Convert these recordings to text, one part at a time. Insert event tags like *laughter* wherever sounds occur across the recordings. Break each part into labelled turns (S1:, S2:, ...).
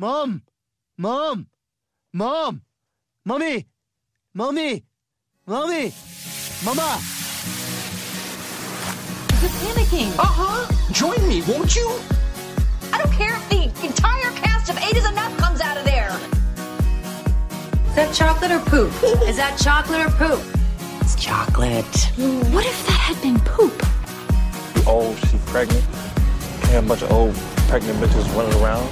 S1: Mom! Mom! Mom! Mommy! Mommy! Mommy! Mama!
S2: You're panicking.
S3: Uh huh. Join me, won't you?
S2: I don't care if the entire cast of Eight is Enough comes out of there. Is that chocolate or poop? Is that chocolate or poop?
S3: It's chocolate.
S2: What if that had been poop?
S4: old, she pregnant. And a bunch of old pregnant bitches running around.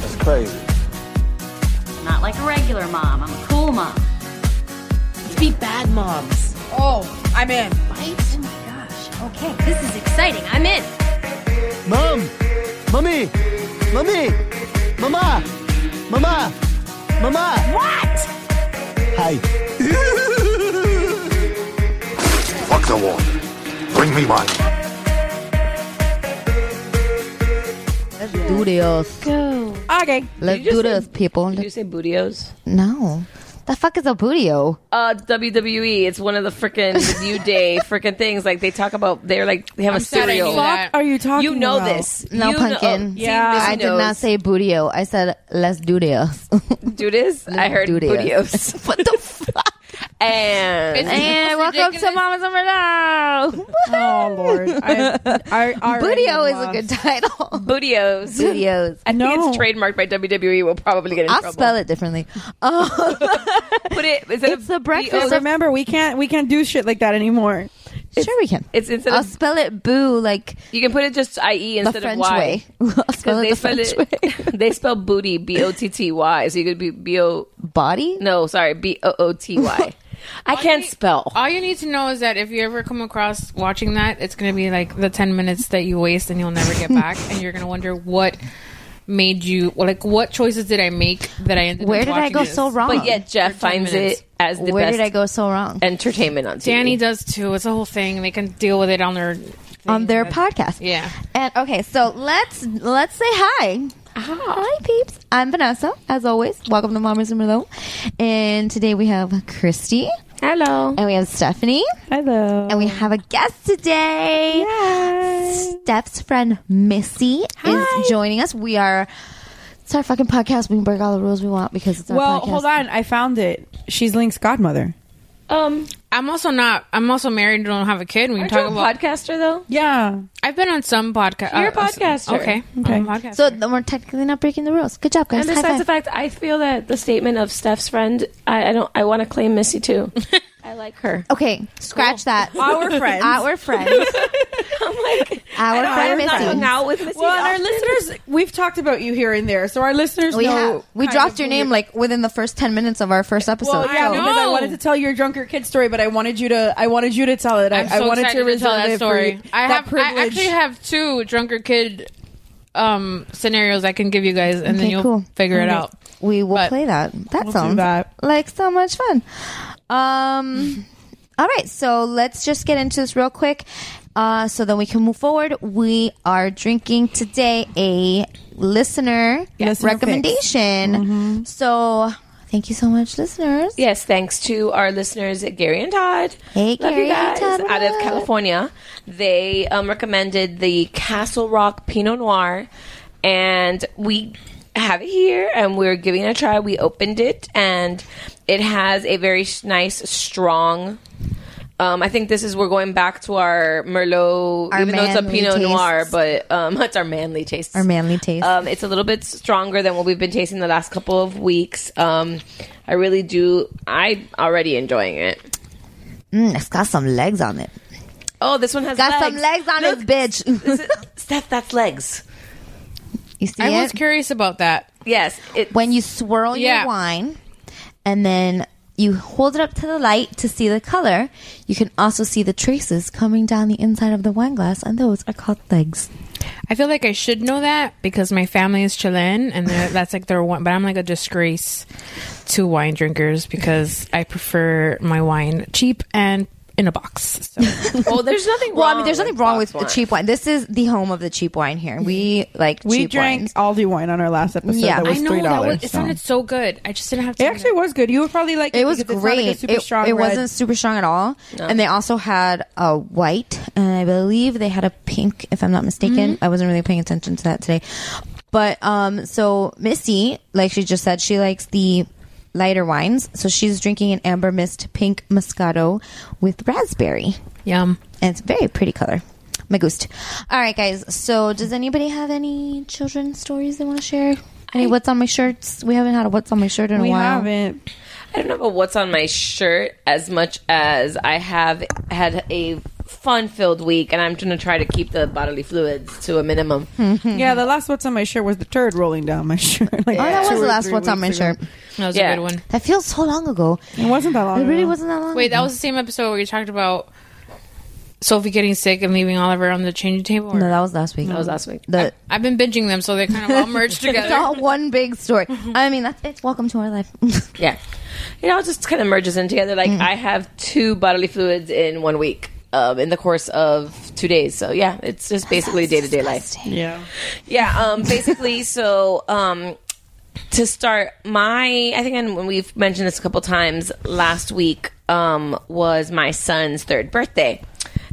S4: That's crazy.
S5: Not like a regular mom. I'm a cool mom. Let's be bad moms.
S6: Oh, I'm in.
S5: Right? Oh my gosh. Okay, this is exciting. I'm in.
S1: Mom! Mommy! Mommy! Mama! Mama! Mama!
S2: What?
S1: Hi.
S7: Fuck the water. Bring me one.
S8: Let's do this.
S6: Okay.
S9: Did
S8: Let's
S9: you
S8: do
S9: just
S8: this, people.
S9: Did you say bootios?
S8: No. The fuck is a bootio?
S9: Uh, it's WWE. It's one of the freaking New
S8: *laughs*
S9: Day freaking things. Like they talk about, they're like they have a
S6: sad I
S9: cereal.
S6: knew that.
S3: Are you talking
S9: You know
S3: about?
S9: this.
S8: No,
S9: you
S8: pumpkin.
S9: Know,
S6: Yeah.
S9: yeah,
S8: I did not say bootio. I said, let's
S9: *laughs*
S8: do this.
S9: do this. I heard
S8: do this.
S9: bootios.
S8: *laughs*
S9: what the fuck? And
S8: and welcome to Mama's Umbrella.
S6: Oh Lord.
S8: *laughs*
S6: I, I, I
S8: bootio
S6: already
S8: is a
S6: lost.
S9: *laughs*
S8: good title.
S9: bootios.
S8: *laughs* Bootios.
S6: I know.
S9: It's trademarked by WWE. We'll probably get in
S8: I'll
S9: trouble.
S8: spell it differently. Oh,
S9: Put it. Is it
S8: It's a breakfast
S9: B-O-
S6: But remember, we can't we can't do shit like that anymore.
S8: sure we can.
S9: It's instead
S8: I'll
S9: of
S8: spell it boo like
S9: you can put it just IE
S8: the
S9: instead
S8: French
S9: of Y.
S8: way. *laughs* I'll
S9: Because
S8: spell it
S9: they
S8: the
S9: spell
S8: French way.
S9: it, *laughs* they spell booty b o t t y. So you could be b o
S8: Body?
S9: *laughs* no, sorry, b o o
S8: *laughs*
S9: t y. I can't spell.
S10: Ah,
S3: All you need to know is that if you ever come across watching that, it's going to be like the 10 minutes that you waste and you'll never get back. and you're going to wonder what made you, like, what choices did I make that I ended up
S8: Where did I
S3: watching
S8: go
S3: this?
S8: so wrong?
S9: But yet Jeff
S3: For 10
S9: finds
S3: minutes.
S9: it as the
S8: Where
S9: best
S8: did I go so wrong?
S9: entertainment on TV.
S3: Danny does too. It's a whole thing. They can deal with it on their. thing.
S8: On their
S3: But-
S8: podcast.
S3: Yeah.
S8: And okay, so let's let's say hi. Hi peeps. I'm Vanessa, as always. Welcome to Mama's Room Alone. And today we have Christy
S9: Hello.
S8: and we have Stephanie.
S6: Hello.
S8: And we have a guest today. Steph's friend Missy is joining us. We are it's our fucking podcast. We can break all the rules we want because it's our
S6: Well,
S8: podcast.
S6: hold on. I found it. She's Link's godmother.
S9: Um,
S3: I'm also not. I'm also married and don't have a kid. We can
S9: aren't you
S3: talk
S9: a
S3: about.
S9: podcaster though?
S6: Yeah.
S3: I've been on some podcast.
S9: You're a podcaster.
S3: Okay.
S6: Okay.
S3: I'm a podcaster.
S8: So then we're technically not breaking the rules. Good job, guys.
S10: And
S8: High
S10: besides
S8: five.
S10: the fact, I feel that the statement of Steph's friend, I, I don't, I want to claim Missy too. I like her.
S8: Okay, scratch that.
S3: *laughs*
S6: Our friends.
S8: Our
S10: *laughs*
S8: friend.
S10: I'm like,
S8: Our
S10: I
S8: friend
S10: have not hung
S8: Missy.
S10: out with Missy.
S6: Well, and our
S10: often.
S6: listeners, we've talked about you here and there, so our listeners
S8: We,
S6: know.
S8: have, we
S6: kind
S8: dropped
S6: of
S8: your
S6: who
S8: name
S6: you-
S8: like within the first ten minutes of our first episode.
S6: Well, yeah,
S8: so-
S3: know.
S6: because I wanted to tell your drunker kid story, but I wanted you to. I wanted you to tell it. I,
S3: I'm so
S6: I wanted
S3: excited to, tell
S6: reserve
S3: that
S6: it for
S3: story.
S6: you-
S3: I
S6: that
S3: have.
S6: privilege.
S3: I actually have two drunker kid um, scenarios I can give you guys, and then
S8: Okay,
S3: you'll
S8: cool.
S3: figure it out.
S8: we will
S3: But-
S8: play that.
S6: We'll
S8: That
S6: do
S8: sounds
S6: that.
S8: like so much fun. Um, *laughs* all right, so let's just get into this real quick, uh, so then we can move forward. We are drinking today a listener
S6: Yes.
S8: recommendation.
S6: Mm-hmm.
S8: So thank you so much, listeners.
S9: Yes, thanks to our listeners at Gary and Todd.
S8: Hey,
S9: Love
S8: Gary
S9: you
S8: and
S9: guys
S8: Todd.
S9: out of California. They um, recommended the Castle Rock Pinot Noir, and we have it here, and we're giving it a try. We opened it, and it has a very s- nice, strong. Um, I think this is we're going back to our Merlot,
S8: Our
S9: even though it's a
S8: manly
S9: Pinot Noir,
S8: tastes.
S9: but um, *laughs* it's our manly taste.
S8: Our manly taste.
S9: Um, it's a little bit stronger than what we've been tasting the last couple of weeks. Um, I really do. I already enjoying it.
S8: Mm, it's got some legs on it.
S9: Oh, this one has
S8: Got
S9: legs.
S8: some legs on
S9: Look,
S8: it, bitch.
S9: This is, *laughs* Steph, that's legs.
S8: *laughs* you see
S3: I
S8: it?
S3: was curious about that.
S9: Yes. It,
S8: when you swirl
S3: Yeah.
S8: your wine and then you hold it up to the light to see the color, you can also see the traces coming down the inside of the wine glass, and those are called legs.
S3: I feel like I should know that because my family is Chilean and they're- that's like their one. But I'm like a disgrace to wine drinkers because I prefer my wine cheap and in a box. So.
S9: Well, oh, there's nothing.
S8: Well, I mean, there's nothing wrong with the cheap wine. This is the home of the cheap wine here. We like
S11: We
S8: cheap
S11: drank
S8: wines.
S11: Aldi wine on our last episode.
S8: Yeah.
S11: that was
S8: I know,
S11: three
S8: that was-
S11: dollars.
S8: it
S3: sounded so good. I just didn't have to.
S11: It actually was good. You were probably like
S8: It was great. it it wasn't super strong at all.
S11: No.
S8: And they also had a white, and I believe they had a pink, if I'm not mistaken.
S11: Mm-hmm.
S8: I wasn't really paying attention to that today. But um, so Missy, like she just said, she likes the lighter wines. So she's drinking an amber mist pink Moscato with raspberry.
S3: Yum.
S8: And it's a very pretty color. My gust. All right, guys. So does anybody have any children's stories they want to share? Any what's on my shirts? We haven't had a what's on my shirt in
S9: We
S8: a while.
S11: haven't.
S9: I don't know about what's on my shirt as much as I have had a fun filled week, and I'm going to try to keep the bodily fluids to a minimum.
S11: yeah, the last what's on my shirt was the turd rolling down my *laughs* shirt. Like
S8: Hmm. Oh, that
S11: two
S8: was the
S11: or
S8: last
S11: three
S8: what's on my
S11: weeks ago.
S8: shirt.
S3: That was a good one.
S8: That feels so long ago.
S11: It wasn't that long.
S8: It really
S11: ago.
S8: wasn't that long.
S3: Wait, that was the same episode where you talked about Sophie getting sick and leaving Oliver on the changing table. or-
S8: No, that was last week.
S3: That was last week.
S8: The
S3: I've been binging them, so *laughs* they kind of all
S8: it's
S3: merged
S8: all
S3: together.
S8: one big
S3: *laughs*
S8: story. I mean, that's it's welcome to our life. *laughs*
S9: Yeah. It all just kind of merges in together. Like, I have two bodily fluids in one week. Um, in the course of two days, so yeah, it's just basically day to day life.
S11: Yeah,
S9: yeah. Um, basically, so um, to start, my I think and when we've mentioned this a couple times last week um, was my son's third birthday,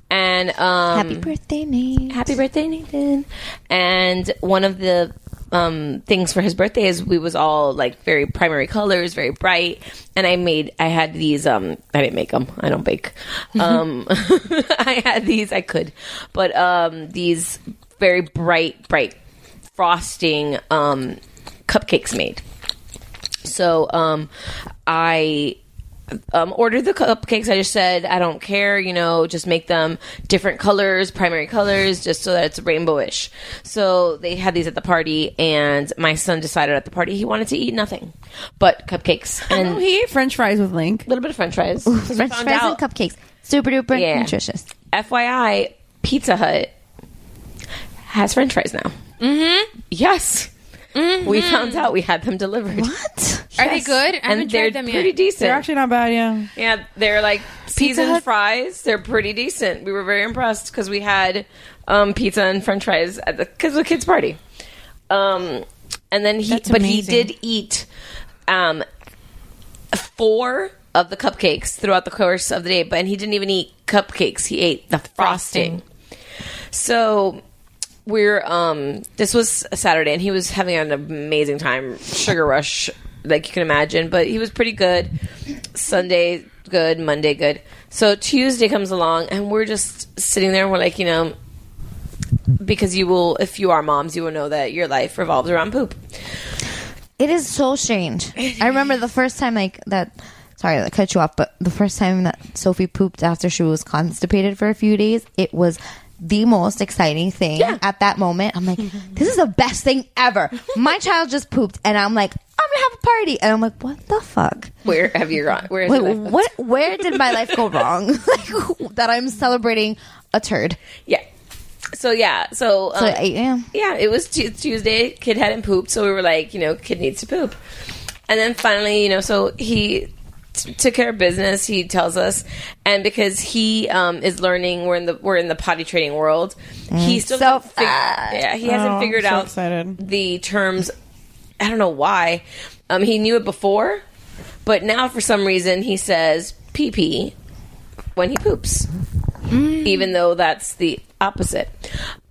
S9: and um,
S3: Mm.
S8: Happy birthday, Nathan!
S9: Happy birthday, Nathan! And one of the um, things for his birthday is we was all like very primary colors, very bright, and I made I had these um I didn't make them. I don't bake. Um, *laughs* I had these I could, but um these very bright bright frosting um cupcakes made. So um, I um, ordered the cupcakes. I just said I don't care, you know, just make them different colors, primary colors, just so that it's rainbowish. So they had these at the party, and my son decided at the party he wanted to eat nothing but cupcakes. And
S11: No, he ate French fries with Link. A
S9: little bit of French *laughs* fries.
S8: French fries and cupcakes, super duper
S9: Yeah.
S8: nutritious.
S9: FYI, Pizza Hut has French fries now. Mm-hmm. Yes. We found out we had them delivered. *laughs* What?
S3: Are they good? I
S9: and
S3: haven't tried
S9: they're
S3: them yet.
S9: pretty decent.
S11: They're actually not bad. Yeah,
S9: Yeah, they're like seasoned
S11: Hut-
S9: fries. They're pretty decent. We were very impressed because we had um, pizza and French fries at the kids the kids party. Um, and then he, but he did eat um, four of the cupcakes throughout the course of the day. But and he didn't even eat cupcakes. He ate the frosting. So we're um this was a Saturday and he was having an amazing time, sugar rush like you can imagine, but he was pretty good. Sunday good, Monday good. So Tuesday comes along and we're just sitting there and we're like, you know, because you will if you are moms, you will know that your life revolves around poop.
S8: It is so strange. I remember the first time like that. Sorry, that cut you off. But the first time that Sophie pooped after she was constipated for a few days, it was the most exciting thing at that moment.
S3: *laughs*
S8: I'm like, this is the best thing ever. My child just pooped, and I'm like, I'm gonna have a party, and I'm like, what the fuck?
S9: Where have you gone? Where is
S8: Wait,
S9: your life?
S8: what? Where did my life go wrong? *laughs* like that I'm celebrating a turd.
S9: Yeah. So yeah, so,
S8: So, 8 a.m..
S9: Yeah, it was Tu- Tuesday. Kid hadn't pooped, so we were like, you know, kid needs to poop. And then finally, you know, so he t- took care of business. He tells us, and because he um, is learning, we're in the we're in the potty training world. He
S11: Mm.
S9: still
S11: So
S9: hasn't fig- yeah, he hasn't
S11: Oh, I'm
S9: figured
S11: so
S9: out
S11: excited.
S9: the terms. I don't know why. Um, he knew it before, but now for some reason he says pee pee when he poops,
S11: Mm.
S9: even though that's the opposite. *laughs*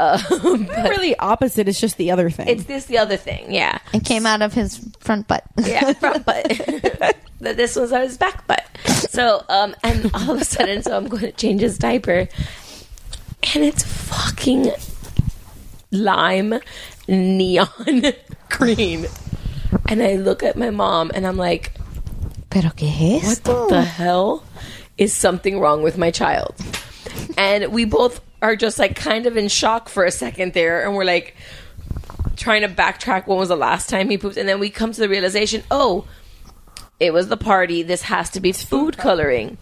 S9: Uh,
S11: Not really opposite. It's just the other thing.
S9: it's this the other thing, yeah,
S8: It came out of his front butt.
S9: yeah, front butt. *laughs* That this was on his back butt. So, um, and all of a sudden, so I'm going to change his diaper, and it's fucking lime neon *laughs* green, and I look at my mom and I'm like,
S8: Pero qué es?
S9: What the hell is something wrong with my child? And we both are just like kind of in shock for a second there, and we're like trying to backtrack when was the last time he pooped, and then we come to the realization, oh, it was the party. This has to be food coloring.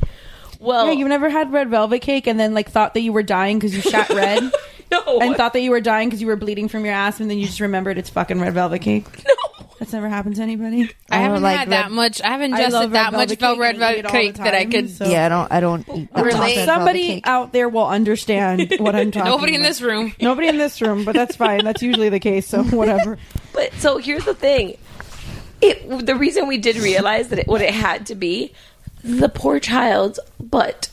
S9: Well, *laughs*
S11: yeah, you've never had red velvet cake and then like thought that you were dying because you shot red.
S9: No.
S11: And
S9: *laughs*
S11: thought that you were dying because you were bleeding from your ass, and then you just remembered it's fucking red velvet cake. No, that's never happened to anybody.
S3: I haven't had that much. I haven't
S11: I love
S3: ingested
S11: red
S3: that
S11: velvet
S3: much
S11: cake
S3: about red
S11: and I eat it
S3: velvet
S11: all the
S3: cake that I
S11: time,
S3: could.
S11: so-
S8: yeah, I don't. I don't eat. that much
S11: Really?
S8: red velvet
S11: Somebody
S8: cake.
S11: out there will understand what I'm talking.
S3: *laughs* *laughs* Nobody in
S11: about.
S3: this room.
S11: *laughs* Nobody in this room, but that's fine. That's usually the case,
S3: *laughs*
S11: so whatever.
S9: But so here's the thing. It, the reason we did realize that it, what it had to be, the poor child's butt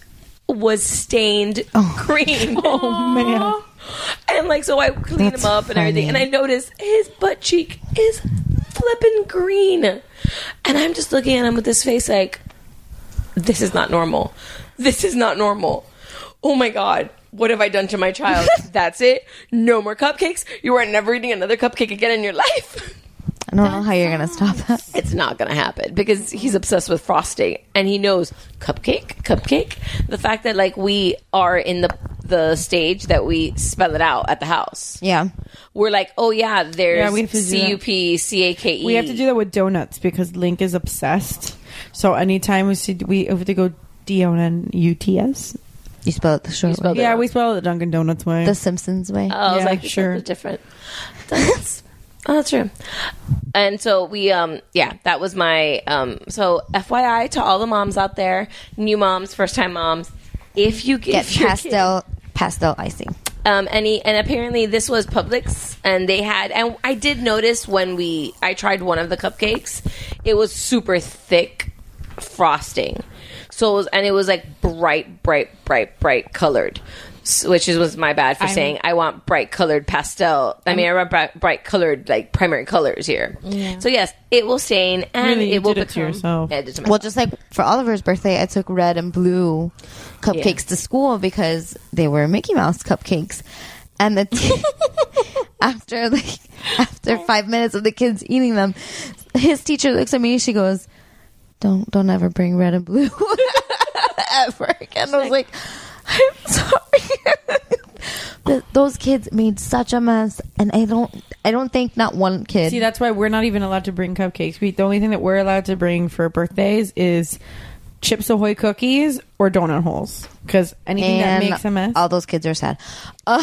S9: was stained green. *laughs* Oh man! And like, so I clean him up and everything, and I notice his butt cheek is flipping green, and I'm just looking at him with this face like, this is not normal. This is not normal. Oh my god. What have I done to my *laughs* child? That's it. No more cupcakes. You are never eating another cupcake again in your life. *laughs*
S8: I don't know how you're gonna stop that.
S9: It's not going to happen because he's obsessed with frosting and he knows cupcake, cupcake. The fact that like we are in the the stage that we spell it out at the house.
S8: Yeah.
S9: We're like, "Oh yeah,
S11: Yeah,
S9: there's
S11: we have to do
S9: C U P C A K E."
S11: We have to do that with donuts because Link is obsessed. So anytime we see, we have to go D O N U T S.
S8: You spell it the short
S11: way. Yeah, we spell it the Dunkin' Donuts way.
S8: The Simpsons way.
S9: Oh, I was
S11: Yeah,
S9: like,
S11: sure.
S9: sure. Different. That's *laughs* oh, that's true. And so we, um, yeah, that was my. Um, so FYI to all the moms out there, new moms, first time moms, if you give
S8: Get
S9: your kid-
S8: pastel pastel icing.
S9: um, any and apparently this was Publix and they had and I did notice when we I tried one of the cupcakes it was super thick frosting so it was, and it was like bright bright bright bright colored s- which is was my bad for
S10: I'm-
S9: saying I want bright colored pastel I mean I want bright, bright colored like primary colors here
S8: Yeah.
S9: so yes it will stain and
S11: Really, you
S9: it will
S11: did it to
S9: become
S11: yourself.
S9: Yeah, I did it to myself.
S8: Well, just like for Oliver's birthday, I took red and blue cupcakes to school because they were Mickey Mouse cupcakes. And
S11: *laughs*
S8: the after like after
S11: Oh.
S8: five minutes of the kids eating them, his teacher looks at me. She goes, "Don't don't ever bring red and blue *laughs* ever again." I was like, "I'm sorry." *laughs* But those kids made such a mess, and I don't I don't think not one kid.
S11: See, that's why we're not even allowed to bring cupcakes. We the only thing that we're allowed to bring for birthdays is Chips Ahoy cookies or donut holes because anything that
S8: And
S11: makes a mess.
S8: All those kids are sad.
S11: I,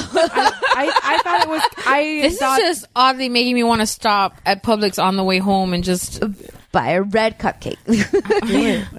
S11: I thought it was.
S8: *laughs*
S11: I
S3: this
S11: thought-
S3: is just oddly making me want to stop at Publix on the way home and just
S8: buy a red cupcake.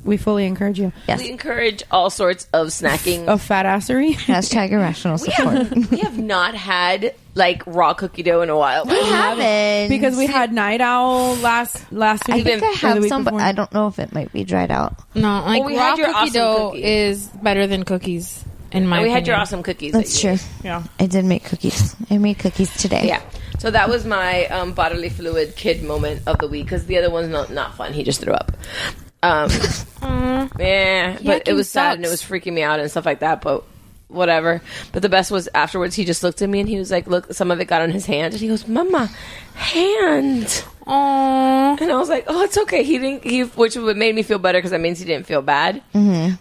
S11: we fully encourage you.
S9: we encourage all sorts of snacking
S11: Of fat assery.
S8: *laughs* *laughs* Hashtag irrational support.
S9: *laughs* we have not had like raw cookie dough in a while
S8: We haven't.
S11: because we had Night Owl last last week.
S8: I think I
S11: or the
S8: have
S11: week
S8: some, but
S11: before.
S8: I don't know if it might be dried out.
S3: No, like
S9: we
S3: raw
S9: had your
S3: cookie
S9: awesome
S3: dough
S9: cookies.
S3: is better than cookies in my.
S9: And we had your
S3: opinion.
S9: awesome cookies that
S8: That's
S9: you
S8: true.
S9: made. Yeah.
S8: I did make cookies. I made cookies today.
S9: Yeah. So that was my um, bodily fluid kid moment of the week because the other one's not not fun. He just threw up.
S8: *laughs*
S9: Um, yeah, Eh, but it
S10: Yucking
S9: was sad and it was
S10: sucks.
S9: freaking me out and stuff like that. But whatever. But the best was afterwards. He just looked at me and he was like, "Look, some of it got on his hand." And he goes, "Mama, hand."
S3: Aww.
S9: And I was like, "Oh, it's okay." He didn't. He which would made me feel better because that means he didn't feel bad.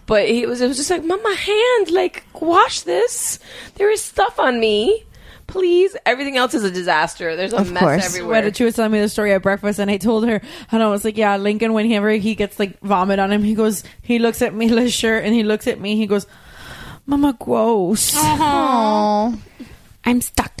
S9: But he was it was just like, Mama hand, like wash this. There is stuff on me. Please. Everything else is a disaster. There's a mess everywhere.
S11: But she was telling me the story at breakfast, and I told her, and I was like, "Yeah, Lincoln. Whenever he gets like vomit on him, he goes, he looks at me, *laughs* his shirt, and he looks at me, he goes, Mama, gross.
S8: Aww.
S3: I'm stuck.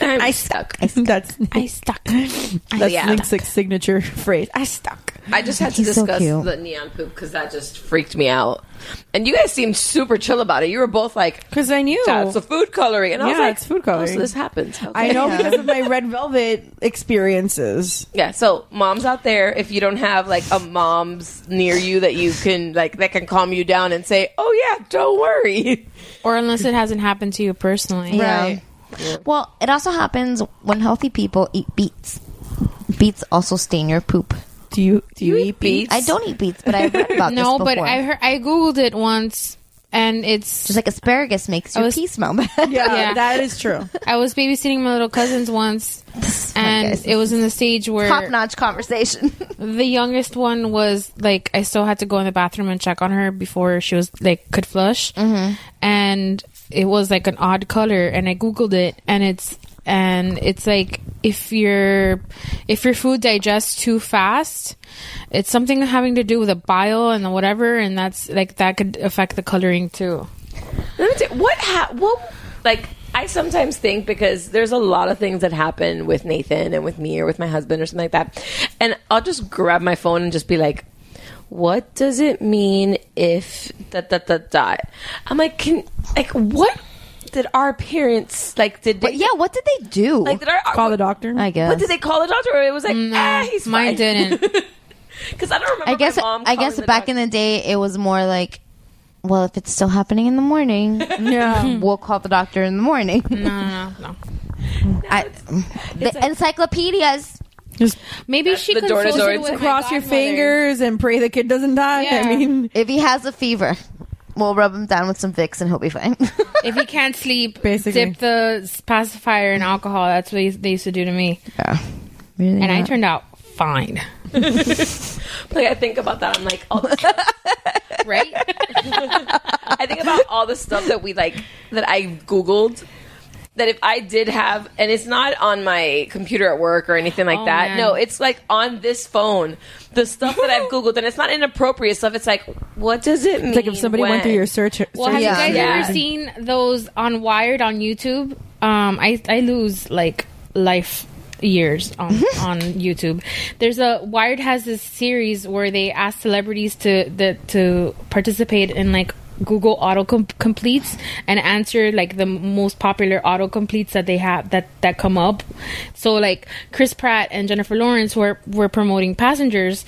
S9: I'm *laughs* I stuck.
S11: *laughs* That's
S8: *laughs*
S3: I *laughs*
S11: *laughs*
S3: stuck.
S11: That's
S9: yeah.
S11: Link's like, signature phrase. I stuck.
S9: I just had to
S11: He's so
S9: discuss
S11: cute.
S9: the neon poop because that just freaked me out. And you guys seemed super chill about it. You were both like,
S11: "Because I knew
S9: that's the food coloring," and I was
S11: Yeah,
S9: like,
S11: it's food
S9: Oh,
S11: coloring.
S9: so this happens. Okay.
S11: I know because of my red velvet experiences.
S9: *laughs* Yeah, so moms out there, if you don't have like a mom's near you that you can like that can calm you down and say, "Oh yeah, don't worry," *laughs*
S3: or unless it hasn't happened to you personally,
S8: Yeah. Well, it also happens when healthy people eat beets. Beets also stain your poop.
S11: Do you do you, eat
S3: beets?
S8: I don't eat beets, but I've read about this
S3: no, but
S8: before.
S3: I heard I googled it once, and it's
S8: just like asparagus makes your pee smell bad.
S11: that is true.
S3: *laughs* I was babysitting my little cousins once, and it was in the stage
S8: *laughs*
S3: where
S8: Top notch conversation.
S3: the youngest one was like, I still had to go in the bathroom and check on her before she was like could flush, and it was like an odd color, and I googled it, and it's and it's like if your if your food digests too fast it's something having to do with the bile and the whatever and that's like that could affect the coloring too
S9: Let me tell you, what ha- what like I sometimes think because there's a lot of things that happen with Nathan and with me or with my husband or something like that. And I'll just grab my phone and just be like, what does it mean if dot dot dot dot? I'm like, can like what did our parents like? Did they,
S8: *laughs* yeah? What did they do?
S9: Like, did our
S11: call the doctor?
S8: I guess. Mm,
S9: What did they call the doctor? Or It was like, ah, he's fine.
S3: mine
S9: *laughs*
S3: didn't.
S9: Because I don't remember.
S8: I guess
S9: my mom
S8: I
S9: calling
S8: guess
S9: the
S8: back in the day it was more like, well, if it's still happening in the
S3: *laughs*
S8: morning, yeah, *laughs* we'll call the doctor in the morning. No,
S3: no, no.
S8: *laughs* I, the encyclopedias.
S3: Maybe she
S8: the
S3: could
S8: door to
S3: consulted
S8: door
S3: Uh, with my
S11: Cross your
S3: godmother.
S11: fingers and pray the kid doesn't die. I mean,
S8: if he has a fever, we'll rub him down with some Vicks and he'll be fine. *laughs*
S3: if you can't sleep, basically dip the pacifier in alcohol. That's what they used to do to me.
S8: Yeah,
S3: and I
S9: not.
S3: turned out fine.
S9: But, like I think about that, I'm like, all
S8: *laughs*
S9: the stuff-
S3: right?
S9: I think about all the stuff that we like that I googled. That if I did have, and it's not on my computer at work or anything like
S10: Oh,
S9: that.
S10: man.
S9: No, it's like on this phone. The stuff that I've googled, and it's not inappropriate stuff. It's like, what does it mean?
S11: it's like if somebody went through
S9: when?
S11: your search.
S3: Well, have you guys ever seen those on Wired on YouTube? Um, I I lose like life years on on YouTube. There's a Wired has this series where they ask celebrities to the to participate in like Google auto completes and answer like the most popular auto completes that they have that that come up. So like Chris Pratt and Jennifer Lawrence were were promoting passengers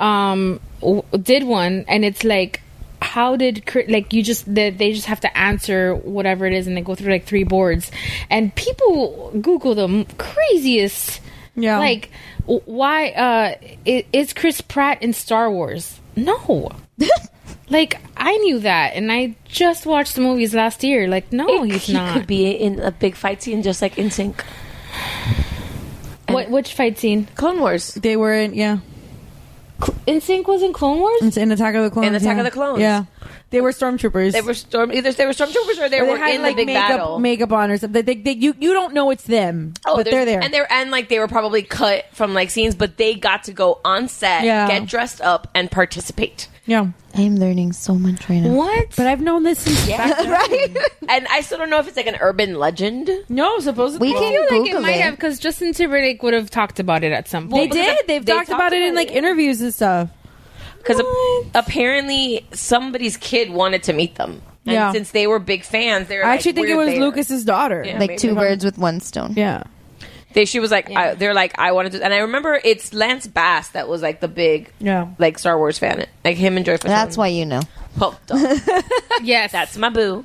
S3: um w- did one and it's like how did cri- like you just they, they just have to answer whatever it is and they go through like three boards and people google the craziest
S11: Yeah.
S3: like w- why uh i- is chris pratt in star wars
S11: *laughs*
S3: no like i knew that and i just watched the movies last year like no he's
S9: he
S3: not
S9: could be in a big fight scene just like in sync
S3: what which fight scene
S9: clone wars
S11: they were in yeah
S3: Insync was in Clone Wars.
S11: It's in Attack of the Clones.
S9: In Attack
S11: yeah.
S9: of the Clones.
S11: Yeah, they were stormtroopers.
S9: They were storm either they were stormtroopers or they,
S11: Or
S9: were in the big
S11: makeup,
S9: battle. Oh,
S11: makeup on or something. They, they, you you don't know it's them, but
S9: there's-
S11: they're there.
S9: and they're and like they were probably cut from like scenes, but they got to go on set,
S11: Yeah.
S9: get dressed up, and participate.
S11: yeah,
S8: I am learning so much right now.
S3: Mm. What?
S11: But I've known this since back then.
S9: right. and I still don't know if it's like an urban legend.
S11: No, supposedly
S3: I feel like it might have because Justin Timberlake would have talked about it at some
S11: They
S3: point.
S11: did. They've talked about it in like interviews and stuff.
S9: because apparently somebody's kid wanted to meet them. And
S11: Yeah.
S9: since they were big fans, they were
S11: I actually
S9: like,
S11: think it
S9: "We're
S11: was
S9: there."
S11: Lucas's daughter.
S9: Yeah,
S8: like
S9: maybe.
S8: two birds with one stone.
S11: Yeah.
S9: They, she was like, I, they're like, I wanted to, and I remember it's Lance Bass that was like the big,
S11: Yeah.
S9: like Star Wars fan, like him and Joy.
S8: That's why you know.
S9: Pulped
S3: *laughs*
S9: up.
S3: yes,
S9: that's my boo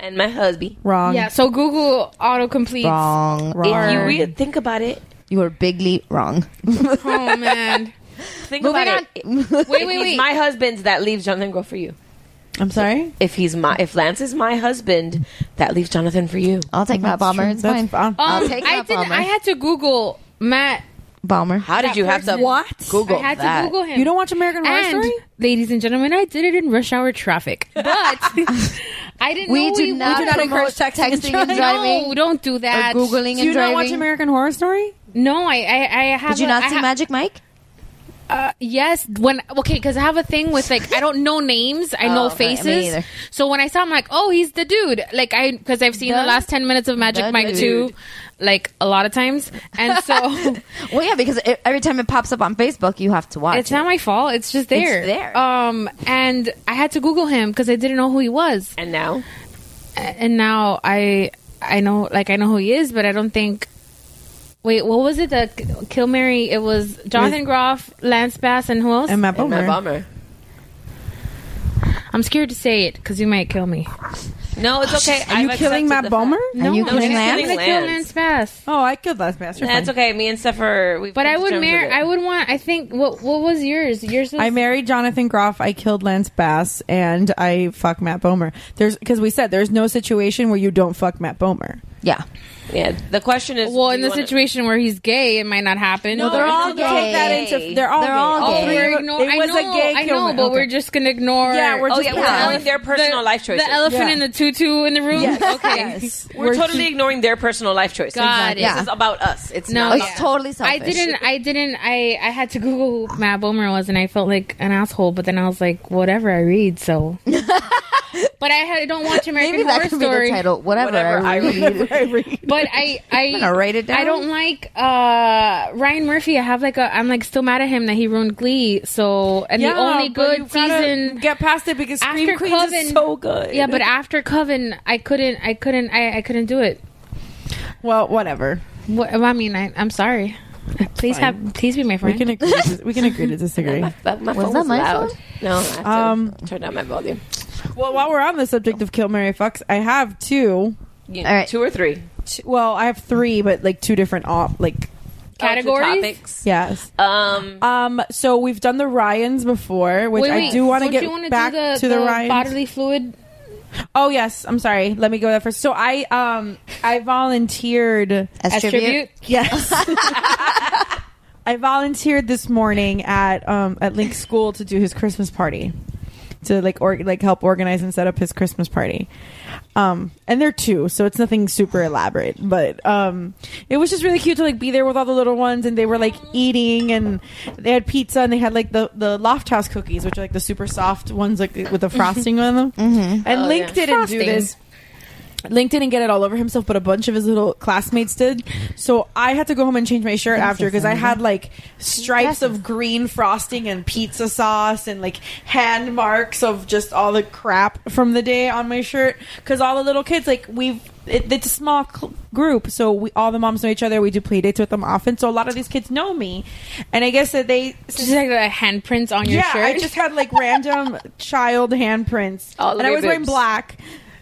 S9: and my husband.
S11: Wrong.
S3: Yeah, so Google autocompletes.
S8: Wrong.
S9: If you
S8: Wrong.
S9: really think about it,
S8: You are bigly
S3: *laughs*
S8: wrong.
S3: *laughs*
S8: *laughs*
S3: oh man.
S9: think
S3: Moving
S9: about it.
S3: Wait, wait,
S9: if he's
S3: wait.
S9: my husband, that leaves Jonathan go for you.
S11: I'm sorry.
S9: If he's my, if Lance is my husband, that leaves Jonathan for you.
S8: I'll take my bomber. It's fine. *laughs* I'll
S3: Um,
S8: take
S3: I
S8: my
S3: didn't.
S8: bomber.
S3: I had to Google Matt.
S8: bomber.
S9: How did you have to
S3: what?
S9: Google
S3: I had
S9: that?
S3: to Google him.
S11: You don't watch American Horror
S3: And,
S11: Story?
S3: ladies and gentlemen, I did it in rush hour
S11: *laughs*
S3: traffic, but I didn't.
S8: We
S3: know
S8: do not
S3: we did
S8: promote
S11: *laughs*
S8: texting and driving
S3: No, don't do that.
S8: or Googling
S11: Do you
S8: and
S11: not watch
S8: driving.
S11: American Horror Story?
S3: No, I, I, I have.
S8: Did you
S3: a-
S8: not
S3: I
S8: see
S3: ha-
S8: Magic Mike?
S3: Uh, yes, when okay, because I have a thing with like I don't know names,
S8: *laughs*
S3: I know
S8: Oh, okay, me
S3: faces.
S8: either.
S3: So when I saw him, like, oh, he's the dude. Like I because I've seen the,
S8: The-
S3: last ten minutes of Magic
S8: the
S3: Mike
S8: dude.
S3: two, like a lot of times, and
S8: *laughs*
S3: so *laughs*
S8: Well, yeah, because e- every time it pops up on Facebook, you have to watch.
S3: it's not my fault. It's just there.
S8: It's there.
S3: Um, and I had to Google him because I didn't know who he was,
S9: and now,
S3: and now I I know like I know who he is, but I don't think. Wait, what was it? The Kill Mary. It was Jonathan Groff, Lance Bass, and who else?
S11: And Matt Bomer.
S9: Bomber.
S3: I'm scared to say it because you might kill me.
S9: No,
S3: Oh,
S9: it's okay.
S11: Are you
S9: I've
S11: killing
S9: accepted
S11: Matt
S9: the
S11: Bomer?
S9: fact-
S3: No,
S9: No, she's
S3: I'm
S9: killing
S3: gonna kill
S9: Lance.
S3: Lance Bass.
S11: Oh, I killed last bastard.
S9: That's okay. Me and Steph are. We've
S3: But
S9: come
S3: I
S9: to
S3: would
S9: terms
S3: marry.
S9: with it.
S3: I would want. I think. What What was yours? Yours was.
S11: I married Jonathan Groff. I killed Lance Bass, and I fuck Matt Bomer. There's because we said there's no situation where you don't fuck Matt Bomer.
S8: Yeah.
S9: Yeah. The question is.
S3: well,
S9: do
S3: in
S9: you
S3: the
S9: wanna-
S3: situation where he's gay, it might not happen.
S11: No, they're all
S9: gay.
S11: Take that into they're all
S8: They're
S11: gay.
S8: all
S3: Oh,
S8: gay.
S11: three
S3: we're
S11: of-
S3: ignoring.
S11: It was
S3: I know,
S11: a gay
S3: I know,
S11: killing.
S3: but
S11: Okay.
S3: we're just gonna ignore.
S11: Yeah, we're
S9: Oh
S11: just
S9: yeah, we're
S11: ignoring
S9: ignoring their personal
S3: the,
S9: life choices.
S3: The elephant
S11: Yeah.
S3: in the tutu in the room.
S11: Yes. *laughs*
S3: Okay.
S11: Yes.
S9: we're, totally ignoring their personal life choices.
S3: Got it.
S9: This
S3: Yeah.
S9: is about us. It's
S3: No,
S9: not
S3: it's
S9: about-
S8: Oh, totally
S3: I
S8: selfish.
S3: didn't. I didn't. I I had to Google who Matt Bomer was, and I felt like an asshole. But then I was like, whatever I read, so But I, had, I don't watch American
S8: Maybe that
S3: Horror
S8: could be the
S3: Story.
S8: title, Whatever Whatever I I read. read. *laughs* Whatever I read.
S3: But I, I,
S8: I'm gonna write it down.
S3: I don't like uh, Ryan Murphy. I have like a, I'm like still mad at him that he ruined Glee. So and the
S11: Yeah,
S3: only
S11: but you
S3: good
S11: gotta
S3: season.
S11: Get past it because Scream
S3: after
S11: Queens
S3: Coven,
S11: is so good.
S3: Yeah, but after Coven, I couldn't, I couldn't, I, I couldn't do it.
S11: Well, whatever.
S3: What, I mean, I, I'm sorry. Please
S11: Fine.
S3: have, please be my friend.
S11: we can agree. to, we can agree to disagree.
S3: *laughs*
S9: But my
S3: Was
S9: phone
S3: that
S9: was
S3: my
S9: loud.
S3: phone?
S9: No, I have to
S11: Um,
S9: turn down my volume.
S11: Well, while we're on the subject of Kill Mary Fox, I have two.
S9: Yeah, All right. two or three.
S11: Two, well, I have three, but like two different op like
S9: Categories? Oh, two topics?
S11: Yes.
S9: Um.
S11: Um. So we've done the Ryans before, which
S3: Wait,
S11: I
S3: wait,
S11: do want to
S3: don't
S11: get
S3: you wanna do
S11: back
S3: the-
S11: to the,
S3: the
S11: Ryans.
S3: bodily fluid.
S11: Oh yes, I'm sorry. Let me go there first. So I um I volunteered as,
S3: As tribute? tribute?
S11: Yes. *laughs* I volunteered this morning at um at Link's school to do his Christmas party. To like or like help organize and set up his Christmas party. Um and they're two, so it's nothing super elaborate, but um it was just really cute to like be there with all the little ones and they were like eating and they had pizza and they had like the the loft house cookies, which are like the super soft ones like with the frosting on them. Mm-hmm. And
S10: Oh,
S11: Link
S10: yeah.
S11: didn't do
S10: Frosting.
S11: this. Link didn't get it all over himself, but a bunch of his little classmates did. So I had to go home and change my shirt
S1: That's
S11: after because I
S1: awesome.
S11: had like stripes of green frosting and pizza sauce and like hand marks of just all the crap from the day on my shirt. Because all the little kids, like we've, it, it's a small cl- group, so we all the moms know each other. We do play dates with them often, so a lot of these kids know me, and I guess that they
S3: Just like the handprints on your
S11: yeah,
S3: shirt.
S11: I just had like
S8: *laughs*
S11: random child handprints,
S3: All
S11: and I
S3: over
S11: was
S3: your
S11: wearing
S3: boobs.
S11: black.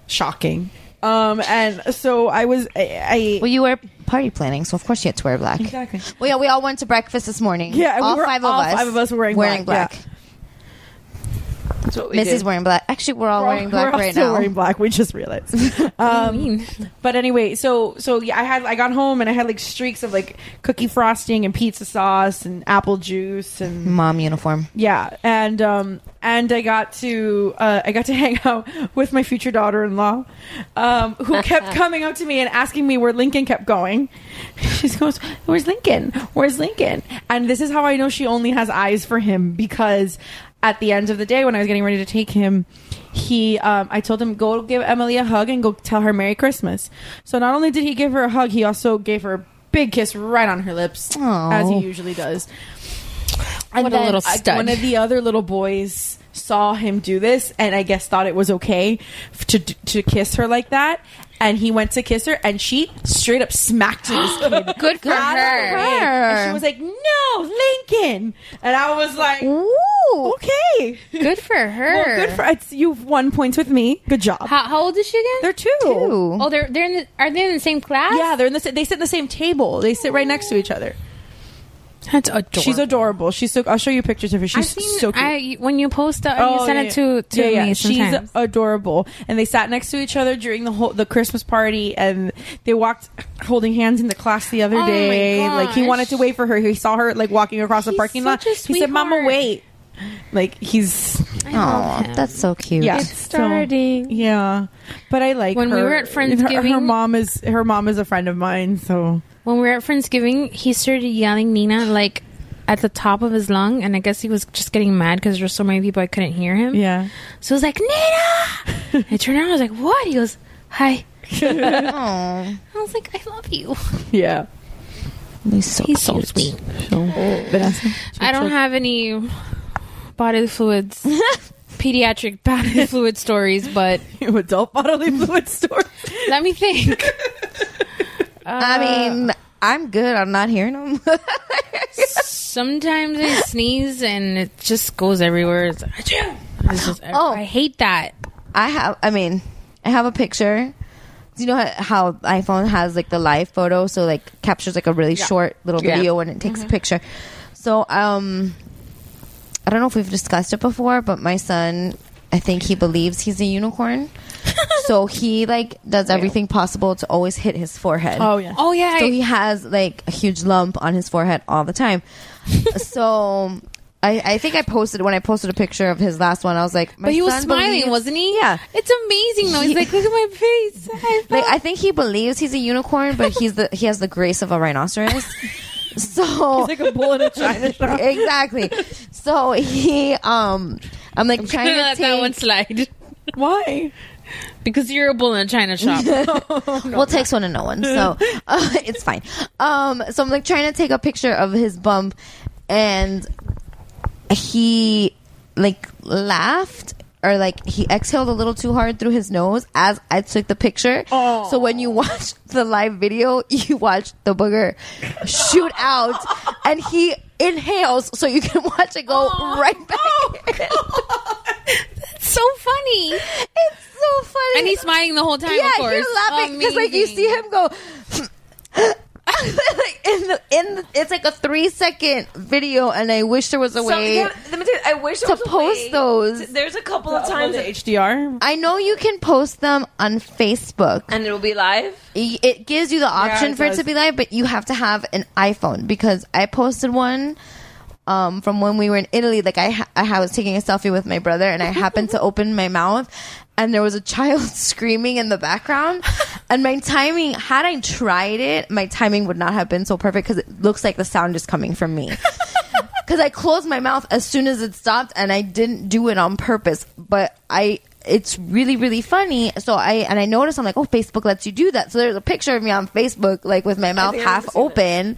S11: Shocking. Um, and so I was. I, I
S8: well, you were party planning, so of course you had to wear black.
S11: Exactly.
S8: Well, yeah, we all went to breakfast this morning.
S11: Yeah, we
S8: all
S11: were-
S8: five of
S11: all
S8: us.
S11: five of us were wearing black,
S9: what we
S8: Missy's
S9: did.
S8: wearing black. Actually, we're all
S11: We're all-
S8: wearing black
S11: we're all
S8: right
S11: still
S8: now.
S11: wearing black. We just
S8: *laughs*
S11: realized. Um, but anyway, so so yeah, I had I got home and I had like streaks of like cookie frosting and pizza sauce and apple juice and
S8: Mom uniform.
S11: Yeah, and um, and I got to uh, I got to *laughs* hang out with my future daughter-in-law, um, who kept coming up to me and asking me where Lincoln kept going. *laughs* She goes, "Where's Lincoln? Where's Lincoln?" And this is how I know she only has eyes for him because at the end of the day, when I was getting ready to take him, he um, I told him go give Emily a hug and go tell her Merry Christmas. So not only did he give her a hug, he also gave her a big kiss right on her lips, as he
S1: Aw.
S11: usually does. And
S3: What a
S11: then
S3: little
S11: I-
S3: stud.
S11: one of the other little boys saw him do this, and I guess thought it was okay f- to to kiss her like that. And he went to kiss her, and she straight up smacked
S3: *gasps*
S11: him.
S3: Good for her.
S11: And she was like, "No, Lincoln," and I was like,
S8: "Ooh,
S11: okay,
S3: good for her.
S11: Well, good for it's, you've won points with me. Good job."
S3: How, how old is she again?
S11: They're two.
S3: Oh, they're they're in the, are they in the same class?
S11: Yeah, they're in the sa- they sit in the same table. They sit right next to each other.
S3: That's adorable.
S11: She's adorable. She's so. I'll show you pictures of her. She's so cute. Oh,
S3: I when you post that, Oh, you send
S11: yeah,
S3: it to to
S11: yeah, yeah.
S3: me
S11: She's
S3: sometimes.
S11: adorable, and they sat next to each other during the whole the Christmas party, and they walked holding hands in the class the other
S1: Oh my
S11: day. Like he
S1: gosh.
S11: wanted to wait for her. He saw her like walking across the parking lot.
S1: such a
S11: He said, "Mama,
S1: sweetheart."
S11: wait." Like he's
S8: Oh, that's so cute.
S11: yeah, so- yeah, but I like
S3: When we
S11: her.
S3: were at
S11: And her- Her,
S3: Friendsgiving-
S11: mom is her mom is a friend of mine, so
S3: when we were at Friendsgiving, he started yelling Nina like at the top of his lung, and I guess he was just getting mad because there were so many people I couldn't hear him.
S11: Yeah.
S3: So I was like,
S11: *laughs*
S3: Nina! I turned around, I was like, what? He goes, hi. *laughs*
S8: I
S3: was like, I love you.
S11: yeah.
S8: He's so
S3: He's so sweet.
S11: Oh, Vanessa, *laughs*
S3: I don't have any
S8: *laughs*
S3: bodily fluids, pediatric bodily fluid stories, but
S11: adult bodily fluid stories.
S3: Let me think.
S8: I mean, I'm good. I'm not hearing them. *laughs*
S3: Sometimes I sneeze and it just goes everywhere. It's, "Achoo!" It's just-
S8: Oh,
S3: I hate that.
S8: I have. I mean, I have a picture. Do you know how, how iPhone has like the live photo, so like captures like a really
S11: Yeah.
S8: short little
S11: Yeah.
S8: video and it takes
S11: Mhm.
S8: a picture. So um, I don't know if we've discussed it before, but my son, I think he believes he's a
S11: *laughs*
S8: unicorn. so he like does everything possible to always hit his forehead.
S11: Oh, yeah.
S3: Oh yeah.
S8: So he has like a huge lump on his forehead all
S11: *laughs*
S8: the time. so I, I think I posted when I posted a picture of his last one. I was like, my
S3: but he was
S8: son
S3: smiling,
S8: believes-
S3: wasn't he?
S8: Yeah.
S3: It's amazing though. He's
S8: He-
S3: like, look at my face. I
S8: Like I think he believes he's a unicorn, but he's the he has the grace of a
S3: *laughs*
S8: rhinoceros. So
S11: he's like a bull in a china shop.
S8: exactly. So he um, I'm like
S3: I'm
S8: trying
S3: gonna
S8: to
S3: let *laughs*
S8: take
S3: that one slide.
S11: Why?
S3: Because you're a bull in a
S8: *laughs*
S3: china shop.
S8: well, it takes one and no one, so uh, it's fine. Um, so I'm like trying to take a picture of his bump, and he like laughed or like he exhaled a little too hard through his nose as I took the picture. So when you watch the live video, *laughs* you watch the booger shoot out, and he inhales, so you can watch it go right back. *laughs* That's
S3: so funny.
S8: It's so funny.
S3: And he's smiling the whole time, of
S8: Yeah,
S3: course.
S8: you're laughing because like you see him go. *laughs* like in the in the, it's like a three second video, and I wish there was a
S9: So,
S8: way.
S9: yeah, let me tell you, I wish there
S8: to
S9: was a
S8: post
S9: way
S8: those.
S9: to- there's a couple of times that-
S11: HDR.
S8: I know you can post them on Facebook.
S9: and it'll be live.
S8: Y- It gives you the option
S9: it
S8: for it
S9: does.
S8: to be live, but you have to have an iPhone because I posted one um, from when we were in Italy. Like I, ha- I was taking a selfie with my brother, and I happened to open my mouth, and there was a child *laughs* screaming in the background. And my timing, had I tried it, my timing would not have been so perfect because it looks like the sound is coming
S9: *laughs*
S8: from me. because I closed my mouth as soon as it stopped, and I didn't do it on purpose. But I, it's really really funny. So I and I noticed I'm like, oh, Facebook lets you do that. So there's a picture of me on Facebook, like with my mouth
S9: think I
S8: half open.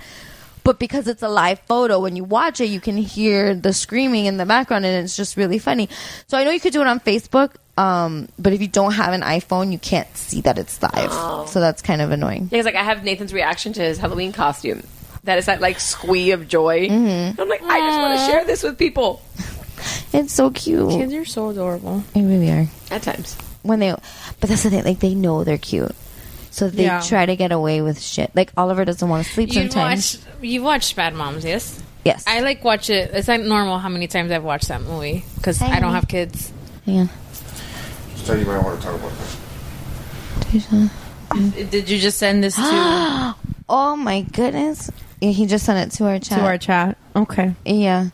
S8: But because it's a live photo, when you watch it, you can hear the screaming in the background, and it's just really funny. So I know you could do it on Facebook, um, but if you don't have an iPhone, you can't see that it's live.
S9: Oh.
S8: So that's kind of annoying.
S9: Yeah, 'cause, like I have Nathan's reaction to his Halloween costume. That is that like squee of joy.
S8: Mhm.
S9: I'm like, I just want to share this with people.
S8: It's so cute.
S3: Kids are so adorable.
S8: They really are.
S9: At times.
S8: When they, but that's the thing. Like they know they're cute, so they
S3: Yeah.
S8: try to get away with shit. Like Oliver doesn't want to sleep
S3: You
S8: sometimes.
S3: watched you watched Bad Moms, yes?
S8: Yes.
S3: I like watch it. It's not normal how many times I've watched that movie because I don't have kids.
S8: Yeah.
S7: Tell you might want to talk about this.
S12: Did you just send this
S11: *gasps*
S12: to?
S8: oh my goodness! Yeah, he just sent it to our chat.
S11: To our chat. Okay.
S8: Yeah.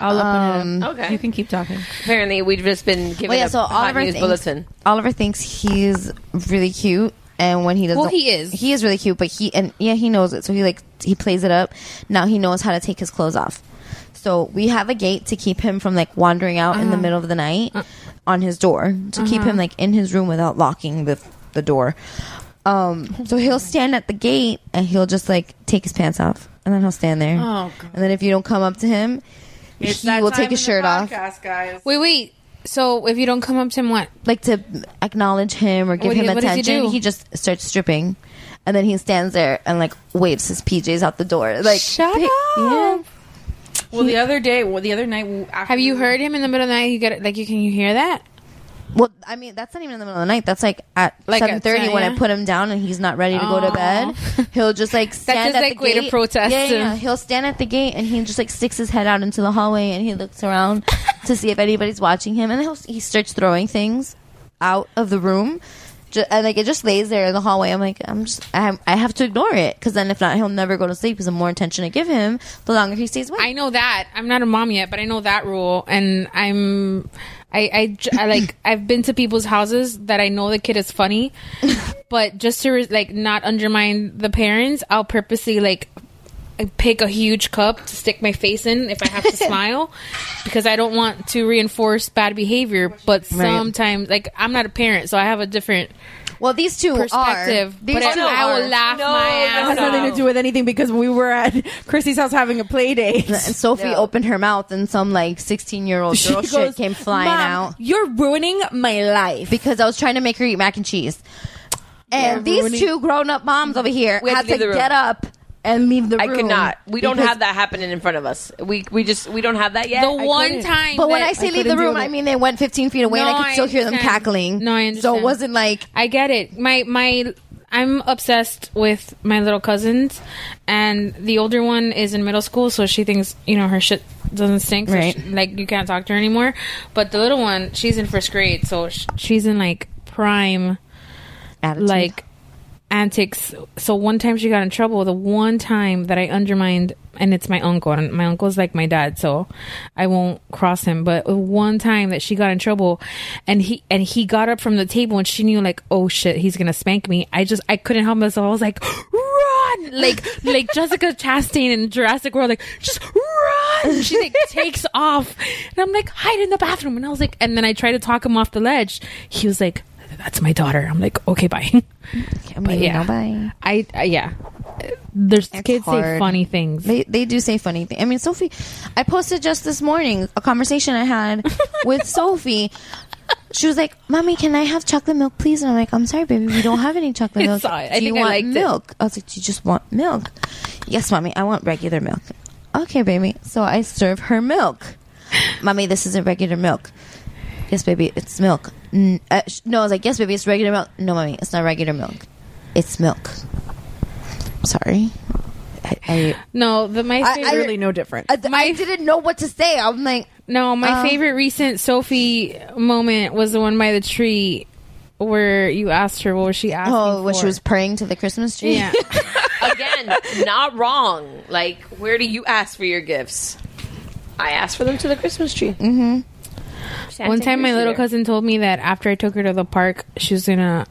S11: I'll
S8: Um,
S11: open it. Up. You can keep talking.
S9: Apparently, we've just been giving
S8: Well, yeah,
S9: a
S8: so
S9: hot
S8: Oliver
S9: news
S8: thinks-
S9: bulletin.
S8: Oliver thinks he's really cute, and when he doesn't,
S9: Well, he is.
S8: He is really cute, but he and yeah, he knows it. So he like he plays it up. Now he knows how to take his clothes off. So we have a gate to keep him from like wandering out
S9: Uh-huh.
S8: in the middle of the night on his door to keep
S12: Uh-huh.
S8: him like in his room without locking the the door. Um, so he'll stand at the gate and he'll just like take his pants off, and then he'll stand there.
S3: Oh,
S8: and then if you don't come up to him, he will take his shirt off.
S11: guys.
S3: Wait, wait. So if you don't come up to him, what?
S8: like to acknowledge him or give
S3: What do
S8: him
S3: you- what does he
S8: attention.
S3: do?
S8: He, just starts stripping, and then he stands there and like waves his PJs out the door. Like shut Yeah.
S11: Well, the other day, well, the other night, after
S3: Have you heard him in the middle of the night? You get like you can you hear that?
S8: Well, I mean that's not even in the middle of the night. That's like at
S3: Like at
S8: seven thirty when I
S3: yeah.
S8: put him down and he's not ready to go
S3: Aw.
S8: to
S3: *laughs*
S8: bed. He'll just like stand
S3: just,
S8: at
S3: like,
S8: the
S3: way to
S8: gate.
S3: protest
S8: Yeah, yeah,
S3: and-
S8: yeah. He'll stand at the gate and he just like sticks his head out into the hallway and he looks around to see if anybody's watching him and he'll, he starts throwing things out of the room. Ju- and like it just lays there in the hallway. I'm like, I'm just, I have, I have to ignore it because then if not, he'll never go to sleep. Because the more attention I give him, the longer he stays awake.
S3: I know that. I'm not a mom yet, but I know that rule, and I'm. I, I, j-
S8: *laughs*
S3: I, like I've been to people's houses that I know the kid is funny, but just to re- like not undermine the parents, I'll purposely like pick a huge cup to stick my face in if I
S8: *laughs*
S3: have to smile because I don't want to reinforce bad behavior. But
S8: Right.
S3: sometimes, like I'm not a parent, so I have a different
S8: well these two
S3: perspective.
S8: These
S3: but
S8: two
S3: I, I
S8: are.
S3: will laugh my ass
S11: has nothing to do with anything because we were at *laughs* Chrissy's house having a play date.
S8: And Sophie opened her mouth, and some like sixteen-year-old
S11: She
S8: girl
S11: goes,
S8: shit came flying
S11: "Mom,
S8: out. You're ruining my life because I was trying to make her eat mac and cheese, and
S9: You're
S8: these
S9: ruining-
S8: two grown-up moms over here
S9: We had
S8: had
S9: to
S8: to,
S9: leave the room.
S8: get up and leave the
S9: I
S8: room.
S9: could not. We don't
S8: because-
S9: have that happening in front of us. We we just we don't have that yet.
S3: The one time
S8: But when I say leave the room, I mean they went 15 feet away, and
S3: No,
S8: I could still
S3: I
S8: hear them
S3: understand.
S8: cackling. No, I So it
S3: understand.
S8: wasn't like
S3: I get it. My my I'm obsessed with my little cousins and the older one is in middle school so she thinks, you know, her shit doesn't stink so
S8: Right.
S3: she- like you can't talk to her anymore. But the little one, she's in first grade so sh- she's in like prime
S8: Attitude.
S3: like antics. So one time she got in trouble. The one time that I undermined, and it's my uncle, and my uncle's like my dad, so I won't cross him. But one time that she got in trouble, and he and he got up from the table, and she knew like, oh shit, he's gonna spank me. I just I couldn't help myself. I was like, run, like *laughs* like Jessica Chastain in Jurassic World, like just run. She like takes off, and I'm like hide in the bathroom, and I was like, and then I tried to talk him off the ledge. He was like. That's my daughter. I'm like, okay, bye. *laughs* But
S8: yeah.
S3: yeah, I, I yeah. There's kids say
S8: hard.
S3: funny things.
S8: They they do say funny things. I mean, Sophie, I posted just this morning a conversation I
S3: *laughs*
S8: had with Sophie. She was like, "Mommy, can I have chocolate milk, please?" And I'm like, "I'm sorry, baby, we don't have any chocolate *laughs*
S3: I
S8: milk.
S3: saw it. I
S8: do you
S3: think I
S8: want
S3: liked it.
S8: milk?" I was like, "Do you just want milk?" Yes, mommy, I want regular milk. Okay, baby. So I serve her milk. *laughs* mommy, this isn't regular milk. Yes, baby, it's milk. N- uh, sh- no, I was like, "Yes, baby, it's regular milk." No, mommy, it's not regular milk. It's milk. Sorry. I, I
S3: No, the my
S8: I-
S3: favorite,
S8: I really know
S11: different.
S8: I, I didn't know what to say. I'm like,
S3: no, my
S8: uh,
S3: favorite recent Sophie moment was the one by the tree where you asked her what was she asking
S8: Oh, when
S3: for?
S8: she was praying to the Christmas tree.
S3: Yeah.
S9: *laughs* Again, not wrong. Like, where do you ask for your gifts? I asked for them to the Christmas tree.
S8: Mm-hmm.
S3: One time, my little cousin told me that after I took her to the park, she was gonna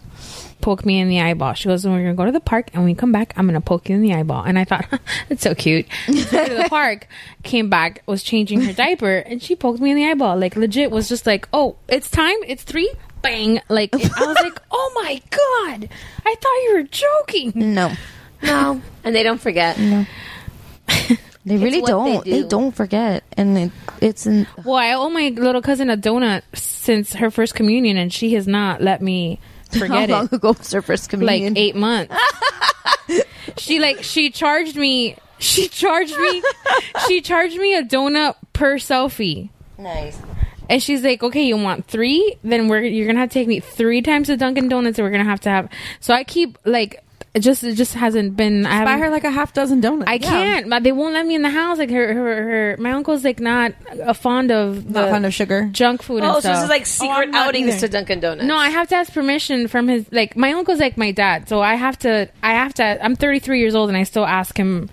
S3: poke me in the eyeball. She goes, "We're gonna go to the park, and when we come back, I'm gonna poke you in the eyeball." And I thought, *laughs* "That's so cute." Took her
S8: *laughs*
S3: to the park, came back, was changing her diaper, and she poked me in the eyeball. Like legit, was just like, "Oh, it's time. It's three. Bang!" Like and I was
S8: *laughs*
S3: like, "Oh my god! I thought you were joking."
S8: *laughs* No,
S9: no, and they don't forget.
S8: No. They really
S3: what they
S8: don't. They,
S3: do.
S8: do. not forget, and it, it's in.
S3: Well, I owe my little cousin a donut since her first communion, and she has not let me
S8: *laughs*
S3: forget
S8: How long
S3: it.
S8: ago was her first communion?
S3: Like
S11: *laughs*
S3: eight months. she like she charged me. She
S11: *laughs*
S3: charged me. She charged me a donut per selfie.
S8: Nice.
S3: And she's like, "Okay, you want three? Then we're you're gonna have to take me three times to Dunkin' Donuts, and we're gonna have to have." So I keep like, it just it just hasn't been. I
S11: buy
S3: haven't-
S11: her like a half dozen donuts.
S3: I can't. but They won't let me in the house. Like her, her, her my uncle's like not uh, fond of
S11: Not
S3: the
S11: fond of sugar,
S3: junk food. and
S9: Oh, so this
S3: stuff.
S9: is like secret outings to Dunkin' Donuts.
S3: No, I have to ask permission from his like my uncle's like my dad, so I have to I have to I'm 33 years old and I still ask him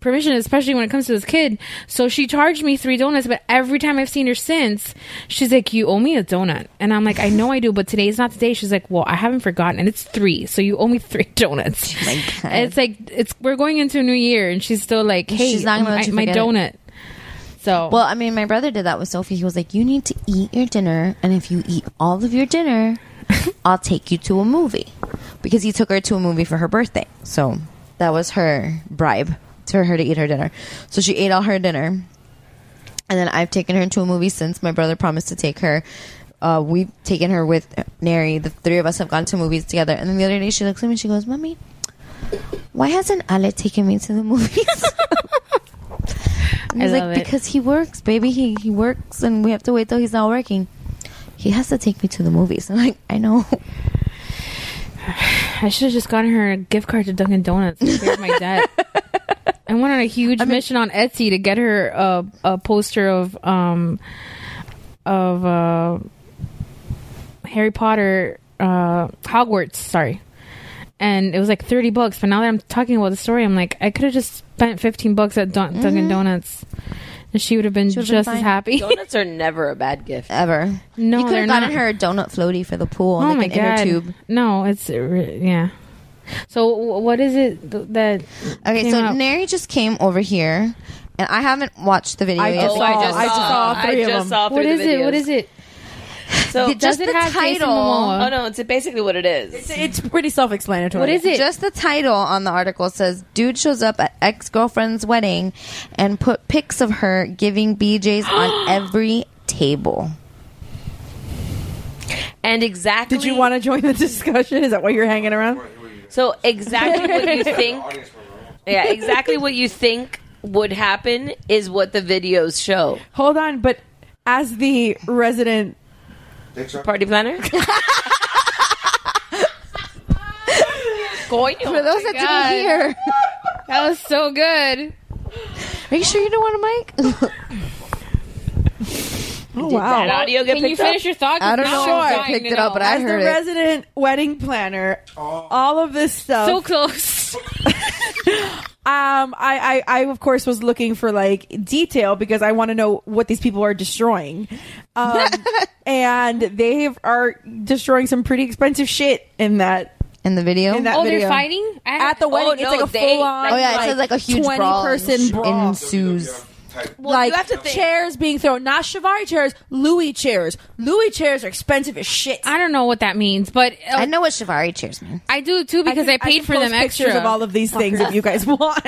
S3: permission, especially when it comes to this kid. So she charged me three donuts, but every time I've seen her since, she's like, "You owe me a donut," and I'm like, "I know I do, but today's not the day." She's like, "Well, I haven't forgotten, and it's three, so you owe me three *laughs* donuts."
S8: Oh
S3: And It's like it's we're going into a new year, and she's still like, "Hey,
S8: She's not gonna let
S3: my,
S8: you
S3: my
S8: forget it."
S3: donut." So
S8: Well, I mean, my brother did that with Sophie. He was like, "You need to eat your dinner, and if you eat all of
S11: *laughs*
S8: your dinner, I'll take you to a movie," because he took her to a movie for her birthday. So that was her bribe to her to eat her dinner. So she ate all her dinner, and then I've taken her to a movie since. My brother promised to take her. Uh, we've taken her with Neri. The three of us have gone to movies together. And then the other day, she looks at me and she goes, "Mommy, why hasn't Ale taken me to the movies?" And
S3: I
S8: he's
S3: love
S8: like,
S3: it.
S8: because he works, baby. He he works, and we have to wait till he's not working. He has to take me to the movies. *laughs* I'm like, I know.
S3: I should have just gotten her a gift card to Dunkin' Donuts to clear my debt. I went on a huge mission on Etsy to get her a, a poster of um of uh, Harry Potter uh, Hogwarts. Sorry, and it was like thirty bucks. But now that I'm talking about the story, I'm like, I could have just spent fifteen bucks at Dun- Dunkin' Donuts, and she would have been just as happy.
S9: Donuts are never a bad gift.
S8: Ever.
S3: *laughs* No,
S8: you could
S3: they're
S8: have gotten
S3: not.
S8: her a donut floaty for the pool,
S3: Oh
S8: like
S3: my
S8: an inner
S3: God.
S8: tube.
S3: No, it's uh, re- yeah. So wh- what is it th- that?
S8: Okay,
S3: came
S8: so
S3: up?
S8: Neri just came over here, and I haven't watched the video
S3: I
S8: yet.
S3: just saw- I just I just saw- saw three I of just them. saw three What of the is it? What videos. is it?
S9: So
S8: Just Does it the have Jason title. Momoa?
S9: Oh no, it's basically what it is. It's,
S11: it's pretty self-explanatory.
S8: Just the title on the article says dude shows up at ex girlfriend's wedding and put pics of her giving BJ's
S3: *gasps*
S8: on every table.
S9: and exactly.
S11: Did you want to join the *laughs* discussion? Is that why you're hanging around?
S9: So exactly what
S3: *laughs*
S9: you think. Yeah, exactly what you think would happen is what the videos show.
S11: Hold on, but as the resident
S9: Party planner? Going
S8: For
S3: Oh
S8: those that didn't hear,
S3: that was so good.
S8: Are you sure you don't want a mic?
S11: Oh
S9: Did
S11: wow!
S9: that audio get Can you picked up? finish your thought? 'Cause
S12: I don't now know I'm if I dying picked to it up, know. but I
S11: As
S12: heard
S11: the
S12: it.
S11: resident wedding planner, all of this stuff.
S12: So
S3: close.
S11: *laughs* um, I, I, I of course was looking for like detail because I want to know what these people are destroying, um, and they are destroying some pretty expensive shit in that.
S8: In the video,
S11: in that
S3: oh,
S11: video.
S3: they're fighting
S11: at the wedding. it's like a full on.
S8: Oh yeah, it says like a huge
S11: twenty
S8: brawl
S11: person
S8: ens-
S11: brawl.
S8: ensues.
S11: like chairs being thrown, not Shivari chairs, Louis chairs. Louis chairs are expensive as shit.
S3: I don't know what that means, but uh,
S8: I know what Shivari chairs mean.
S3: I do too because I,
S11: can-
S3: paid
S11: can
S3: for
S11: post
S3: them
S11: pictures
S3: extra.
S11: of all of these things if you guys
S3: *laughs*
S11: want.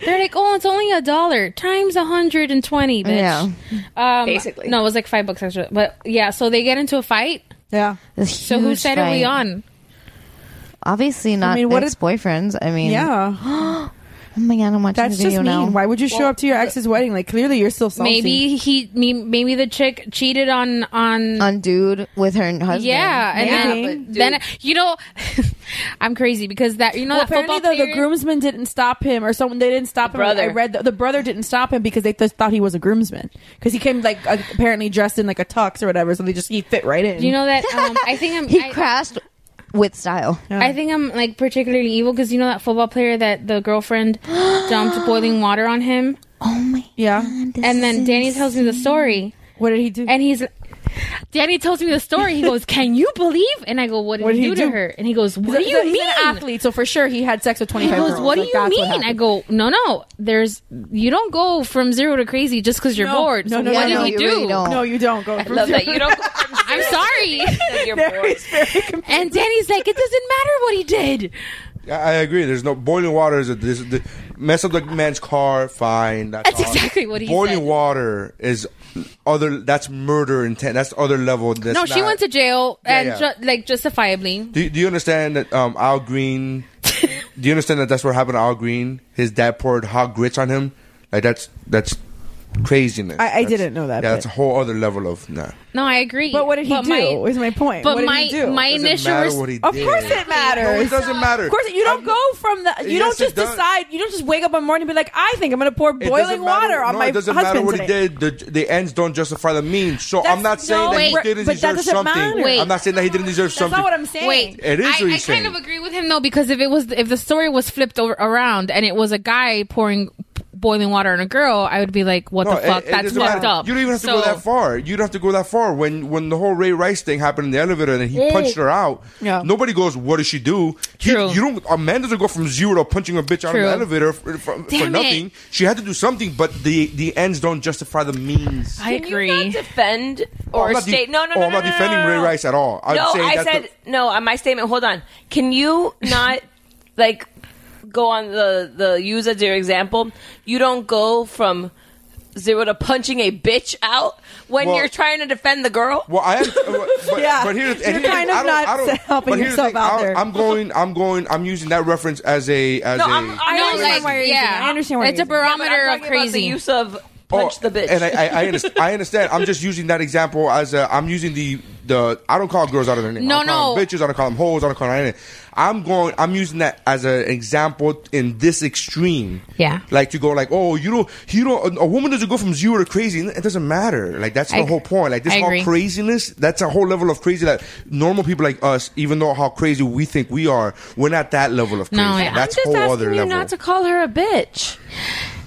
S3: They're like, oh, it's only a dollar times a hundred and twenty, bitch.
S8: Yeah.
S3: Um,
S8: Basically.
S3: no, it was like five bucks extra. But yeah, so they get into a fight.
S11: Yeah.
S3: So who
S8: huge
S3: said it?
S8: fight.
S3: We on?
S8: Obviously not
S3: mean, what did-
S8: ex-boyfriends. I mean,
S11: Yeah.
S8: oh my god, I'm watching
S11: That's
S8: the
S11: just
S8: video
S11: mean.
S8: now.
S11: Why would you show up to your ex's wedding? Like clearly you're still salty.
S3: Maybe he, me- maybe the chick cheated on on
S8: on dude with her husband?
S3: Yeah, and then, uh, then you know, *laughs* I'm crazy because that you know
S11: well,
S3: that football
S11: apparently the, the
S3: player-
S11: groomsman didn't stop him, or someone they didn't stop him.
S3: brother.
S11: I read the, the brother didn't stop him because they th- thought he was a groomsman because he came like uh, apparently dressed in like a tux or whatever, so they just he fit right in.
S3: You know that um, I think
S8: *laughs*
S3: I'm.
S8: he
S3: I,
S8: crashed with style.
S3: I think I'm like particularly evil because you know that football player that the girlfriend dumped boiling water on him.
S8: Oh my!
S11: Yeah.
S3: and then Danny tells me the story.
S11: What did he do?
S3: And he's. Danny tells me the story. He goes, "Can you believe?" And I go, "What did,
S11: What did
S3: you
S11: he
S3: do,
S11: do?
S3: to her?" And he goes,
S11: He's a-
S3: "What do
S11: he's
S3: you
S11: a- he's
S3: mean?"
S11: an athlete, so for sure he had sex with twenty
S3: He
S11: five.
S3: goes, "What do you mean?" I go, "No, no. There's you don't go from zero to crazy just because you're
S11: No,
S3: bored.
S11: no,
S3: So
S11: no, no,
S3: what did
S11: no,
S3: you
S11: you
S3: do?
S11: really don't. No, you don't go. I
S3: love that you *laughs*
S9: don't.
S3: I'm sorry. *laughs*
S9: you're
S3: and Danny's like, "It doesn't matter what he did."
S13: I, I agree. There's no boiling water is a this, the, mess up the man's car. Fine, that's,
S3: That's
S13: all.
S3: exactly what he
S13: boiling
S3: said.
S13: water is other. That's murder intent. That's other level. That's
S3: no, she
S13: not-
S3: went to jail
S13: Yeah,
S3: and
S13: yeah.
S3: Ju- like justifiably.
S13: Do, do you understand that um, Al
S3: *laughs*
S13: Green? do you understand that that's what happened to Al Green? His dad poured hot grits on him. Like that's that's craziness.
S11: I- I
S13: That's-
S11: didn't know that
S13: Yeah,
S11: bit.
S13: that's a whole other level of nah.
S3: No, I agree. But
S11: what did he do? is my point.
S3: But
S11: What did
S3: my
S11: he do?
S3: my
S13: Doesn't
S3: initial
S13: matter
S3: res-
S13: what he
S11: Of
S13: did.
S11: course it matters.
S13: No, it doesn't matter.
S11: Of course, you don't go from the.
S13: Yes,
S11: You don't
S13: it
S11: just
S13: does.
S11: decide. You don't just wake up one morning and be like, I think I'm going to pour
S13: It doesn't
S11: boiling water
S13: matter-
S11: on
S13: no,
S11: my
S13: It doesn't
S11: husband
S13: matter what
S11: today.
S13: he did. The, the ends don't justify the means. So I'm not saying
S11: no,
S13: that he
S11: wait,
S13: didn't
S11: but
S13: deserve
S11: that doesn't
S13: something.
S11: matter. Wait.
S13: I'm not saying that he didn't deserve something.
S3: Wait,
S13: It is
S3: I,
S13: what
S3: I
S13: he's saying.
S3: kind of agree with him though because if it was if the story was flipped over, around and it was a guy pouring boiling water on a girl, I would be like, "What
S13: No,
S3: the fuck?
S13: it- it
S3: That's
S13: doesn't
S3: fucked
S13: matter.
S3: up."
S13: You don't even have to
S3: So-
S13: go that far. You don't have to go that far. When when the whole Ray Rice thing happened in the elevator and he
S3: Mm.
S13: punched her out,
S3: Yeah.
S13: nobody goes, "What did she do?" He- you don't. A man doesn't go from zero to punching a bitch out of
S3: True.
S13: the elevator for, for,
S3: Damn
S13: for
S3: it.
S13: nothing. She had to do something, but the the ends don't justify the means.
S9: I agree. Can you not defend
S13: Oh,
S9: or
S13: I'm not de-
S9: state? no, no,
S13: oh,
S9: no,
S13: I'm
S9: no,
S13: not
S9: no,
S13: defending
S9: no, no,
S13: Ray
S9: no.
S13: Rice at all. I'm
S9: no,
S13: saying
S9: I
S13: that's the-
S9: said no on my statement. Hold on. Can
S13: *laughs*
S9: you not like go on the the use as your example? You don't go from zero to punching a bitch out when
S13: Well-
S9: you're trying to defend the girl.
S13: Well, I am. uh,
S9: *laughs*
S13: But,
S9: Yeah,
S13: but here's,
S9: you're
S13: and here's-
S9: kind of
S13: I don't,
S9: not
S13: I don't,
S9: helping
S13: but here's the
S9: yourself
S13: thing,
S9: out
S13: I-
S9: there.
S13: I'm going. I'm going. I'm using that reference as a as
S9: no,
S13: a.
S9: I'm, I
S3: No,
S9: understand
S3: like,
S9: why you're
S3: yeah.
S9: using it.
S3: I understand why It's you're a using it. barometer
S9: Yeah, but I'm
S3: of
S9: talking about
S3: crazy.
S9: the use of punch the bitch.
S13: Oh, And I, I, I, understand, I understand. I'm just using that example as a. I'm using the the. I don't call girls out of their name. I
S3: No,
S13: don't call
S3: no.
S13: them bitches. I don't call them hoes. I don't call them anything. I'm going. I'm using that as an example in this extreme.
S3: Yeah.
S13: Like to go like, oh, you don't, you don't. A woman doesn't go from zero to crazy. It doesn't matter. Like that's the
S3: I-
S13: whole point. Like this
S3: I
S13: whole
S3: agree.
S13: craziness. That's a whole level of crazy that normal people like us, even though how crazy we think we are, we're not that level of crazy.
S3: No, yeah.
S13: That's whole other level.
S3: to call her a bitch.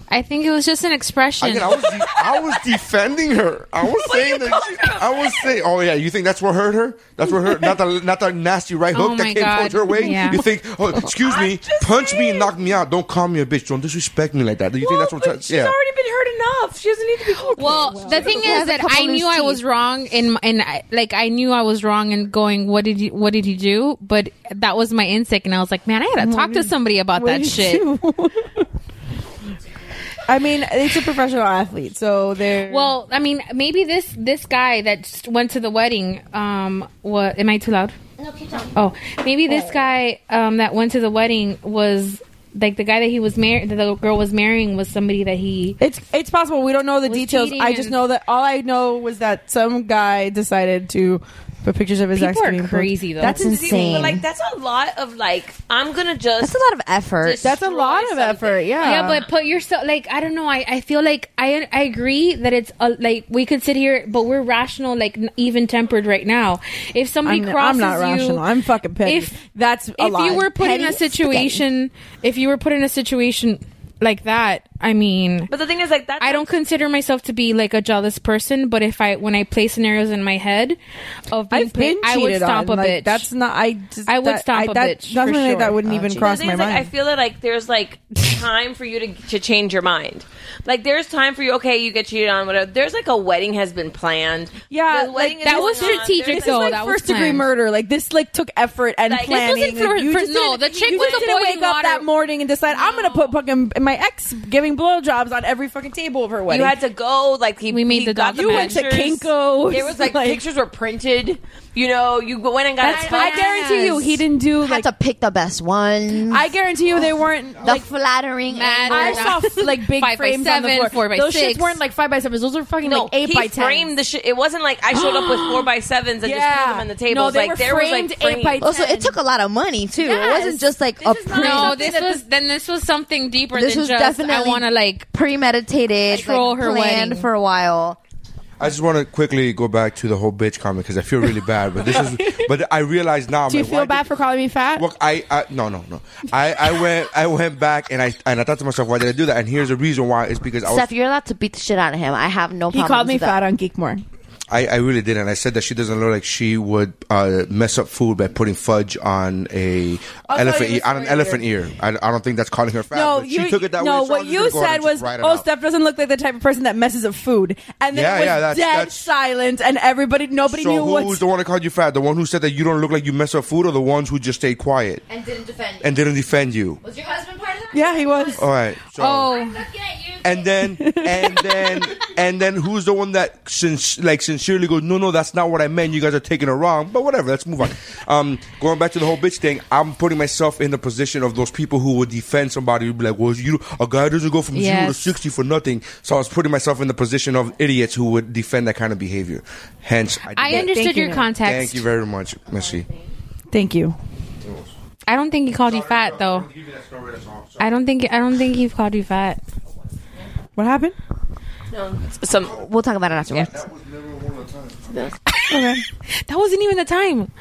S3: I think it was just an expression.
S13: Again, I was de- I was defending her. I
S3: *laughs*
S13: was saying that she, I was saying, oh yeah, you think that's what hurt her? That's what hurt not the not the nasty right hook
S3: Oh,
S13: that
S3: my
S13: came towards
S3: God.
S13: her way.
S3: Yeah.
S13: You think, oh excuse me, punch me and knock me out. Don't call me a bitch. Don't disrespect me like that. Do you think that's what?
S9: She's
S13: yeah.
S9: already been hurt enough. She doesn't need to be hurt.
S3: Well, the thing is that I knew I was wrong in and like I knew I was wrong in going what did you what did he do? But that was my instinct and I was like, man, I got to talk to somebody about
S11: What
S3: that
S11: did you
S3: shit.
S11: *laughs* I mean, it's a professional athlete, so they're.
S3: Well, I mean, maybe this this guy that just went to the wedding um what am I too loud?
S10: No, keep talking.
S3: Oh, maybe this guy um that went to the wedding was like the guy that he was married that the girl was marrying was somebody that he
S11: It's it's possible. We don't know the details.
S3: cheating
S11: I just
S3: and-
S11: know that all I know was that some guy decided to but pictures of his
S9: People
S11: ex
S9: are
S11: being
S9: crazy,
S11: booked.
S9: though. But like, that's a lot of like. I'm gonna just. That's
S8: a lot of effort.
S11: That's a lot of effort. Yeah.
S3: Yeah, but put yourself like I don't know. I, I feel like I I agree that it's uh, like we could sit here, but we're rational, like even tempered right now. If somebody
S11: I'm,
S3: crosses
S11: I'm not
S3: you,
S11: rational. I'm fucking petty.
S3: If
S11: that's a
S3: if
S11: lie.
S3: you were put in a
S11: Petty
S3: situation, if you were put in a situation like that, I mean.
S9: But the thing is, like that.
S3: I don't consider myself to be like a jealous person, but if I when I play scenarios in my head of being
S11: I've been
S3: played, I would
S11: cheated
S3: stop
S11: on.
S3: a
S11: like,
S3: bitch.
S11: That's not. I. Just,
S3: I would
S11: that-
S3: stop a
S11: I, that,
S3: bitch. for
S11: Nothing like
S3: sure.
S11: that wouldn't even cross
S9: the thing
S11: my
S9: is,
S11: mind.
S9: Like, I feel that like there's like time for you to to change your mind. Like there's time for you. Okay, you get cheated on. Whatever. There's like a wedding has been planned.
S11: yeah,
S9: wedding is going on. There's,
S11: This
S9: like,
S11: is like
S9: that was
S11: first degree
S9: planned.
S11: murder. Like this, like took effort and
S9: Like, this
S11: planning.
S9: wasn't
S11: Like,
S3: for-
S11: you
S3: for-
S11: just
S3: no,
S11: didn't-
S3: the chick
S11: you
S3: with
S11: just
S3: the
S11: didn't
S3: boiling
S11: wake up that
S3: water-
S11: morning and decide I'm gonna put fucking my ex giving blowjobs on every fucking table of her wedding.
S9: You had to go. Like he,
S3: We made
S9: he
S3: the
S9: got
S11: You went to
S9: pictures.
S11: Kinko's,
S9: There was like,
S11: like-
S9: pictures were printed. You know, you went and got.
S8: That's
S9: it
S8: fine.
S9: signed.
S8: I guarantee you he
S11: didn't do.
S8: Had to pick the best one.
S11: I guarantee you they weren't
S8: the flattering.
S11: I saw like big
S3: Five by
S11: frames on the
S3: seven,
S11: floor.
S3: four by
S11: Those
S3: six.
S11: shits weren't like five by sevens. Those were fucking
S9: No,
S11: like eight
S9: he
S11: by ten.
S9: framed the shit. It wasn't like I showed up
S11: *gasps*
S9: with four by sevens and just threw them on the table.
S11: No, they
S9: like
S11: were
S9: there was like
S11: framed eight by
S9: framed-
S8: Also, it took a lot of money too. It wasn't just like a print.
S3: no, this was then this was something deeper
S8: This
S3: than
S8: was
S3: just
S8: definitely
S3: I want to like
S8: premeditated,
S3: Control
S8: like,
S3: her
S8: planned
S3: wedding.
S8: for a while.
S13: I just want to quickly go back to the whole bitch comment because I feel really bad. But this
S3: *laughs*
S13: is, but I realize now.
S11: Do you
S13: man, why
S11: feel
S13: *laughs*
S11: bad for calling me fat?
S13: Well, I, I no no no. I, I went I went back and I and I thought to myself, why did I do that? And here's the reason why. It's because I was,
S8: Steph, you're allowed to beat the shit out of him. I have no
S11: he
S8: problem.
S11: called me fat on Geekmore.
S13: I, I really didn't. I said that she doesn't look like she would uh, mess up food by putting fudge on a
S11: I'll tell
S13: elephant
S11: Oh, you
S13: ear,
S11: the
S13: on an
S11: story
S13: elephant ear. I, I don't think that's calling her fat.
S11: No,
S13: but
S11: you
S13: she took it that
S11: no,
S13: way. so I
S11: what
S13: was just gonna
S11: you
S13: go ahead
S11: said
S13: and just
S11: was,
S13: write it
S11: "Oh,
S13: out."
S11: Steph doesn't look like the type of person that messes up food," and then
S13: Yeah,
S11: it was
S13: yeah, that's-
S11: dead
S13: that's-
S11: silent, and everybody, nobody knew
S13: So
S11: what.
S13: who's the one that called you fat? The one who said that you don't look like you mess up food, or the ones who just stayed quiet
S8: And didn't defend.
S13: and didn't defend you?
S8: Was your husband part of that?
S11: Yeah, he was.
S13: All right. So,
S3: oh.
S13: and then and then and then who's the one that since like sincerely goes no no that's not what I meant you guys are taking it wrong but whatever let's move on um going back to the whole bitch thing I'm putting myself in the position of those people who would defend somebody who'd be like well you a guy doesn't go from zero to
S3: Yes.
S13: sixty for nothing so I was putting myself in the position of idiots who would defend that kind of behavior hence I, did
S3: I
S13: that.
S3: understood
S11: Thank you.
S3: your context.
S13: thank you very much Missy
S11: Thank you.
S3: I don't think he called you fat though. I don't think I don't think he called you fat.
S11: What happened?
S9: No, some
S8: We'll talk about it afterwards.
S11: okay.
S3: *laughs* That wasn't even
S8: *laughs*
S3: the time.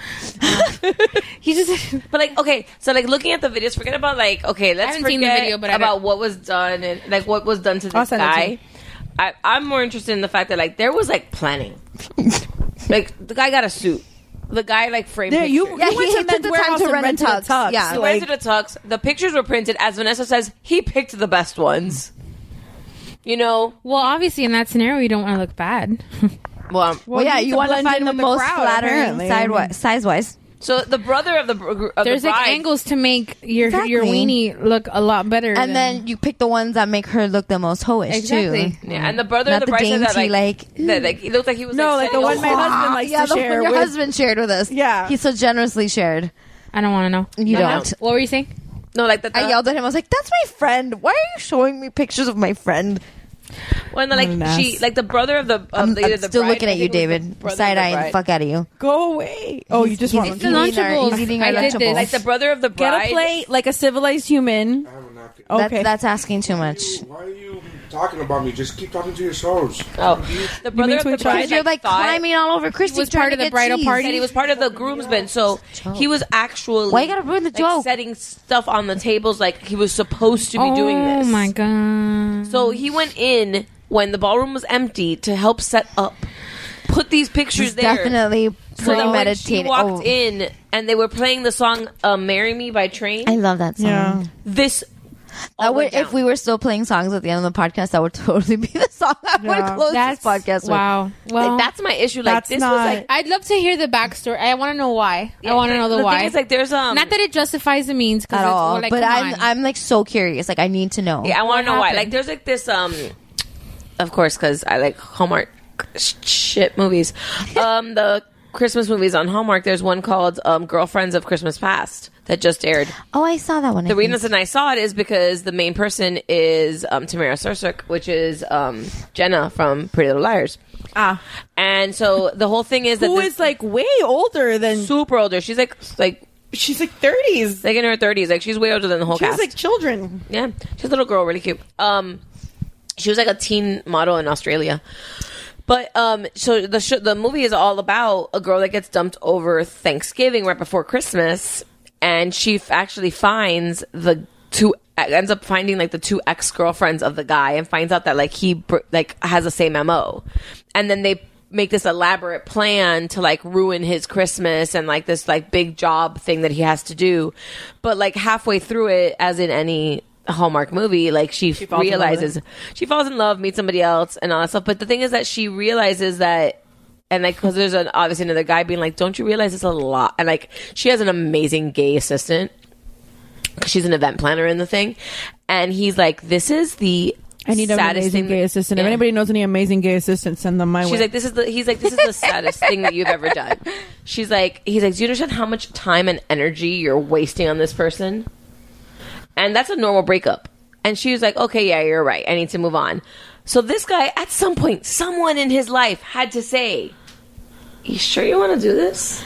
S3: he just
S9: But like, okay, so like looking at the videos, forget about like, okay, let's
S3: haven't
S9: forget
S3: seen the video, but I
S9: about
S3: don't-
S9: what was done and like what was done to
S11: I'll
S9: this
S11: send it to you.
S9: guy. I, I'm more interested in the fact that like there was like
S11: *laughs*
S9: planning. like the guy got a suit. The guy like framed.
S11: There, you,
S9: pictures.
S8: Yeah,
S11: you went to
S8: he
S11: Men's
S8: took the time
S11: Warehouse
S8: to
S11: and
S8: rent
S11: rented
S8: a
S11: a
S8: tux,
S11: tux.
S8: yeah.
S9: He
S11: like-
S9: went to the tux. The pictures were printed, as Vanessa says. He picked the best ones. You know,
S3: well, obviously in that scenario you don't want to look
S13: *laughs*
S3: bad.
S9: well, um,
S8: Well, yeah, you want to
S11: blend in
S8: find the
S11: with the
S8: most
S11: crowd, apparently.
S8: flattering side size wise.
S9: so the brother of the br- of the
S3: There's like
S9: bride-
S3: angles to make your
S8: Exactly.
S3: your weenie look a lot better.
S8: And
S3: than-
S8: then you pick the ones that make her look the most hoish
S3: Exactly.
S8: too.
S9: Yeah, and the brother
S8: Not
S9: of the,
S8: the
S9: bride said that
S8: dainty,
S9: like,
S8: like,
S9: that like he looked like he was
S11: No, like the
S9: setting
S11: one my
S9: a-
S11: husband likes
S8: yeah,
S11: to
S8: the one
S11: share.
S8: your
S11: with-
S8: husband shared with us.
S11: Yeah.
S8: he so generously shared.
S3: I don't want to know.
S8: You
S9: No, no.
S8: don't.
S3: What were you saying?
S9: no, like the, the
S8: I yelled at him. I was like, "That's my friend. Why are you showing me pictures of my friend?"
S9: When the, like
S11: What an
S9: she
S11: ass.
S9: like the brother of the of
S8: I'm,
S9: the,
S8: I'm
S9: either the
S8: still
S9: bride-
S8: looking
S9: I
S8: at you,
S9: think it was the
S8: David.
S9: brother of the
S8: Side eyeing the
S9: bride.
S8: fuck out of you.
S11: Go away. Oh, you just want
S8: He's eating our, he's
S3: Lunchables.
S8: eating our
S3: I did
S8: lunchables.
S3: this.
S9: Like the brother of the bride.
S11: get a plate like a civilized human.
S8: That's,
S11: Okay.
S8: that's asking too much.
S13: why are you talking about me just keep talking to yourselves
S9: Oh, the brother
S11: mean
S9: of
S11: to
S9: the
S11: each other?
S9: bride.
S8: Because you're like
S9: thought-
S8: climbing all over Christy.
S3: was part of the bridal party.
S9: And he was part of the groomsmen, so he was actually.
S8: Why you gotta ruin the
S9: like,
S8: joke?
S9: Setting stuff on the tables like he was supposed to be doing this.
S3: Oh my god.
S9: So he went in when the ballroom was empty to help set up, put these pictures there.
S8: Definitely
S9: So that when she
S8: premeditated.
S9: walked
S8: Oh,
S9: in and they were playing the song uh, "Marry Me" by Train,
S8: I love that song.
S11: Yeah.
S9: this
S8: I
S9: all went
S8: would, if
S9: down.
S8: we were still playing songs at the end of the podcast, that would *laughs* totally be the song I would
S11: Yeah.
S8: close
S3: That's
S8: this podcast with.
S3: Wow. Well,
S9: like, that's my issue. Like
S11: that's
S9: this
S11: not-
S9: was like
S3: I'd love to hear the backstory. I want to know why. I want to know the,
S9: thing
S3: why.
S9: is, like there's um
S3: Not that it justifies the means
S8: At
S3: it's
S8: all,
S3: more like,
S8: but
S3: come
S8: I'm
S3: on.
S8: I'm like so curious. Like I need to know.
S9: Yeah, I want
S3: What
S9: to know why.
S3: happened?
S9: Like, there's like this. Um,
S8: *laughs*
S9: of course, because I like Hallmark sh- shit movies. Um, the Christmas movies on Hallmark, there's one called um, Girlfriends of Christmas Past that just aired.
S8: Oh, I saw that one. I
S9: The
S8: think.
S9: reason I saw it is because the main person is um, Tamara Sursuk, which is um, Jenna from Pretty Little Liars.
S11: Ah,
S9: and so the whole thing is that
S11: Who
S9: this,
S11: is, like way older than
S9: super older. She's like like
S11: she's like thirties,
S9: like in her thirties. Like she's way older than the whole
S11: She has
S9: cast.
S11: like children.
S9: Yeah, she's a little girl, really cute. Um, she was like a teen model in Australia. But um, so the sh- the movie is all about a girl that gets dumped over Thanksgiving right before Christmas, and she f- actually finds the two ends up finding like the two ex girlfriends of the guy, and finds out that like he br- like has the same mo, and then they make this elaborate plan to like ruin his Christmas and like this like big job thing that he has to do, but like halfway through it, as in any Hallmark movie, like she,
S10: falls in love with
S9: realizes
S10: him.
S9: she falls in love, meets somebody else, and all that stuff. But the thing is that she realizes that, and like, because there's an obviously another guy being like, "Don't you realize it's a lot?" And like, she has an amazing gay assistant. 'cause She's an event planner in the thing, and he's like, "This is the."
S11: I need an
S9: saddest thing
S11: amazing gay assistant. If anybody knows any amazing gay assistants, send them my way.
S9: She's like, this is the. He's like, this is the saddest thing that you've ever
S3: *laughs*
S9: done. She's like, he's like, do you understand how much time and energy you're wasting on this person? And that's a normal breakup. And she was like, okay, yeah, you're right. I need to move on. So this guy, at some point, someone in his life had to say, "You sure you want to do this?"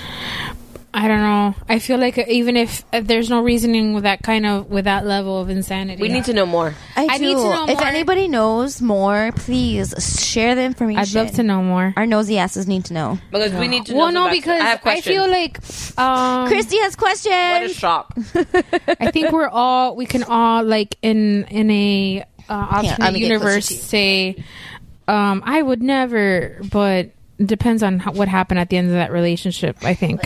S3: I don't know. I feel like uh, even if, if there's no reasoning with that kind of with that level of insanity,
S9: We need to know more.
S8: I, do.
S3: need to know
S8: if
S3: more.
S8: anybody knows more, please share the information. I'd love to
S3: know more.
S8: Our nosy asses need to know.
S9: Because we need to.
S3: Well,
S9: know
S3: no,
S9: the backstory.
S3: because
S9: I have
S3: I
S9: questions.
S3: feel like um,
S8: Christy has questions. What
S9: a shock!
S3: I think we're all we can all like in in a uh,
S8: let
S3: alternate
S8: me get
S3: universe
S8: closer to you.
S3: say, um, I would never, but depends on how, what happened at the end of that relationship. I think.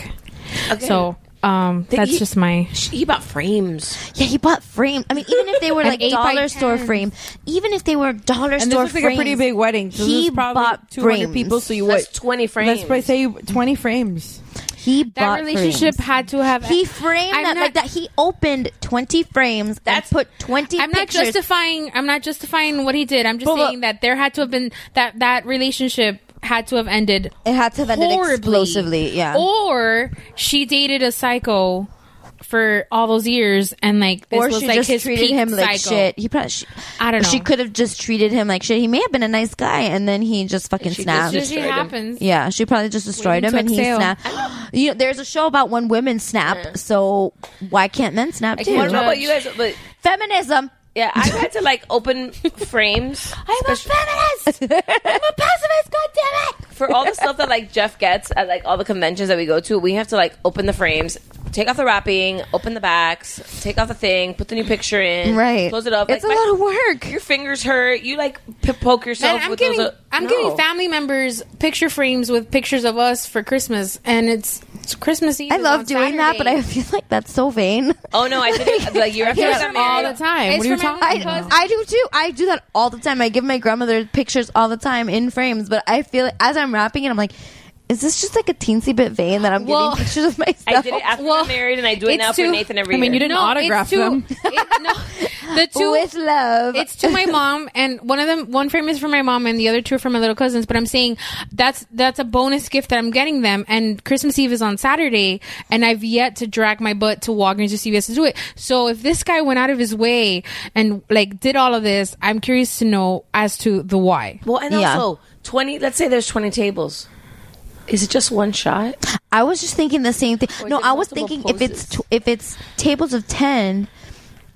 S9: Okay.
S3: So um,
S9: Did
S3: that's
S9: he-
S3: just my.
S9: He bought frames.
S8: Yeah, he bought frame. I mean, even if they were
S3: An
S8: like
S3: eight by
S8: dollar store
S3: 10.
S8: frame, even if they were dollar
S11: and this
S8: store
S11: looks like
S8: frames,
S11: a pretty big wedding. So
S8: he
S11: this is probably
S8: bought
S11: 200
S8: frames.
S11: people. So you what?
S9: Twenty frames.
S11: Let's probably say twenty frames.
S8: He
S11: bought
S3: That relationship
S8: frames.
S3: had to have.
S8: He framed
S3: I'm
S8: that
S3: not-
S8: like that. He opened twenty frames That's, and put twenty.
S3: I'm not
S8: pictures.
S3: justifying. I'm not justifying what he did. I'm just
S8: But-
S3: saying that there had to have been that that relationship had to have ended.
S8: It had to have ended
S3: horribly.
S8: explosively, yeah.
S3: Or she dated a psycho for all those years, and like this
S8: or
S3: was
S8: she
S3: like
S8: just
S3: his
S8: treated
S3: peak
S8: him like
S3: cycle.
S8: shit. He probably, she,
S3: I don't know.
S8: She could have just treated him like shit. He may have been a nice guy, and then he just fucking
S3: She
S8: snapped.
S3: just destroyed It him. happens.
S8: Yeah, she probably just destroyed him,
S3: Women
S8: and he
S3: took sale.
S8: snapped. You know, there's a show about when women snap, so why can't men snap
S9: I
S8: too?
S9: don't know about you guys, but
S8: Feminism.
S9: Yeah, I've had to like open frames. I'm a *laughs*
S8: feminist. I'm a pacifist. God damn it!
S9: For *laughs* all the stuff that like Jeff gets at like all the conventions that we go to, we have to like open the frames, take off the wrapping, open the backs, take off the thing, put the new picture in,
S8: Right.
S9: Close it up.
S8: It's a lot of work.
S9: *laughs* Your fingers hurt. You like p- poke yourself.
S3: Man, I'm
S9: with
S3: giving
S9: those, uh,
S3: I'm
S9: No.
S3: giving family members picture frames with pictures of us for Christmas, and it's, it's Christmas Eve.
S8: I
S3: is
S8: love
S3: on
S8: doing that, but
S3: Saturday.
S8: I feel like that's so vain. *laughs*
S9: Oh no, I did
S3: *laughs*
S9: it like year after
S3: do
S9: I
S3: that
S9: got married.
S3: all the time. What are you talking
S8: I,
S3: about?
S8: I do too. I do that all the time. I give my grandmother pictures all the time in frames, but I feel as I'm wrapping it, I'm like, is this just like a teensy bit vain that I'm
S3: Well,
S8: getting pictures of myself?
S9: I did it after I got married, and I do it
S3: it's
S9: now
S3: too-
S9: for Nathan every
S3: I
S9: year.
S3: mean, you didn't No, autograph it's too- them. *laughs* the
S8: *laughs*
S3: two
S8: with love.
S3: It's to my mom, and one of them, one frame is for my mom, and the other two are for my little cousins. But I'm saying that's that's a bonus gift that I'm getting them. And Christmas Eve is on Saturday, and I've yet to drag my butt to Walgreens or CVS to do it. So if this guy went out of his way and like did all of this, I'm curious to know as to the why.
S9: Well, and
S3: Yeah.
S9: also twenty. Let's say there's twenty tables. Is it just one shot?
S8: I was just thinking the same thing. No, I was thinking if it's tw- if it's tables of ten,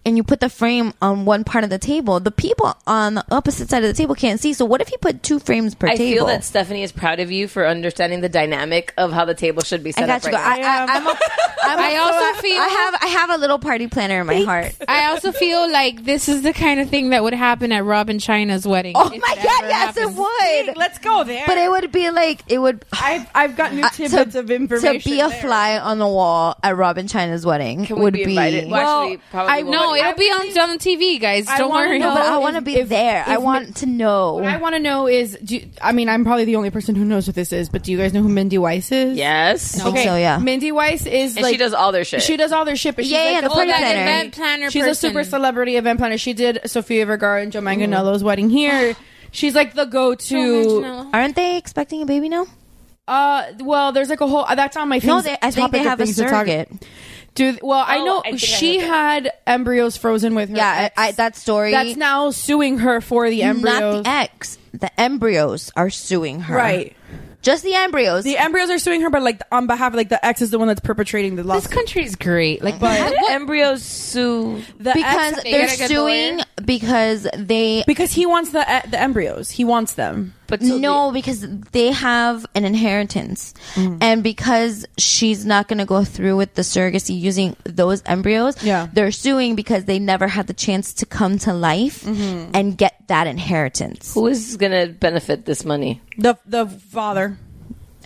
S8: and you put the frame on one part of the table, the people on the opposite side of the table can't see. So what if you put two frames per
S9: I
S8: table?
S9: feel that Stephanie is proud of you for understanding the dynamic of how the table should be set
S8: I got
S9: up.
S8: you.
S9: right
S8: I,
S9: now.
S8: I, I'm a, I'm
S3: I
S8: a-
S3: also feel-
S8: I have I have a little party planner in my heart.
S3: I also feel like this is the kind of thing that would happen at Rob and China's wedding.
S8: Oh my god, yes, it would.
S11: Let's go there.
S8: But it would be like it would. uh,
S11: I've I've got new tidbits of information
S8: to be a
S11: there.
S8: fly on the wall at Robin China's wedding.
S11: we
S8: would
S11: be invited? Well, Well, actually, probably I- won't.
S3: no, it'll
S11: I
S3: be on, it's on the TV, guys. Don't worry.
S8: No, but I want to be there. I
S11: if-
S8: want to know.
S11: What I want to know is, do you- I mean, I'm probably the only person who knows what this is, but do you guys know who Mindy Weiss is?
S9: Yes. I think
S11: Okay.
S9: so, yeah.
S11: Mindy Weiss is
S9: And
S11: like
S9: she does all their shit.
S11: She does all their shit, but she's
S8: Yeah,
S11: like
S8: yeah, the party
S11: big
S8: planner.
S3: Event planner
S11: She's a
S3: person.
S11: super celebrity event planner. She did Sofia Vergara and Joe Manganiello's wedding here. She's like the go-to.
S8: Aren't they expecting a baby now?
S11: Uh, well, there's like a whole. uh, That's on my. Things,
S12: No, they- I think
S11: topic
S12: they
S11: of
S12: have a
S11: things to talk-
S12: surrogate.
S11: Do well. I
S12: Oh,
S11: know
S12: I think I
S11: she had embryos frozen with her. Yeah,
S8: I, that story.
S11: That's now suing her for the embryos.
S8: Not the ex. The embryos are suing her.
S11: Right.
S8: Just the embryos.
S11: The embryos are suing her, but like on behalf of like the ex is the one that's perpetrating the lawsuit. This
S3: country's great. Like,
S11: but
S8: how
S11: the
S9: embryos sue
S11: the
S8: because
S11: ex-
S8: they're suing because they
S11: because he wants the e- the embryos. He wants them.
S9: But
S8: no, because they have an inheritance,
S9: Mm.
S8: and because she's not going to go through with the surrogacy using those embryos, yeah. they're suing because they never had the chance to come to life
S9: Mhm.
S8: and get that inheritance.
S9: Who is going to benefit this money?
S11: The the father.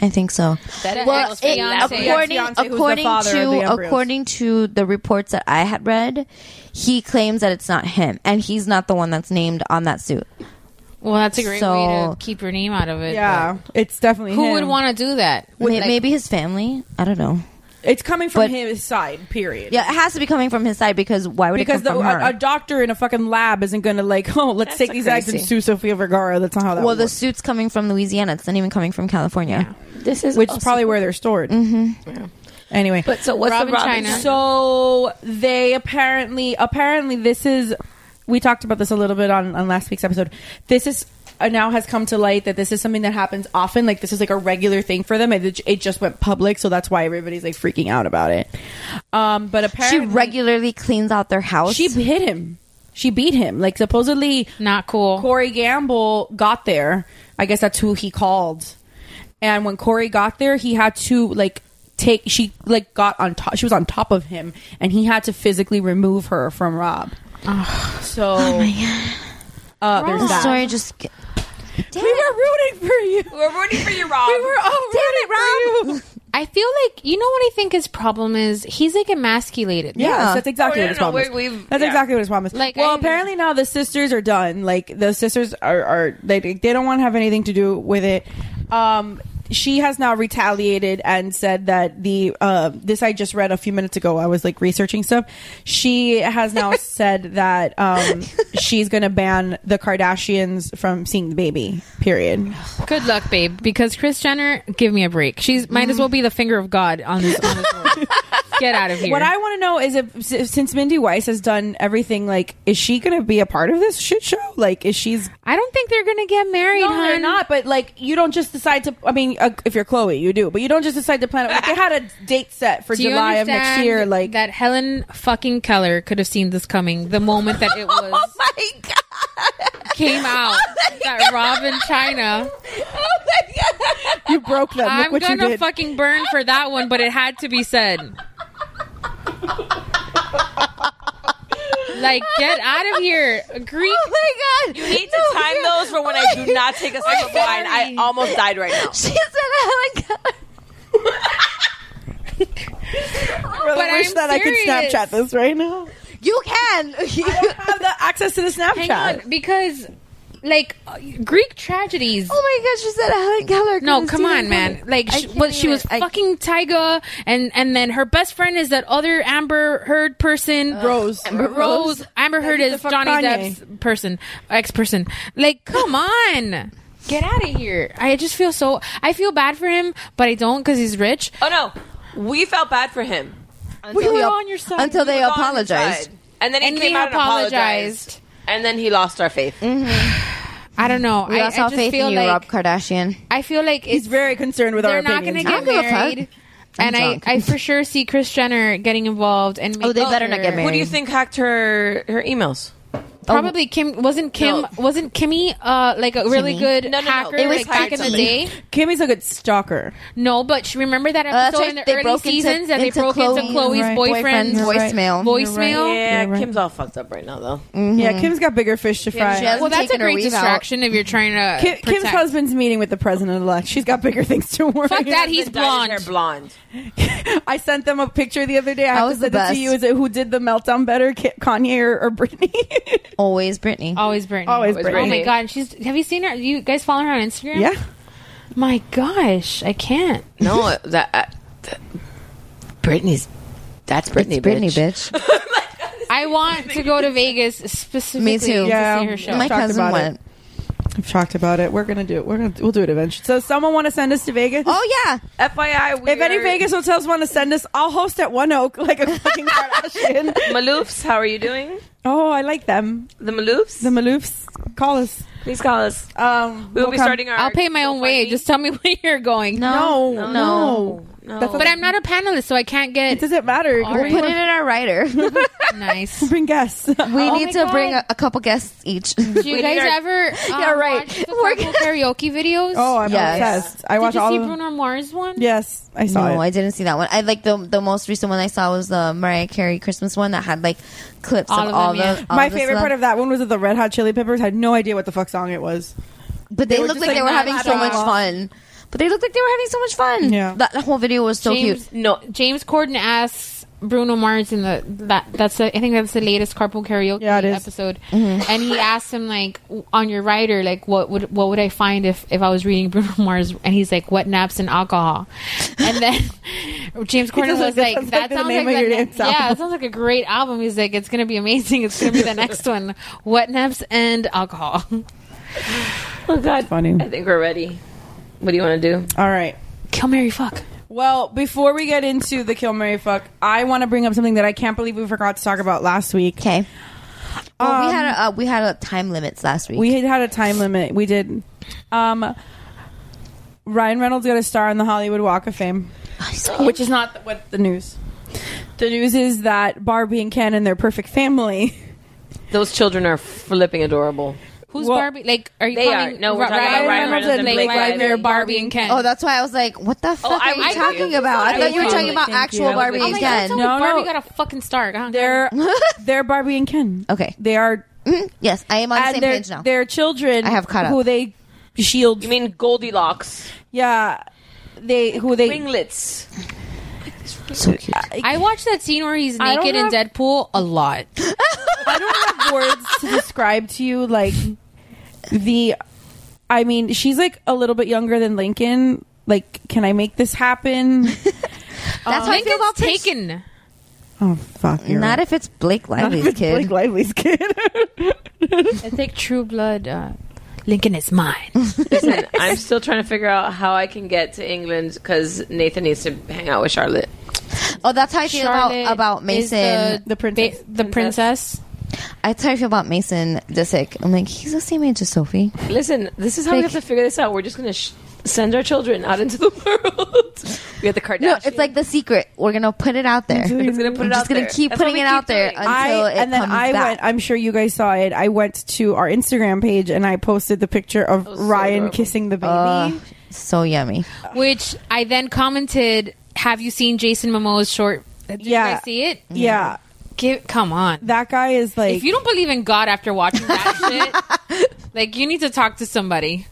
S8: I think so.
S9: That
S8: well,
S9: ex
S8: it-
S9: fiancé.
S8: according
S9: Ex fiancé who's the
S8: according
S9: father of the
S8: to
S9: embryos.
S8: according to the reports that I had read, he claims that it's not him, and he's not the one that's named on that suit.
S3: Well, that's a great way
S8: So-
S3: to keep your name out of it.
S8: Yeah,
S11: it's definitely
S3: who
S8: him.
S3: would want to do that?
S8: May-
S3: Like-
S8: maybe his family. I don't know.
S11: It's coming from
S8: But-
S11: his side. Period.
S8: Yeah, it has to be coming from his side because why would
S11: because
S8: it come
S11: the,
S8: from
S9: uh,
S8: her?
S11: a, a doctor in a fucking lab isn't going to like, *laughs* oh, let's take these eggs and
S8: crazy.
S11: sue Sofia Vergara. That's not how that.
S8: well,
S11: works.
S8: the suit's coming from Louisiana. It's not even coming from California.
S9: This is
S11: which is
S8: also-
S11: probably where they're stored.
S8: Mm-hmm.
S11: Anyway,
S9: But so what's the Robin Robin China? China?
S11: So they apparently, apparently, this is. We talked about this a little bit on on last week's episode. This is. uh, Now has come to light that this is something that happens often. Like this is like a regular thing for them. It, it just went public, so that's why everybody's like freaking out about it. Um, but apparently,
S8: she regularly cleans out their house.
S11: She hit him. She beat him. Like supposedly
S3: not cool.
S11: Corey Gamble got there. I guess that's who he called. And when Corey got there, he had to like take. She like got on top. She was on top of him, and he had to physically remove her from Rob. So Uh, there's
S8: This
S11: that.
S8: story just
S11: we were rooting for you. We
S9: were rooting for you, Rob.
S11: We were all rooting it, Rob.
S3: I feel like you know what I think his problem is. He's like emasculated.
S11: Yes, that's exactly what his problem is. that's exactly what his problem is.
S3: Like,
S11: well,
S3: I-
S11: apparently now the sisters are done. Like the sisters are, are they they don't want to have anything to do with it. Um, she has now retaliated and said that the uh, this I just read a few minutes ago. I was like researching stuff. She has
S3: *laughs*
S11: now said that um, she's going to ban the Kardashians from seeing the baby. Period.
S3: Good luck, babe. Because Chris Jenner, give me a break. She's might as well be the finger of God on this.
S8: *laughs*
S3: On this world. Get out of here.
S11: What I want to know is if s- since Mindy Weiss has done everything, like, is she going to be a part of this shit show? Like, is she's?
S3: I don't think they're going to get married.
S11: No, they're
S3: hun.
S11: not. But like, you don't just decide to. I mean, uh, if you're Chloe, you do, but you don't just decide to plan it. Like, they had a date set for
S3: Do you
S11: July of next
S3: understand
S11: year. Like,
S3: that, Helen fucking Keller could have seen this coming the
S11: *laughs*
S3: moment that it was. oh my god! Came out
S11: Oh
S3: that Robin China.
S11: you broke them. Look
S3: I'm
S11: what you
S3: gonna
S11: did.
S3: fucking burn for that one, but it had to be said. like, get out of here, Greek.
S8: Oh my god!
S9: You need to time those for when I do not take a sip of wine. I almost died right now.
S8: She said I like.
S11: I
S8: But
S11: wish
S8: I'm
S11: that I could
S3: serious.
S11: Snapchat this right now.
S8: You
S11: *laughs*
S8: can. You
S11: have the access to the Snapchat.
S3: Hang on, because like uh, Greek tragedies.
S8: Oh my gosh, she said Helen Keller.
S3: No,
S8: could've
S3: come
S8: seen
S3: on,
S8: it
S3: man.
S8: coming.
S3: Like
S8: I
S3: she,
S8: can't
S3: well, she
S8: even-
S3: was fucking Tyga, and and then her best friend is that other Amber Heard person,
S8: Uh,
S11: Rose.
S3: Amber Rose.
S11: Rose.
S3: Amber Heard
S11: That's
S3: is
S11: the fuck
S3: Johnny
S11: Kanye.
S3: Depp's person, ex person. Like, come on. Get out of here! I just feel so. I feel bad for him, but I don't because he's rich.
S9: Oh no, we felt bad for him.
S3: We were on your side.
S8: until they
S9: We were on your
S8: apologized.
S9: side. and then he
S3: And
S9: came
S3: they
S9: out and
S3: apologized.
S9: apologized, and then he lost our faith.
S3: I don't know.
S8: We
S3: I,
S8: lost
S3: I
S8: all
S3: just
S8: faith
S3: feel
S8: in you,
S3: like
S8: Rob Kardashian.
S3: I feel like it's
S11: He's very concerned with
S3: they're
S11: our
S3: not
S11: opinions.
S3: going to
S8: I don't
S3: get
S8: give a fuck.
S3: married. And I,
S8: drunk.
S3: I for sure see Chris Jenner getting involved and
S8: Oh, they
S3: making
S8: better not
S3: sure-
S8: get married.
S9: Who do you think hacked her her emails?
S8: Oh.
S3: Probably Kim wasn't Kim wasn't Kimmy uh like a really
S9: Kimmy?
S3: good
S9: No, no, no.
S3: hacker
S9: It was
S3: like, back
S9: hired
S3: in the
S9: somebody.
S3: day.
S11: Kimmy's a good stalker.
S3: No, but sh- remember that
S8: Oh, that's
S3: episode
S8: right.
S3: in the
S8: They
S3: early
S8: broke into-
S3: seasons that they
S8: into
S3: broke into
S8: Chloe's
S3: Chloe's
S8: right.
S3: boyfriend's,
S8: boyfriend's voicemail.
S3: Voicemail.
S9: Yeah, Kim's all fucked up right now though.
S8: Mm-hmm.
S11: Yeah, Kim's got bigger fish to fry.
S3: well, that's a great distraction if you're trying to.
S11: Kim, Kim's
S3: protect-
S11: husband's meeting with the president elect. She's got bigger things to worry.
S3: Fuck that, he's blonde.
S9: They're blonde.
S11: I sent them a picture the other day. I
S8: That
S11: have to
S8: was the
S11: send it to
S8: best.
S11: you. Is it who did the meltdown better, Ki- Kanye or, or Britney? *laughs*
S8: Always Britney.
S3: Always Britney.
S11: Always Always Britney.
S3: Oh my
S11: Britney.
S3: god, she's. Have you seen her? You guys follow her on Instagram?
S11: Yeah.
S3: My gosh, I can't.
S9: *laughs* *laughs* No, that, uh, th- Britney's. That's Britney.
S8: Britney,
S9: bitch. *laughs*
S3: I want to go to Vegas specifically
S8: Me too.
S3: to
S8: Yeah,
S3: see her show.
S8: my cousin went.
S11: I've talked about it. We're gonna do it. We're gonna we'll do it eventually. So, someone want to send us to Vegas?
S8: Oh
S3: *laughs*
S8: yeah.
S9: FYI, we
S11: if any
S9: are-
S11: Vegas hotels want to send us, I'll host at One Oak like a fucking Kardashian.
S9: *laughs* Maloofs, how are you doing?
S11: Oh, I like them.
S9: The Maloofs.
S11: The Maloofs. Call us.
S9: Please call us.
S11: Um,
S9: We will be starting our.
S3: I'll pay my own way. Just tell me *laughs* where you're going.
S11: No, No, no, no.
S3: But I'm not a panelist, so I can't get. It
S11: doesn't matter.
S8: We'll put it in our writer.
S3: Oh
S8: *laughs*
S3: nice.
S11: Bring guests. *laughs* Oh. We
S8: need to bring a, a couple guests
S3: *laughs*
S8: each.
S3: Do you guys ever? um,
S8: *laughs* yeah, right.
S3: Watch the couple karaoke videos.
S11: Oh, I'm obsessed. I watch
S3: Did you
S11: all
S3: see
S11: of them.
S3: Bruno Mars one.
S11: Yes, I saw
S8: no,
S11: it.
S8: I didn't see that one. I like the the most recent one I saw was the Mariah Carey Christmas one that had like clips of, all the. all
S11: My
S8: the
S11: favorite
S8: celeb-
S11: part of that one was that the Red Hot Chili Peppers had no idea what the fuck song it was.
S8: But they, looked
S11: just,
S8: like, they were having so
S11: nonstop.
S8: much fun. But they looked like they were having so much fun.
S11: Yeah.
S8: That whole video was so
S3: James,
S8: cute.
S3: No, James Corden asks Bruno Mars in the that that's the, I think that's the latest carpool karaoke
S11: Yeah, it is.
S3: episode,
S11: Mhm.
S3: and he asked him like w- on your rider like what would what would I find if if I was reading *laughs* Bruno Mars, and he's like wet naps and alcohol, and then *laughs* James Corden
S11: does,
S3: was
S11: like,
S3: like
S11: that sounds like
S3: that
S11: the
S3: sounds
S11: name
S3: like
S11: of your
S3: the,
S11: dance
S3: yeah
S11: album."
S3: that sounds like a great album. He's like it's gonna be amazing. It's gonna be
S11: *laughs*
S3: the next one, wet naps and alcohol. *laughs*
S9: Oh God,
S11: funny.
S9: I think we're ready. What do you want to do?
S11: All right.
S3: Kill Mary fuck.
S11: Well, before we get into the Kill Mary fuck, I want to bring up something that I can't believe we forgot to talk about last week.
S8: Okay. Well, we
S11: Um,
S8: had a, uh, we had a time limits last week.
S11: We had had a time limit. We did. Um, Ryan Reynolds got a star on the Hollywood Walk of Fame, which is not what the news. The news is that Barbie and Ken and their perfect family.
S9: Those children are flipping adorable.
S3: Who's
S11: Well,
S3: Barbie? Like, are you?
S9: They
S3: calling
S9: are. No, we're talking about Ryan Reynolds and Blake Lively.
S3: Lively, Barbie and Ken.
S8: Oh, that's why I was like, "What the fuck
S9: I
S8: are you
S9: was
S8: talking
S9: too.
S8: about?" I,
S9: I
S8: thought
S9: was
S8: you were
S9: too.
S8: talking about
S9: Thank
S8: actual
S9: you. I was
S8: Barbie
S9: with
S8: and
S9: you. Oh my
S8: Ken.
S3: No,
S11: No,
S3: Barbie
S11: no.
S3: got a fucking star. Huh?
S11: They're they're Barbie and Ken. Okay, they are.
S8: Mm-hmm. Yes, I am on the
S11: and
S8: same
S11: their-
S8: page now.
S11: Their children.
S8: I have caught up.
S11: Who they shield?
S9: You mean Goldilocks?
S11: Yeah, they who they
S9: ringlets.
S8: So cute.
S3: I watched that scene where he's
S11: I don't
S3: naked in
S11: have-
S3: Deadpool a lot.
S11: I don't have words to describe to you like the I mean, she's like a little bit younger than Lincoln. Like, can I make this happen?
S8: That's how I feel about Prince.
S3: taken.
S11: Oh fuck! You're right.
S8: Not if it's Blake Lively's
S11: it's
S8: kid.
S11: Blake Lively's kid.
S3: It's like True Blood. Uh, Lincoln is mine.
S9: *laughs* Listen, I'm still trying to figure out how I can get to England because Nathan needs to hang out with Charlotte.
S8: Oh, that's how I feel
S3: Charlotte
S8: about, about
S3: is
S8: Mason.
S11: the princess.
S3: The princess.
S8: That's how I feel about Mason Disick. I'm like, he's the same age as Sophie.
S9: Listen, this is how we have to figure this out. We're just going to sh- send our children out into the *laughs* world. we have the Kardashians.
S8: No, it's like the secret. We're gonna put it out there.
S9: It's gonna put
S8: I'm
S9: it
S8: just
S9: out
S8: gonna
S9: there.
S8: keep
S9: That's what
S8: putting
S9: we
S8: it
S9: keep
S8: out there
S9: doing.
S8: until
S11: I
S8: it
S11: and then
S8: comes
S11: I
S8: back.
S11: went. I'm sure you guys saw it. I went to our Instagram page and I posted the picture of Ryan kissing the baby.
S8: Ugh, so yummy.
S3: *laughs* Which I then commented, "Have you seen Jason Momoa's short? Did you
S11: Yeah.
S3: guys see it?
S11: yeah,
S3: Give, come on.
S11: that guy is like.
S3: if you don't believe in God after watching that shit, like you need to talk to somebody.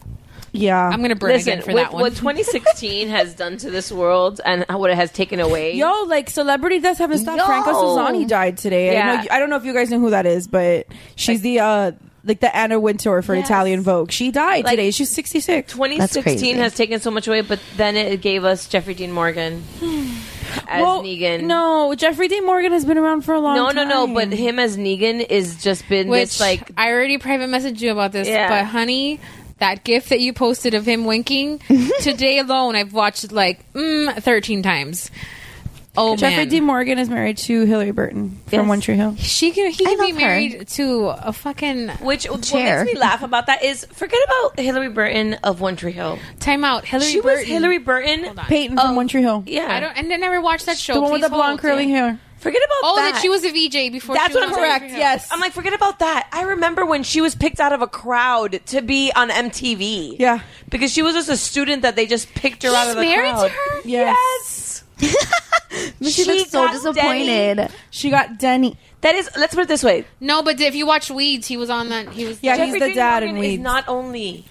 S11: yeah,
S3: I'm gonna burn
S9: Listen,
S3: again for
S9: with
S3: that one.
S9: what 2016 has done to this world and how- what it has taken away.
S11: Yo, like celebrity deaths haven't stopped.
S9: Yo.
S11: Franco Solzani died today. I, know,
S9: Yeah.
S11: I don't know if you guys know who that is, but she's the uh like the Anna Wintour for Italian Vogue. She died
S9: Like-
S11: today. She's sixty six.
S9: 2016 has taken so much away, but then it gave us Jeffrey Dean Morgan as Negan.
S11: No, Jeffrey Dean Morgan has been around for a long
S9: no,
S11: time.
S9: no, no. But him as Negan is just been
S3: Which
S9: this like
S3: I already private messaged you about this,
S9: Yeah.
S3: but honey, that gif that you posted of him winking today alone, I've watched it like mm, thirteen times. Oh
S11: Jeffrey
S3: man,
S11: Dean Morgan is married to Hillary Burton from One Tree Hill.
S3: she can he can be
S8: her.
S3: married to a fucking
S9: Which
S3: Chair.
S9: what makes me laugh about that is forget about Hillary Burton of One Tree Hill.
S3: time out. Hillary
S9: she
S3: Burton.
S9: was Hillary Burton.
S11: Peyton from One Tree Hill.
S9: Oh, Yeah,
S3: I don't, and I never watched that show.
S11: The one with
S3: Please
S11: the blonde
S3: hold.
S11: curly hair.
S9: forget about
S3: Oh,
S9: that.
S3: that she was a VJ before.
S9: That's
S3: she
S9: what I'm
S3: was on
S9: correct.
S3: Hillary Hill.
S11: Yes.
S9: I'm like, forget about that. I remember when she was picked out of a crowd to be on MTV.
S11: Yeah.
S9: because she was just a student that they just picked her out
S3: He's
S9: of the
S3: married
S9: crowd.
S3: to her.
S11: Yes.
S8: She, looks so
S9: got
S8: disappointed.
S9: Denny.
S11: She got Denny.
S9: That is. Let's put it this way.
S3: No, but if you watch Weeds, he was on that. He was.
S11: Yeah,
S9: Jeffrey
S11: he's the
S9: Dean
S11: dad
S9: Morgan
S11: in Weeds.
S9: Is not only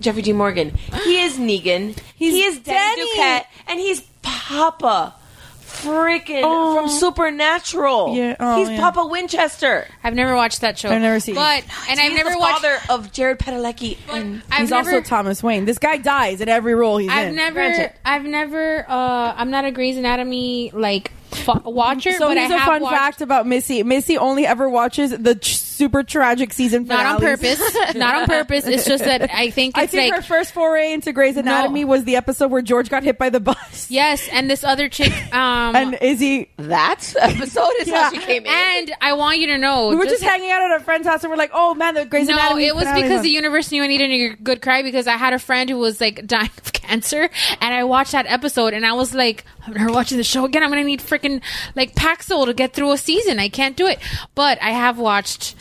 S9: Jeffrey Dean Morgan, he is Negan. he is Danny
S11: Danny.
S9: Duquette, and he's Papa, freaking from Supernatural.
S11: Oh. Yeah, oh,
S9: he's
S11: yeah.
S9: Papa Winchester.
S3: I've never watched that show.
S11: I've never seen it.
S9: *gasps*
S3: But and I've
S9: he's
S3: never
S9: the
S3: watched.
S9: father of Jared Padalecki. And
S3: I've
S11: He's
S3: never,
S11: also Thomas Wayne. This guy dies in every role he's
S3: I've
S11: in.
S3: never,
S11: Granted.
S3: I've never, uh, I'm not a Grey's Anatomy like f- watcher,
S11: So
S3: but I
S11: here's a
S3: have
S11: fun
S3: watched.
S11: fact about Missy. Missy only ever watches the ch- super tragic season
S3: Not on
S11: finales.
S3: purpose. Not on purpose. It's just that I
S11: *laughs*
S3: think
S11: I
S3: it's
S11: think
S3: like-
S11: her first foray into Grey's Anatomy was the episode where George got hit by the bus.
S3: Yes, and this other chick. Um,
S11: and Izzy.
S9: That episode is how she came in.
S3: And I want you to know
S11: We were just hanging out at a friend's house and we're like, oh man, the Grey's
S3: no,
S11: Anatomy.
S3: it was
S11: finale
S3: because
S11: on.
S3: the universe knew I needed a good cry because I had a friend who was like dying of *laughs* cancer, and I watched that episode, and I was like, I'm never watching the show again. I'm gonna need freaking like Paxil to get through a season. I can't do it. But I have watched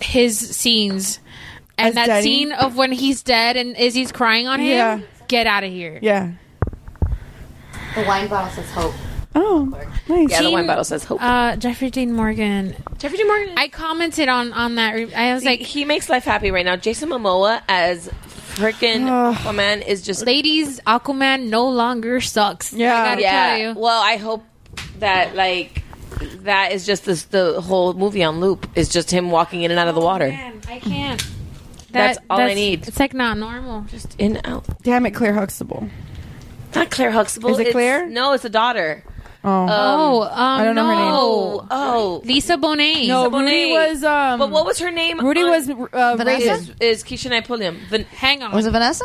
S3: his scenes, and
S11: As
S3: that
S11: Denny?
S3: scene of when he's dead and Izzy's crying on him.
S11: Yeah.
S3: Get out of here.
S11: Yeah.
S8: The wine bottle says hope.
S11: Oh, nice.
S9: Yeah, the
S3: Team-
S9: wine bottle says hope.
S3: Uh, Jeffrey Dean Morgan.
S9: Jeffrey Dean Morgan.
S3: I commented on on that. re- I was
S9: It's like
S3: like,
S9: he makes life happy right now. Jason Momoa as freaking Aquaman is just
S3: ladies, Aquaman no longer sucks. I gotta tell you.
S9: Well, I hope that like that is just this, the whole movie on loop is just him walking in and out of the
S11: Oh,
S9: water.
S3: I can't.
S9: That's all I need.
S3: It's like not normal. Just
S9: In out.
S11: Damn it, Claire Huxtable.
S9: Not Claire Huxtable.
S11: Is it
S9: It's-
S11: Claire?
S9: No, it's a daughter.
S11: Oh.
S3: oh, um,
S11: I don't know her name.
S3: no.
S9: Oh,
S3: Lisa Bonet.
S11: No, Rudy was. Um,
S9: But what was her name?
S11: Rudy
S9: on-
S11: was uh,
S9: is,
S11: racist.
S9: is Keisha Knight Pulliam. Van-
S3: Hang on.
S8: Was it Vanessa?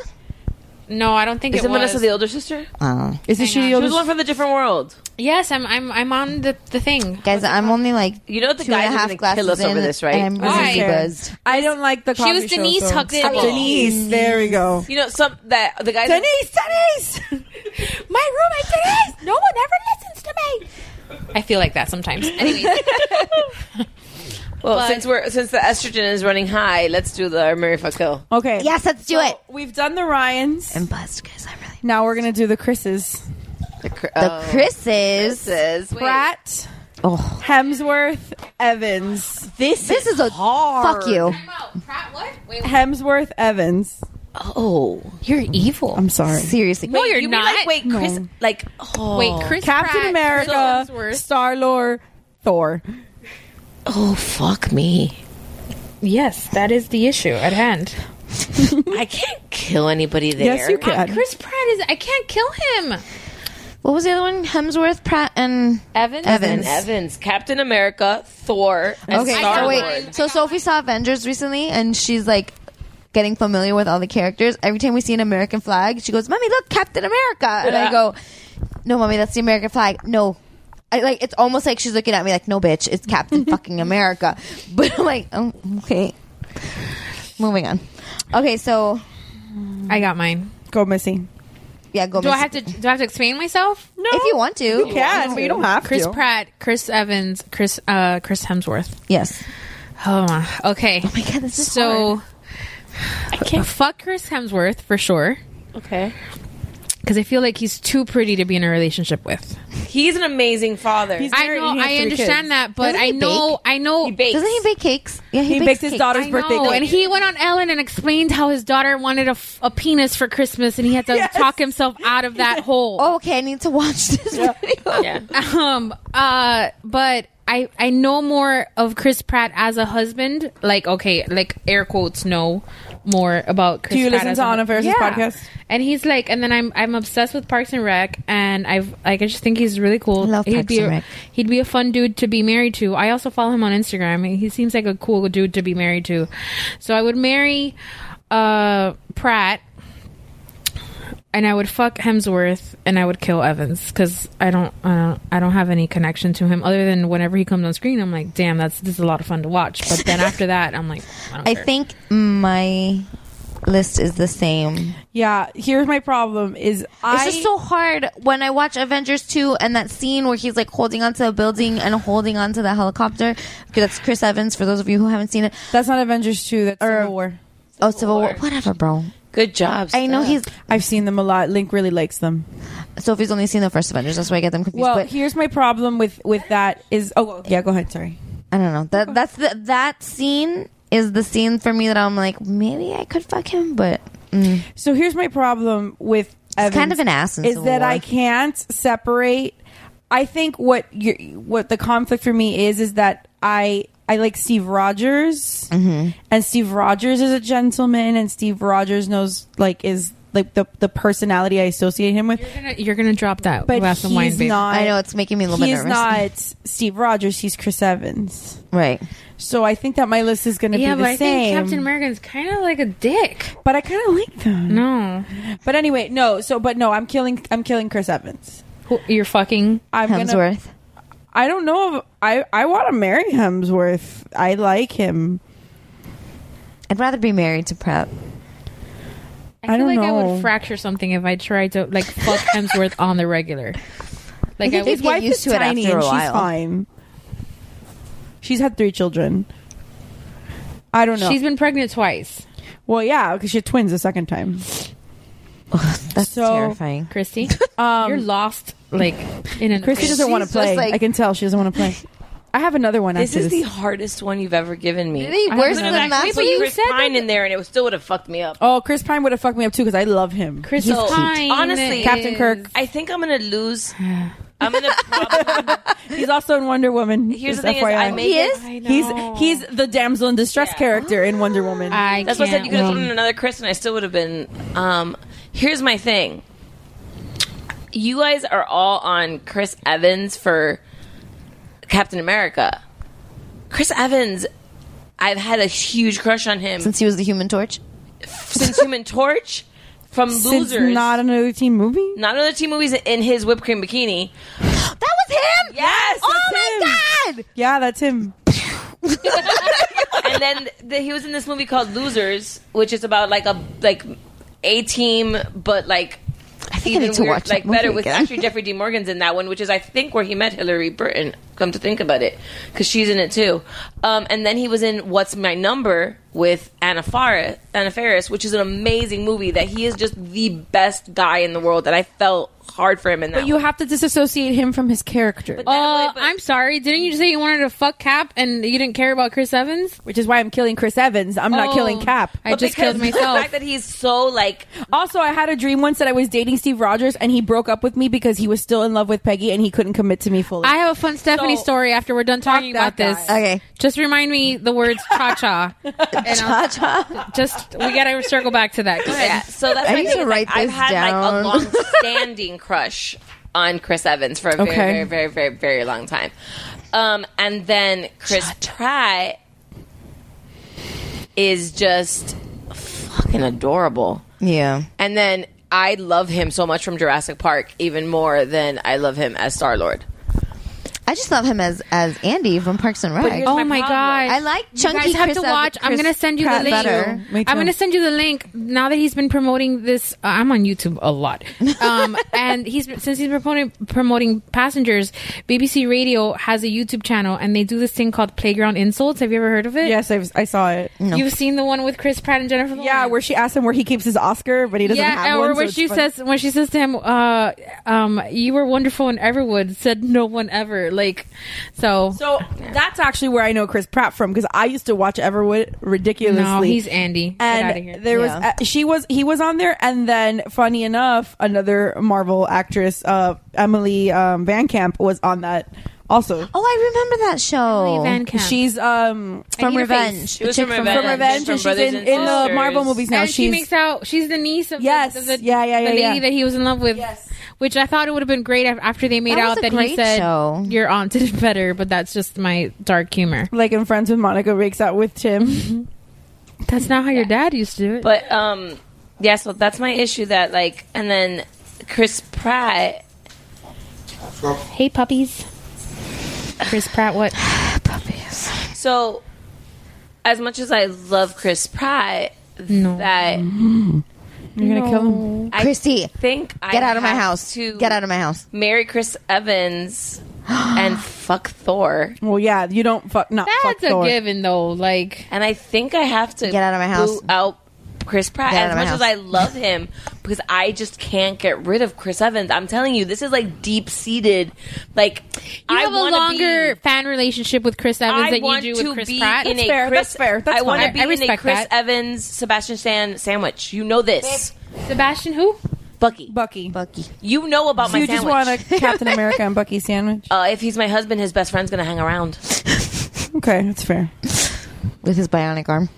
S3: No, I don't think
S9: Is
S3: it,
S9: it Vanessa
S3: was.
S9: the older sister?
S8: Oh.
S11: Is
S3: Hang
S11: it she?
S3: on.
S11: the
S9: She was
S11: oldest-
S9: one from the different world.
S3: Yes, I'm. I'm. I'm on the the thing.
S8: Guys, I'm only like
S9: You know the
S8: two and
S9: guys
S8: a
S9: are
S8: half
S9: gonna
S8: glasses
S9: kill us
S8: in,
S9: over this, right?
S8: and I'm
S3: Why?
S8: really buzzed.
S11: I don't like the.
S3: She was
S11: coffee show,
S3: Denise
S11: so-
S3: Huxtable.
S11: Denise, there we go.
S9: You know some that the guys.
S11: Denise, Denise.
S3: *laughs* My roommate today. No one ever listens to me. I feel like that sometimes. Anyways,
S9: Well,
S3: But-
S9: since we're since the estrogen is running high, let's do the Mary fuck kill.
S11: Okay.
S8: Yes, let's do it.
S11: We've done the Ryans.
S8: I'm buzzed, guys. I'm really.
S11: Now we're gonna do the Chris's.
S9: The, cr-
S8: The Chris's.
S9: Oh. Chris's. Wait.
S11: Pratt,
S8: Oh,
S11: Hemsworth, Evans.
S9: This
S8: this is a
S11: hard.
S8: fuck you.
S3: Pratt, what? Wait,
S11: Hemsworth, Evans.
S9: Oh,
S3: you're evil.
S11: I'm sorry.
S8: Seriously,
S3: no, you're
S9: you mean
S3: not.
S9: like wait, Chris? Like oh,
S3: Wait, Chris
S11: Captain
S3: Pratt, Chris
S11: America,
S3: Hemsworth.
S11: Star Lord, Thor.
S9: Oh fuck me!
S3: Yes, that is the issue at hand.
S9: I can't kill anybody there.
S11: Yes, you can.
S3: Oh, Chris Pratt is. I can't kill him.
S8: What was the other one? Hemsworth, Pratt, and
S3: Evans.
S8: Evans.
S9: Evans, Captain America, Thor, and
S8: Okay,
S9: Star
S8: so
S9: Lord.
S8: wait. So Sophie saw Avengers recently, and she's like getting familiar with all the characters. Every time we see an American flag, she goes, "Mommy, look, Captain America," and I
S9: Yeah.
S8: go, "No, mommy, that's the American flag." No. I, like it's almost like she's looking at me like, "No, bitch, it's Captain fucking America." *laughs* But I'm like, oh, "Okay, moving on." Okay, so
S3: I got mine.
S11: Go Missy.
S8: yeah, go.
S3: Do I
S8: Miss-
S3: have to? Do I have to explain myself?
S11: No,
S8: If you want to,
S11: you can, but you don't have
S3: Chris
S11: to.
S3: Pratt, Chris Evans, Chris uh, Chris Hemsworth.
S8: Yes.
S3: Oh my. Okay. Oh
S8: my God, this is
S3: so. I can't fuck Chris Hemsworth for sure
S9: Okay,
S3: because I feel like he's too pretty to be in a relationship with.
S9: he's an amazing father.
S11: He's
S3: I
S11: married
S3: know.
S11: and he has
S3: I
S11: three
S3: understand
S11: kids.
S3: that, but
S8: Doesn't
S3: I
S8: he
S3: know. I know.
S9: he bakes.
S8: Doesn't he bake cakes? Yeah, he,
S11: He
S8: bakes
S11: baked his
S8: cakes.
S11: daughter's
S3: I
S11: birthday.
S3: know,
S11: cake.
S3: and he went on Ellen and explained how his daughter wanted a, f- a penis for Christmas, and he had to
S11: *laughs* Yes.
S3: talk himself out of
S11: *laughs*
S3: that hole.
S8: Oh, okay, I need to watch *laughs* this video.
S9: yeah,
S3: um uh but I, I know more of Chris Pratt as a husband. Like, okay, like air quotes know more about Chris
S11: Do you
S3: Pratt
S11: listen
S3: as
S11: to
S3: a hu-
S11: Anna Faris' podcast?
S3: And he's like and then I'm I'm obsessed with Parks and Rec and I've like I just think he's really cool.
S8: Love
S3: he'd
S8: Parks
S3: be
S8: and
S3: a,
S8: Rec.
S3: he'd be a fun dude to be married to. I also follow him on Instagram and he seems like a cool dude to be married to. So I would marry uh Pratt and I would fuck Hemsworth and I would kill Evans because I don't uh, I don't have any connection to him other than whenever he comes on screen I'm like damn that's this is a lot of fun to watch but
S11: *laughs*
S3: then after that I'm like I, don't
S8: I
S3: care.
S8: think my list is the same.
S11: Yeah, here's my problem: is
S8: It's
S11: I
S8: just so hard when I watch Avengers 2 and that scene where he's like holding onto a building and holding onto the helicopter. Okay, that's Chris Evans for those of you who haven't seen it.
S11: that's not Avengers two. That's Civil War.
S8: Oh, Civil War. Whatever, bro.
S9: good job.
S8: I know
S9: Steph.
S8: he's.
S11: I've seen them a lot. Link really likes them.
S8: Sophie's only seen the first Avengers. That's why I get them confused.
S11: Well,
S8: but
S11: here's my problem with with that is oh yeah, go ahead. Sorry.
S8: I don't know. That that's the, that scene is the scene for me that I'm like maybe I could fuck him, but mm.
S11: So here's my problem with Evans,
S8: kind of an ass in
S11: is
S8: Civil
S11: that
S8: War.
S11: I can't separate. I think what you what the conflict for me is is that I I like Steve
S8: Mm-hmm.
S11: Rogers and Steve Rogers is a gentleman and Steve Rogers knows like is like the the personality I associate him with. You're
S3: gonna, you're gonna drop that
S11: but
S3: glass
S11: he's
S3: of wine, babe.
S11: not.
S8: I know, it's making me a little bit
S11: he's
S8: nervous.
S11: not Steve Rogers. He's Chris Evans.
S8: Right.
S11: So I think that my list is going to
S3: yeah,
S11: be
S3: but
S11: the
S3: I
S11: same.
S3: think Captain America's kind of like a dick.
S11: but I kind of like them.
S3: No.
S11: But anyway, no. So, but no, I'm killing. I'm killing Chris Evans.
S3: Who, you're fucking
S11: I'm
S8: Hemsworth.
S11: Gonna, I don't know. If, I I want to marry Hemsworth. I like him.
S8: I'd rather be married to Prep.
S3: I, feel
S11: don't
S3: like I
S11: know.
S3: would fracture something if I tried to
S11: *laughs*
S3: like fuck Hemsworth on the regular. Like I,
S11: think
S3: would
S11: his wife is tiny and she's fine. She's had three children. I don't know.
S3: She's been pregnant twice.
S11: well, yeah, because she had twins the second time.
S8: *laughs* That's
S11: So-
S8: terrifying.
S11: *laughs*
S3: Christy, you're lost. Like in an
S11: Um, Christy doesn't want to
S9: She's just
S11: play.
S9: like-
S11: I can tell she doesn't
S9: *laughs*
S11: want to play. I have another one.
S9: This
S11: after
S9: is
S11: this.
S9: the hardest one you've ever given me.
S8: Really?
S9: I
S8: Worse
S9: could've
S8: than
S9: actually
S8: last
S9: put
S8: week?
S9: Chris
S8: You said
S9: Pine in there, and it would- still would have fucked me up.
S11: Oh, Chris Pine would have fucked me up too because I love him.
S3: Chris
S11: He's
S9: So,
S11: cute.
S9: honestly,
S11: Captain Kirk.
S9: I think I'm gonna *sighs* lose. I'm *laughs* gonna.
S11: He's also in Wonder Woman.
S9: Here's
S11: just
S9: the thing: is I
S11: FYI.
S9: made it-
S11: He's he's the damsel in distress character in Wonder Woman.
S3: I
S9: That's what I said. You could have thrown in another Chris, and I still would have been. Um, here's my thing. You guys are all on Chris Evans for Captain America. Chris Evans, I've had a huge crush on him
S8: Since he was the Human Torch. *gasps*
S9: since Human Torch, *laughs* from
S11: Since
S9: Losers,
S11: not another teen movie.
S9: not another teen movies in his whipped cream bikini.
S8: That was him.
S9: Yes,
S8: Oh my god.
S11: Yeah, that's him.
S9: and then the, he was in this movie called Losers, which is about like a like a team, but like I
S8: think I need to watch that
S9: like better
S8: movie
S9: with
S8: again.
S9: actually Jeffrey D. Morgan's in that one, which is I think where he met Hillary Burton. Come to think about it, because she's in it too. Um, and then he was in What's My Number with Anna Faris, Anna Faris, which is an amazing movie. That he is just the best guy in the world. That I felt hard for him in that.
S11: But you have to disassociate him from his character,
S3: Oh, I'm sorry. Didn't you say you wanted to fuck Cap and you didn't care about Chris Evans?
S11: which is why I'm killing Chris Evans. I'm
S3: Oh,
S11: not killing Cap.
S3: I just killed
S9: Because
S3: myself.
S9: The fact that he's so like
S11: *laughs* Also, I had a dream once that I was dating Steve Rogers and he broke up with me because he was still in love with Peggy and he couldn't commit to me fully.
S3: I have a fun Stephanie
S11: So-
S3: story after we're done talking
S11: that
S3: about this.
S11: guy.
S8: Okay.
S3: Just remind me
S9: *laughs*
S3: the words cha cha.
S8: Cha cha.
S3: Just we gotta circle back to that. Go ahead.
S9: Yeah, so that's
S8: I
S9: my
S8: need
S9: thing.
S8: to
S9: is, like,
S8: write
S9: I've
S8: this
S9: had
S8: down.
S9: like a *laughs* long-standing crush on Chris Evans for a very,
S11: Okay.
S9: very, very, very, very long time. Um, and then Chris Pratt is just fucking adorable.
S8: Yeah.
S9: And then I love him so much from Jurassic Park even more than I love him as Star Lord.
S8: I just love him as as Andy from Parks and Rec.
S9: here's
S3: Oh
S9: my
S3: my
S9: problem.
S3: god!
S8: I like
S3: You
S8: chunky
S3: guys have
S8: Chris
S3: to watch.
S8: Ev-
S3: I'm
S8: Chris
S3: gonna send you
S8: Pratt
S3: the link.
S8: better.
S11: Me too.
S3: I'm gonna send you the link now that he's been promoting this. Uh, I'm on YouTube a
S11: *laughs*
S3: lot, um, and he's been- since he's been promoting, promoting Passengers. BBC Radio has a YouTube channel, and they do this thing called Playground Insults. Have you ever heard of it?
S11: yes, I've, I saw it.
S3: You've seen the one with Chris Pratt and Jennifer.
S11: Yeah,
S3: Lawrence?
S11: where she asked him where he keeps his Oscar, but he doesn't
S3: yeah,
S11: have one.
S3: or
S11: so
S3: when
S11: it's
S3: she
S11: funny.
S3: says when she says to him, uh, um, "You were wonderful in Everwood," said no one ever. Like, so,
S11: So that's actually where I know Chris Pratt from because I used to watch Everwood ridiculously.
S3: no, he's Andy. Get out of here.
S11: and there was
S8: Yeah.
S11: uh, she was he was on there, and then funny enough, another Marvel actress, uh, Emily um, Van Camp, was on that also.
S8: Oh, I remember that show.
S3: Van Camp.
S11: She's um
S8: From
S3: Anita Face.
S8: Revenge.
S9: She
S8: The
S9: was
S8: chick
S9: from Revenge.
S11: from Revenge,
S9: From
S11: and she's
S9: Brothers
S11: in,
S9: and
S11: in the
S9: Sisters.
S11: Marvel movies now.
S3: and she
S11: she's
S3: makes out she's the niece of the-
S11: Yes.
S3: of the,
S11: Yeah, yeah, yeah,
S3: the lady
S11: yeah.
S3: that he was in love with.
S11: Yes.
S3: Which I thought it would have been great af- after they made
S8: That was
S3: out
S8: a
S3: that he
S8: great
S3: said
S8: show.
S3: your aunt did better, but that's just my dark humor.
S11: like in Friends with Monica, breaks out with
S3: *laughs*
S11: Tim.
S3: That's not how your dad used to do it.
S9: But um yeah, so that's my issue that like and then Chris Pratt
S3: hey puppies. Chris Pratt what?
S8: Puppies.
S9: So, as much as I love Chris Pratt, that
S11: You're gonna kill him.
S9: I
S8: Christy,
S9: think I
S8: Get out of my
S9: have
S8: house.
S9: To
S8: Get out of my house.
S9: marry Chris Evans
S8: *gasps*
S9: and fuck Thor,
S11: Well, yeah, you don't fuck not
S3: That's
S11: fuck
S3: a
S11: Thor.
S3: given though. Like
S9: and I think I have to
S8: Get out of my house.
S9: boot out Chris Pratt. as
S8: Get out of my
S9: much as
S8: house.
S9: I love him, because I just can't get rid of Chris Evans. I'm telling you, this is like deep seated. Like
S3: you
S9: I
S3: have a
S9: wanna
S3: longer
S9: be-
S3: fan relationship with Chris Evans
S9: I
S3: than you
S9: want
S3: do
S9: to
S3: with Chris
S9: be
S3: Pratt.
S9: in
S3: That's
S9: a
S3: fair.
S9: Chris.
S11: that's fair, that's
S9: I want
S3: fine.
S9: to be
S3: I
S9: in a
S3: respect
S9: Chris
S3: that.
S9: Evans, Sebastian Stan sandwich. You know this,
S3: Sebastian who?
S9: Bucky.
S11: Bucky.
S8: Bucky.
S9: You know about
S11: So
S9: my
S11: you
S9: sandwich.
S11: just want a Captain America and Bucky *laughs* sandwich?
S9: uh, if he's my husband, his best friend's gonna hang around.
S11: Okay, that's fair.
S8: With his bionic arm.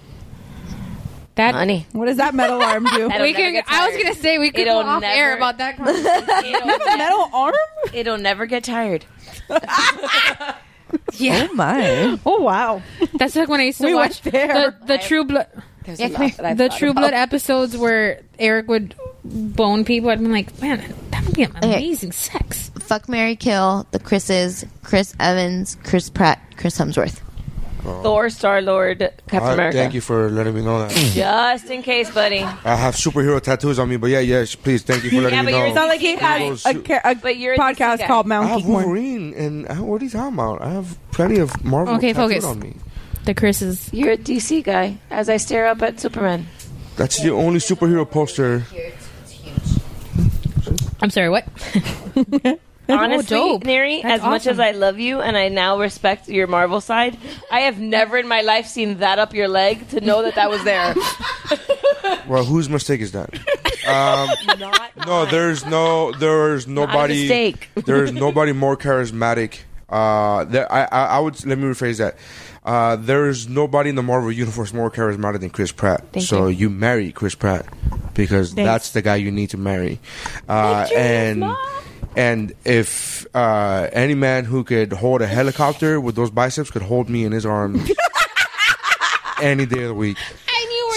S3: That
S9: honey.
S11: What does that metal arm do?
S3: we can, I was gonna say we could go
S9: It'll
S3: off air
S9: never-
S3: about that. conversation.
S11: metal arm?
S9: It'll never get tired.
S3: yeah.
S14: Oh my.
S11: Oh wow.
S3: That's like when I used to
S12: We went
S3: watch
S12: there.
S3: the, the True Blood.
S9: There's a lot that I've
S3: the
S9: thought
S3: True Blood
S9: about.
S3: episodes where Eric would bone people. I'd be like, man, that would be amazing sex.
S8: Fuck Mary Kill, the Chris's, Chris Evans, Chris Pratt, Chris Hemsworth.
S9: Thor, Star Lord, Captain
S13: Oh. All right,
S9: America.
S13: Thank you for letting me know that.
S9: Just in case, buddy.
S13: I have superhero tattoos on me, but yeah, yeah. sh- Please, thank you for letting
S9: Yeah,
S13: me
S9: but
S13: know.
S9: yours- It's not like he had
S13: Those-
S9: a ca- a But you're a DC podcast guy. called Mount
S13: Oh, I have
S9: Geekmore.
S13: Wolverine, and I- what are you talking about? I have plenty of Marvel
S9: Okay,
S13: tattooed
S9: focus.
S13: on me.
S3: The Chris's.
S9: You're a DC guy. As I stare up at Superman.
S13: That's the only superhero poster.
S3: I'm sorry, what?
S9: Honestly,
S3: dope.
S9: Neri, as
S3: That's
S9: much as
S3: awesome.
S9: I love you and I now respect your Marvel side, I have never in my life seen that up your leg to know that that was there.
S13: Well, whose mistake is that? Um, no, there's no, there's nobody.
S9: mistake.
S13: *laughs* there's nobody more charismatic. Uh, there, I, I, I would let me rephrase that. Uh, there's nobody in the Marvel universe more charismatic than Chris Pratt.
S9: Thank
S13: so
S9: you.
S13: you. marry Chris Pratt because
S9: Thanks.
S13: that's the guy you need to marry. Uh, and and if uh, any man who could hold a helicopter with those biceps could hold me in his arms any day of the week.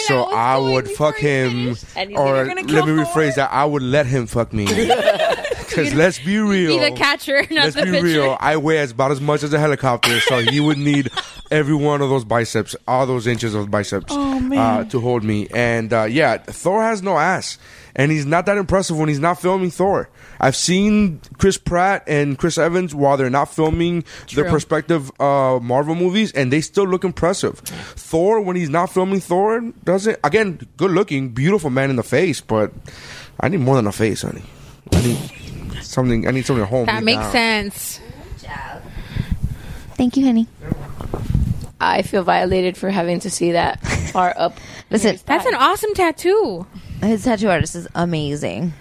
S13: So I would fuck him,
S9: And you
S13: or
S9: think you're
S13: let
S9: gonna
S13: me
S9: kill
S13: rephrase that: I would let him fuck me. Because let's be real,
S3: Be the catcher, not
S13: let's
S3: the
S13: be
S3: pitcher.
S13: real. I weigh as- about as much as a helicopter, so he would need every one of those biceps, all those inches of biceps,
S11: Oh, man.
S13: Uh, to hold me. And uh, yeah, Thor has no ass, and he's not that impressive when he's not filming Thor. I've seen Chris Pratt and Chris Evans while they're not filming their
S3: True.
S13: respective uh, Marvel movies, and they still look impressive. Thor, when he's not filming Thor, doesn't again good looking, beautiful man in the face, but I need more than a face, honey. I need something. I need something to home.
S3: That makes sense.
S8: Thank you, honey.
S9: *laughs* I feel violated for having to see that far up.
S8: Listen,
S3: that's an awesome tattoo.
S8: His tattoo artist is amazing.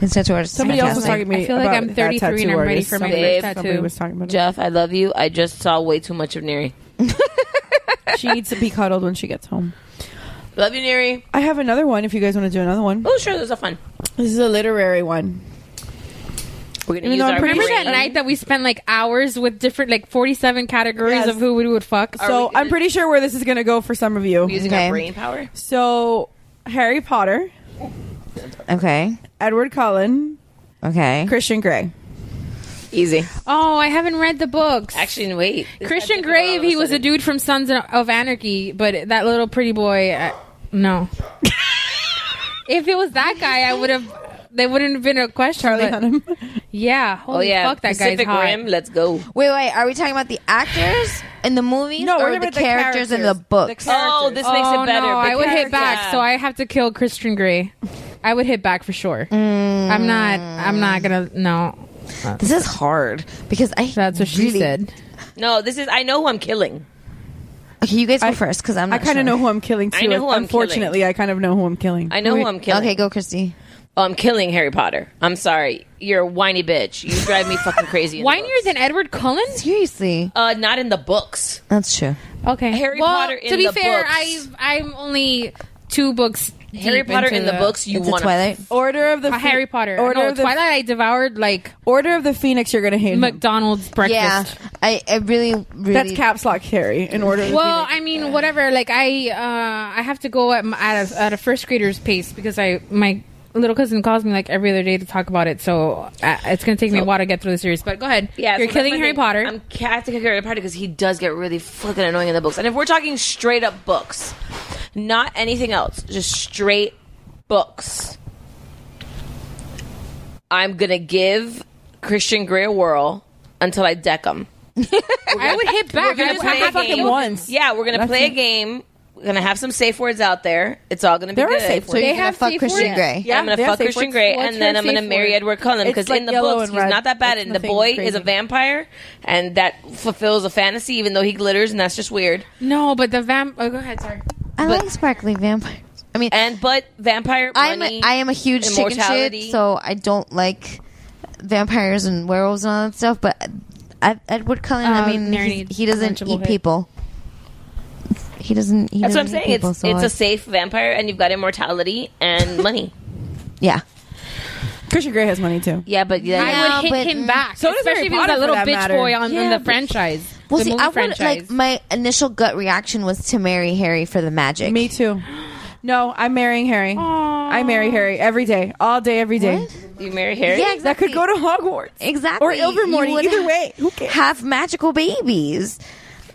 S8: His tattoo artist. is
S9: Somebody else was
S8: fantastic.
S9: talking to me I feel like about I'm that
S3: 33 and I'm ready for my
S9: Babe,
S3: first tattoo.
S9: Jeff, I love you. I just saw way too much of Neri.
S11: she needs to be cuddled when she gets home.
S9: Love you, Neri.
S11: I have another one if you guys want to do another one.
S9: Oh, sure, those are fun.
S11: This is a literary one.
S9: We're gonna
S11: Even
S9: use
S11: though
S9: our
S11: I'm pretty
S3: Remember
S11: sure-
S3: that night that we spent like hours with different, like 47 categories of who we would fuck?
S11: So I'm pretty sure where this is going to go for some of you.
S9: using our Okay. brain power?
S11: So Harry Potter,
S8: Okay.
S11: Edward Cullen,
S8: Okay.
S11: Christian Grey.
S9: Easy.
S3: Oh, I haven't read the books.
S9: Actually, wait.
S3: Christian Grey, if he was a dude from Sons of Anarchy, but that little pretty boy, I,
S9: *laughs*
S3: no. if it was that guy, I would have. There wouldn't have been a question. Charlie
S11: Hunnam.
S3: Yeah. Holy
S9: oh yeah,
S3: fuck, that
S9: Pacific
S3: guy's hot.
S9: Rim. Let's go.
S8: Wait, wait. Are we talking about the actors in the movies
S11: No, we're
S8: or
S11: talking
S8: the
S11: about the
S8: characters, in the
S11: characters.
S8: books?
S9: Oh, this makes
S3: Oh,
S9: it better.
S3: No, I would hit
S9: because-
S3: back, so I have to kill Christian Grey. I would hit back for sure.
S9: Mm.
S3: I'm not. I'm not gonna. No.
S8: This is hard because I. That's
S3: what she said.
S9: No, this is. I know who I'm killing.
S8: Okay, you guys go first because I'm.
S11: I
S8: Not
S11: kind
S8: sure.
S11: of know who I'm killing too.
S9: I know who I'm
S11: Unfortunately, I kind of know who I'm killing.
S9: I know who I'm killing.
S8: Okay, go, Christy.
S9: Oh, I'm killing Harry Potter. I'm sorry. You're a whiny bitch. You drive me fucking crazy. in the
S3: Whinier than Edward Cullen?
S8: Seriously.
S9: Uh, not in the books.
S8: That's true.
S3: Okay.
S9: Harry
S3: well,
S9: Potter in
S3: to be
S9: the
S3: fair,
S9: books.
S3: I've, I'm only two books.
S9: Harry
S3: deep
S9: Potter
S3: into
S9: in the books. You want
S11: Order of the
S3: Uh,
S11: Phoe-
S3: Harry Potter.
S11: Order
S3: no,
S11: of the-
S3: Twilight. I devoured like
S11: Order of the Phoenix. You're gonna hate him.
S3: McDonald's breakfast.
S8: Yeah, I, I really, really.
S11: That's caps lock Harry. In order. Of the
S3: Well,
S11: Phoenix.
S3: I mean, whatever. Like I, uh, I have to go at, m- at a, at a first grader's pace because I my little cousin calls me like every other day to talk about it. So uh, it's gonna take me a while to get through the series. But go ahead.
S9: Yeah,
S3: you're
S9: so that's
S3: killing
S9: my
S3: Harry
S9: thing.
S3: Potter.
S9: I'm ca- I have to kill Harry Potter because he does get really fucking annoying in the books. And if we're talking straight up books, not anything else, just straight books, I'm gonna give Christian Grey a whirl until I deck him.
S3: I would hit back. I just
S9: play
S3: have to
S9: a game.
S3: fucking once.
S9: Yeah, we're gonna play a game. We're gonna have some safe words out there. It's all gonna be
S11: There are
S9: good.
S11: safe
S8: So you're gonna fuck Christian Grey.
S9: Yeah, I'm gonna
S11: they have
S9: fuck
S11: safe
S9: Christian
S11: words.
S9: Grey,
S11: What's
S9: and then
S11: her
S9: I'm gonna
S11: safe
S9: marry
S11: word?
S9: Edward Cullen
S11: It's
S9: because
S11: like
S9: in the
S11: yellow
S9: books
S11: and
S9: he's
S11: red.
S9: not that bad,
S11: It's
S9: and the
S11: nothing
S9: boy
S11: crazy.
S9: is a vampire, and that fulfills a fantasy, even though he glitters, and that's just weird.
S3: No, but the vamp. Oh, go ahead. Sorry.
S8: I like sparkly vampires. I mean,
S9: and but vampire.
S8: I'm
S9: money,
S8: a, I am a huge chicken shit,
S9: immortality.
S8: so I don't like vampires and werewolves and all that stuff. But Ed- Edward Cullen, I
S3: Um,
S9: Uh,
S8: mean,
S3: Mary
S8: he's-
S3: needs
S8: he doesn't
S3: lunchable
S8: eat
S3: hit.
S8: people. He doesn't. He
S9: That's what I'm
S8: doesn't
S9: saying.
S8: hate people,
S9: it's
S8: so
S9: it's a safe vampire, and you've got immortality and
S11: *laughs*
S9: money.
S8: Yeah.
S11: Christian Grey has money too.
S9: Yeah, but yeah,
S3: I would hit him back.
S11: So does Harry
S3: especially if he was
S11: Potter,
S3: a
S11: for
S3: little
S11: that
S3: bitch
S11: matter.
S3: boy on, on
S11: Yeah,
S3: the
S11: but-
S3: franchise.
S8: Well,
S3: the
S8: see,
S3: movie
S8: I would
S3: franchise.
S8: like my initial gut reaction was to marry Harry for the magic.
S11: Me too. No, I'm marrying Harry. I marry Harry every day, all day, every day.
S9: You marry Harry?
S8: Yeah,
S11: That could go to Hogwarts.
S8: Exactly.
S11: Or Ilvermorny.
S8: You would
S11: Either
S8: ha-
S11: way, who cares?
S8: Have magical babies.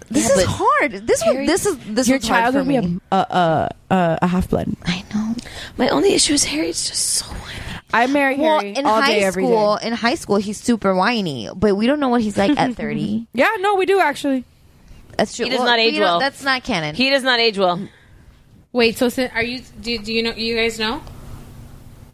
S8: This is hard. This one. This is this
S11: Your
S8: one's hard
S11: child
S8: for
S11: would be
S8: me.
S11: a, a, a, a, a half blood.
S8: I know.
S9: My only issue is Harry's just so.
S11: I marry
S8: Well,
S11: Harry
S8: in
S11: all
S8: high
S11: day, every day.
S8: school, in high school, he's super whiny, but we don't know what he's like
S11: *laughs*
S8: at thirty.
S11: Yeah, no, we do actually.
S8: That's true.
S9: He does
S8: Well,
S9: not
S8: we
S9: age
S8: don't-
S9: well.
S8: That's not canon.
S9: He does not age well.
S3: Wait, so si- are you? Do, do you know? You guys know?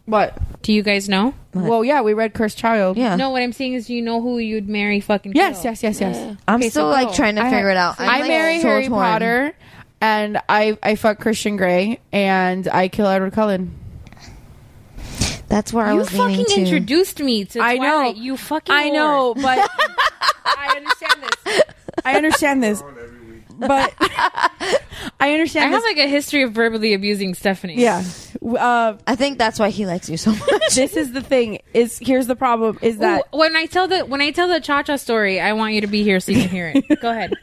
S11: What?
S3: Do you guys know?
S11: Well, yeah, we read Cursed Child.
S8: Yeah.
S3: No, what I'm saying is, you know who you'd marry? Fucking
S11: Yes,
S3: Kill.
S11: yes, yes, yes.
S8: I'm still like trying to
S11: I-
S8: figure it out. I'm,
S11: I
S8: like,
S11: marry
S8: so
S11: Harry
S8: torn.
S11: Potter, and I I fuck Christian Grey, and I kill Edward Cullen.
S8: That's where I
S3: You
S8: was leaning
S3: fucking
S8: to.
S3: introduced me to
S11: I
S3: Twilight.
S11: know.
S3: You fucking.
S11: I know,
S3: whore.
S11: but I understand this. *laughs* I understand this, but
S8: *laughs*
S11: I
S3: I
S11: understand.
S3: have
S11: this.
S3: like a history of verbally abusing Stephanie.
S11: yeah. W- Uh,
S8: I think that's why he likes
S11: *laughs*
S8: you so much.
S11: this is the thing. Is here's the problem. Is that
S3: Ooh, when I tell the when I tell the cha cha story, I want you to be here so you can hear it.
S11: *laughs*
S3: Go ahead.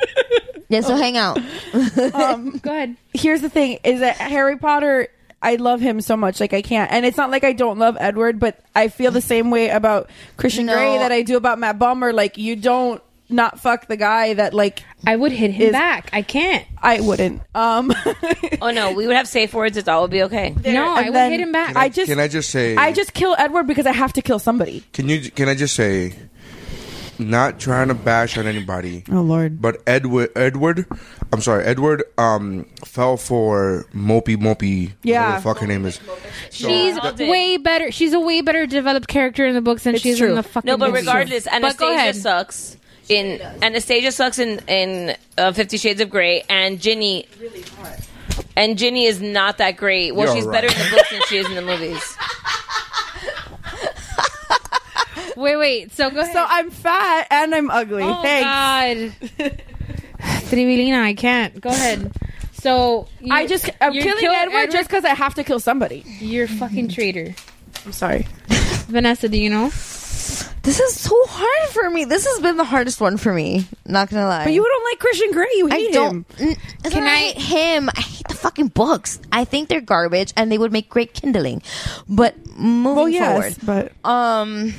S8: Yeah, so hang out.
S3: Go ahead.
S11: here's the thing is that Harry Potter I love him so much like I can't and it's not like I don't love Edward but I feel the same way about Christian
S8: No.
S11: Grey that I do about Matt Bomber like you don't not fuck the guy that like
S3: I would hit him
S11: Is-
S3: back. I can't.
S11: I wouldn't
S8: *laughs*
S11: um
S9: Oh
S11: *laughs*
S9: no, we would have safe words. It's all would be okay.
S3: no, I
S11: and
S3: would
S11: then
S3: hit him back.
S11: I just
S13: Can I just say?
S11: I just kill Edward because I have to kill somebody
S13: Can you? Can I just say? Not trying to bash on anybody.
S11: Oh, Lord.
S13: But Edward, Edward, I'm sorry, Edward, um, fell for mopey, mopey.
S11: Yeah.
S13: whatever the fuck her name is. So-
S3: She's
S9: All day.
S3: way better. She's a way better developed character in the books than
S11: It's
S3: she's
S11: true.
S3: in the fucking.
S9: No, but
S3: movies.
S9: regardless,
S3: But go
S9: Anastasia
S3: ahead.
S9: sucks. In Anastasia sucks in in uh, Fifty Shades of Grey, and Ginny. And Ginny is not that great. Well,
S13: You're
S9: she's
S13: right.
S9: better in the books than she is in the movies.
S3: Wait, wait. So go ahead.
S11: so I'm fat and I'm *laughs* ugly
S3: oh
S11: thanks
S3: God, Trivilina, I can't. Go ahead. So you-
S11: I just I'm
S3: you
S11: killing
S3: killed
S11: Edward, just because I have to kill somebody
S3: you're a fucking traitor.
S11: I'm sorry
S3: Vanessa, do you know?
S8: This is so hard for me. This has been the hardest one for me. Not gonna lie.
S11: but you don't like Christian Grey you
S8: I
S11: hate him
S8: don't. N- it's
S3: Can
S8: not
S3: I-
S8: I hate him? I hate the fucking books. I think they're garbage, and they would make great kindling. But moving
S11: well yes
S8: forward,
S11: but
S8: um,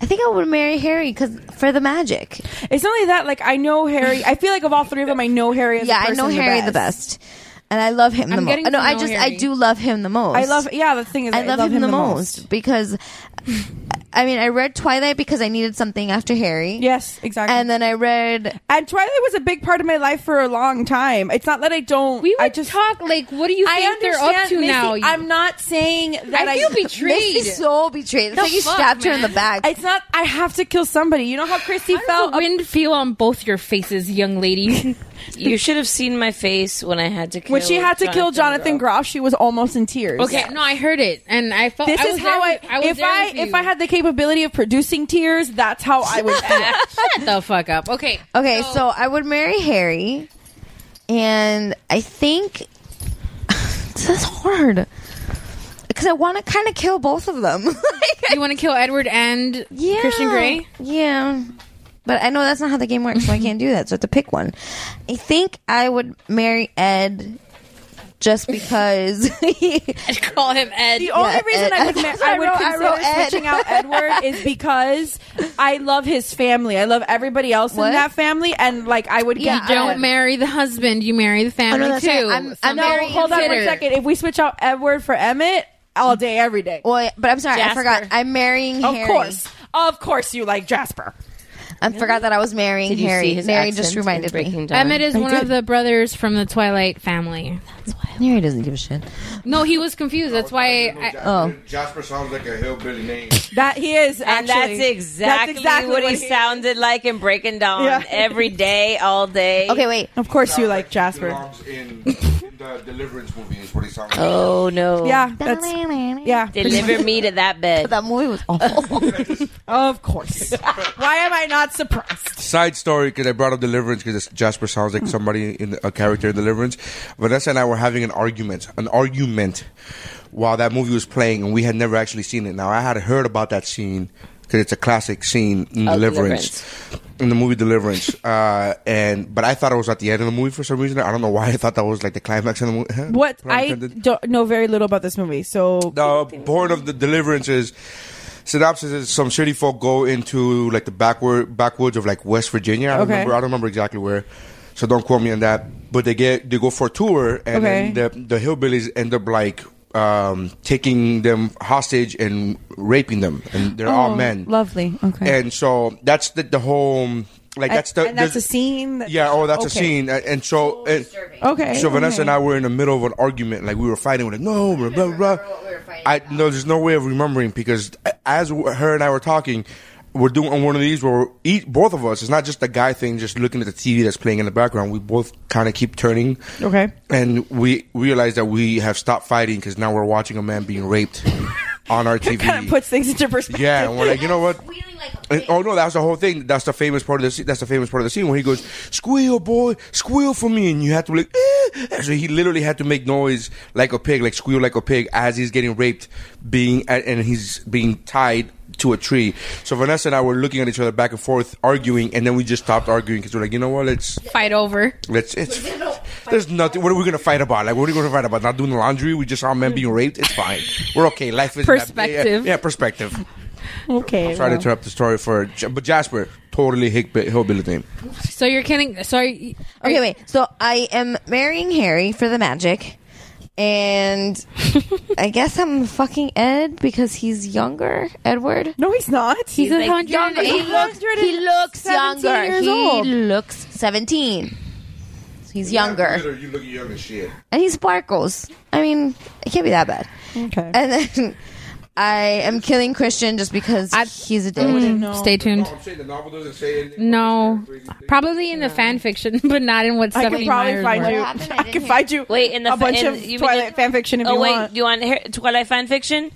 S8: I think I would marry Harry because for the magic.
S11: It's not only that, like I know Harry. I feel like of all three of them, I know Harry. As a
S8: yeah, I know
S11: person
S8: Harry the best. and I love him
S3: I'm
S8: the most.
S3: getting
S8: No,
S3: to
S8: I
S3: know
S8: just I
S3: Harry.
S8: do love him the most.
S11: I love. Yeah, the thing is,
S8: I love, him, the most, because I mean I read Twilight because I needed something after Harry.
S11: Yes, exactly.
S8: And
S11: And,
S8: then I read
S11: Twilight was a big part of my life for a long time. It's not that I don't.
S3: We would
S11: I just
S3: talk like, what do you
S11: I
S3: think they're up
S11: understand,
S3: to
S11: Missy,
S3: now?
S11: I'm not saying that
S3: I feel betrayed.
S8: Missy's *laughs* so betrayed. It's
S3: The
S8: like you
S3: fuck,
S8: stabbed her in
S3: man?
S8: the back.
S11: It's not. I have to kill somebody. You know how Christy
S3: How does
S11: felt.
S3: the wind feel on both your faces, young lady?
S9: *laughs*
S3: *laughs*
S9: You should have seen my face when I had to kill
S11: when she had to kill Jonathan
S9: Groff.
S11: Groff, she was almost in tears.
S3: okay, no, I heard it, and I felt.
S11: This
S3: I
S11: is
S3: was
S11: how
S3: there
S11: I,
S3: with- was
S11: if
S3: there
S11: I
S3: with
S11: if
S3: you. *laughs*
S11: I had the capability of producing tears, that's how I
S8: *laughs*
S11: would feel.
S3: shut the fuck up. Okay,
S8: Okay, so, I would marry Harry, and I think *laughs* this is hard because I want to kind of kill both of them. *laughs* Like,
S3: *laughs* you want to kill Edward and
S8: yeah, *laughs*
S3: Christian Grey?
S8: Yeah, but I know that's not how the game works, so I can't do that. So I have to pick one. I think I would marry Ed
S9: *laughs*
S8: just because. *laughs*
S3: I'd call him Ed.
S11: The only
S8: Yeah,
S11: reason I
S8: Ed.
S11: would, ma-
S8: That's
S11: I
S8: why *laughs* I
S11: would
S8: wrote- I
S11: consider
S8: wrote Ed.
S11: switching out Edward
S8: *laughs*
S11: is because I love his family. I love everybody else
S8: What?
S11: in that family, and like I would
S3: you
S11: get.
S3: don't
S11: Ed.
S3: marry the husband; you marry the family
S8: Oh, no, that's
S3: too.
S8: right. I'm- I'm not-
S3: So
S11: No,
S3: very
S11: hold on one
S3: considerate.
S11: second. If we switch out Edward for Emmett, all day, every day.
S8: Well, but I'm sorry, I
S9: Jasper.
S8: forgot. I'm marrying
S11: Of
S8: Harry.
S11: course, of course, you like Jasper.
S8: I forgot that I was marrying
S9: Did you
S8: Harry.
S9: see his
S8: Mary
S9: accent
S8: just
S9: in
S8: reminded
S9: Breaking
S8: me.
S9: Dawn?
S3: Emmett is
S11: I
S3: one
S11: did.
S3: of the brothers from the Twilight family.
S8: Harry doesn't give a shit.
S3: No, he was confused. That's why. I,
S8: Oh.
S13: Jasper sounds like a hillbilly name.
S11: That he is,
S9: And
S11: actually.
S9: that's exactly, what, he,
S11: is.
S9: sounded like in Breaking Dawn
S11: Yeah.
S9: every day, all day.
S8: Okay, wait.
S11: Of course, you like Jasper.
S13: Belongs in, in the Deliverance movie is what he's talking about.
S9: Oh no!
S11: Yeah, that's, yeah. Oh.
S9: Deliver me to that bed.
S8: that movie was awful.
S11: of
S9: *laughs*
S11: course. Why am I not surprised?
S13: Side story, because I brought up Deliverance, because Jasper sounds like somebody in a character in Deliverance. Vanessa and I were having an argument, an argument, while that movie was playing, and we had never actually seen it. Now I had heard about that scene because it's a classic scene in
S9: Of
S13: Deliverance, in the movie Deliverance. uh, and but I thought it was at the end of the movie for some reason. I don't know why. I thought that was like the climax of the movie. *laughs*
S11: What
S13: Pun
S11: I
S13: intended
S11: don't know very little about this movie, so
S13: the born of the deliverance is synopsis is some shitty folk go into like the backward backwoods of like West Virginia. I don't
S11: Okay.
S13: remember I don't remember exactly where. So don't quote me on that. But they get they go for a tour and
S11: Okay.
S13: then the the hillbillies end up like um, taking them hostage and raping them and they're all
S11: Oh,
S13: men.
S11: Lovely. Okay.
S13: And so that's the, the whole like that's the
S11: and that's a
S13: there's-
S11: scene. That,
S13: yeah, oh, that's
S11: Okay.
S13: a scene. A- And so, and-
S11: Okay,
S13: So Vanessa
S11: okay.
S13: and I were in the middle of an argument, like we were fighting. We're like, no, blah blah blah. I no, there's no way of remembering because as w- her and I were talking, we're doing one of these where each, both of us. It's not just a guy thing, just looking at the TV that's playing in the background. We both kind of keep turning,
S11: Okay.
S13: and we realize that we have stopped fighting because now we're watching a man being raped on our TV.
S11: Kind of puts things into perspective.
S13: Yeah, and we're like, you know what? And- oh no, that's the whole thing. That's the famous part of the. scene- That's the famous part of the scene when he goes, "Squeal, boy, squeal for me," and you have to be like. "Eh." And So he literally had to make noise like a pig, like squeal like a pig, as he's getting raped, being and he's being tied to a tree. So Vanessa and I were looking at each other back and forth, arguing, and then we just stopped arguing because we're like, you know what? Let's
S3: Fight over.
S13: let's. It's, there's nothing. What are we gonna fight about? Like, what are we gonna fight about? Not doing the laundry. We just saw men being raped. It's fine. We're okay. Life is
S3: Perspective.
S13: Yeah, yeah, perspective. Sorry
S11: Okay.
S13: to
S11: well.
S13: interrupt the story for, J- but Jasper totally hick- hillbilly thing.
S3: So you're kidding? So okay,
S8: wait. So I am marrying Harry for the magic,
S11: *laughs*
S8: and I guess I'm fucking Ed because he's younger. Edward?
S11: No, he's not.
S8: He's,
S3: a
S8: like, younger. He looks. He looks younger.
S11: years
S8: he
S11: old.
S8: looks 17. So he's younger.
S13: You look young as shit.
S8: and he sparkles. I mean, it can't be that bad.
S11: Okay.
S8: And then *laughs* I am killing Christian just because he's a dick.
S11: Mm.
S3: Stay
S13: Oh,
S3: tuned. No, probably in the fan fiction, *laughs* but not in what
S11: I
S3: Stephanie
S11: can probably
S3: Meyer's
S11: find
S3: were.
S11: you. *laughs* I can find you.
S9: Wait, in the
S11: a bunch
S9: in-
S11: of
S9: you mean-
S11: Twilight fan fiction if
S9: oh
S11: you
S9: wait,
S11: want.
S9: you want her- Twilight fan fiction?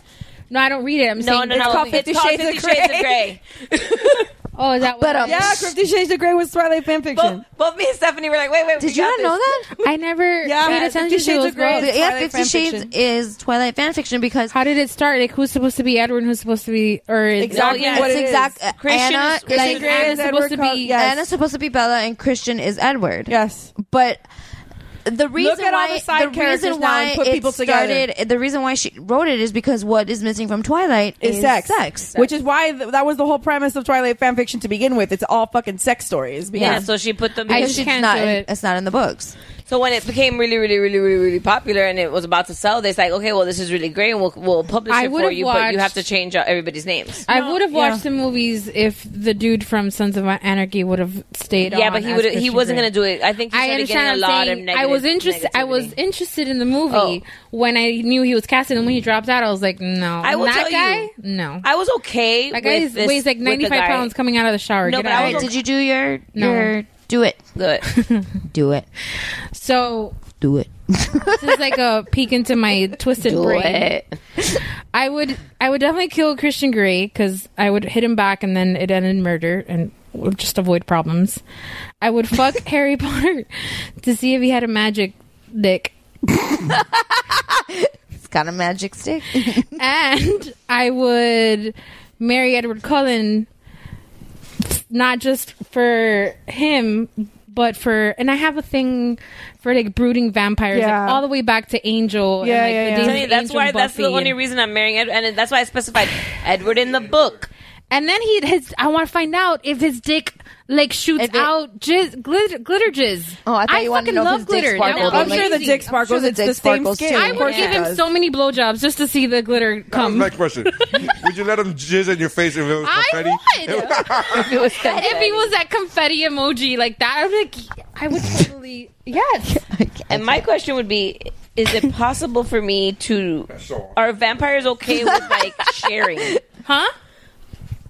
S3: No, I don't read it. I'm
S9: No,
S3: saying
S9: no, no.
S11: called Fifty Shades of Grey.
S9: Grey.
S3: *laughs* Oh, is that what?
S8: um,
S3: it is?
S11: yeah, Fifty Shades of Grey was Twilight fan fiction.
S9: Both me and Stephanie were like, wait, wait.
S8: Did you not know that?
S11: uh,
S3: I never
S11: Yeah,
S3: paid
S11: Fifty
S3: attention to
S11: Shades
S3: those
S11: of Grey.
S3: girls.
S11: It's
S8: yeah,
S11: Twilight
S8: Fifty
S11: fan
S8: Shades
S11: fiction.
S8: is Twilight fan fiction because
S3: How did it start? Like, who's supposed to be Edward? and Who's supposed to be or is
S11: Exactly
S9: yeah,
S11: what
S8: it's
S11: it is.
S8: exact. uh,
S9: Christian
S8: Anna,
S9: is- Christian
S8: like,
S11: Grey is
S3: Anna's supposed
S11: Edward
S3: to
S11: Cullen-
S3: be-
S11: yes.
S8: Anna's supposed to be Bella and Christian is Edward.
S11: Yes.
S8: But the reason
S11: at all
S8: why
S11: the side characters
S8: reason
S11: now and
S8: why
S11: put
S8: it
S11: people together.
S8: started the reason why she wrote it is because what is missing from Twilight
S11: Is sex.
S8: sex.
S11: Which is why th- that was the whole premise of Twilight fan fiction to begin with. It's all fucking sex stories.
S9: Yeah,
S11: Because
S9: so she put them.
S3: I
S9: in-
S8: Because
S3: just
S8: she's
S3: can't
S8: not
S3: do
S8: in-
S3: it.
S8: it's not in the books.
S9: So when it became really, really, really, really, really popular and it was about to sell, they're like, okay, well, this is really great, and we'll, we'll publish
S3: I
S9: it for
S3: would've
S9: you, but you have
S3: watched-
S9: to change out everybody's names.
S3: I would have
S11: yeah.
S3: watched the movies if the dude from Sons of Anarchy would have stayed.
S9: yeah,
S3: on
S9: but he
S3: as
S9: would he
S3: Christian
S9: wasn't
S3: Grey.
S9: going to do it. I think he
S3: I
S9: started getting a
S3: understand.
S9: lot
S3: I'm
S9: of
S3: saying
S9: negative. Oh.
S3: I was interested. I was
S9: negativity.
S3: interested in the movie when I knew he was casted, and when he dropped out, I was like, no,
S9: I will
S3: that
S9: tell
S3: guy,
S9: you.
S3: no,
S9: I was okay.
S3: that guy
S9: with
S3: is,
S9: this,
S3: weighs like
S9: with the
S3: ninety five
S9: guy.
S3: pounds coming out of the shower.
S9: No,
S3: Get
S9: but I
S3: out.
S9: was
S8: Alright,
S9: okay.
S8: did you do your
S3: No.
S8: your do it?
S9: Good.
S8: Do it.
S3: So
S8: Do it.
S3: this is like a peek into
S9: *laughs*
S3: my twisted brain. I would, I would definitely kill Christian Grey because I would hit him back, and then it ended in murder, and we'll just avoid problems. I
S9: *laughs*
S3: would fuck Harry Potter to see if he had a magic dick,
S8: It's got a
S11: *laughs*
S8: magic stick.
S3: and I would marry Edward Cullen, not just for him, but for and I have a thing for like brooding vampires,
S11: Yeah.
S3: like all the way back to Angel.
S11: Yeah,
S3: and, like,
S11: yeah,
S3: the
S11: yeah.
S3: days
S9: Tell
S3: of
S9: you, that's
S3: Angel
S9: why.
S3: and
S9: That's the
S3: Buffy
S9: only
S3: and-
S9: reason I'm marrying Edward, and that's why I specified Edward in the book.
S3: And then he his I want to find out if his dick like shoots
S8: If it-
S3: out jizz, glitter, glitter jizz.
S8: Oh, I thought you wanted to
S3: fucking
S8: know if
S3: love
S8: his dick
S3: glitter. That
S8: sparkled
S3: would
S8: or
S11: I'm
S3: be
S8: like-
S11: sure the
S3: amazing.
S11: dick
S8: I'm sure
S11: sparkles.
S8: the
S11: it's
S8: dick
S11: the same
S8: sparkles
S11: skin.
S8: too.
S3: I would
S8: Yeah.
S3: give him so many blowjobs just to see the glitter come.
S13: Next question: *laughs* Would you let him jizz in your face if it was confetti?
S3: I would.
S13: *laughs*
S8: *laughs*
S3: if he was that confetti emoji like that, I'd be like, I
S9: *laughs*
S3: would totally yes.
S9: And my question would be: Is it possible for me to? Are vampires okay with like
S8: *laughs*
S9: sharing?
S3: Huh?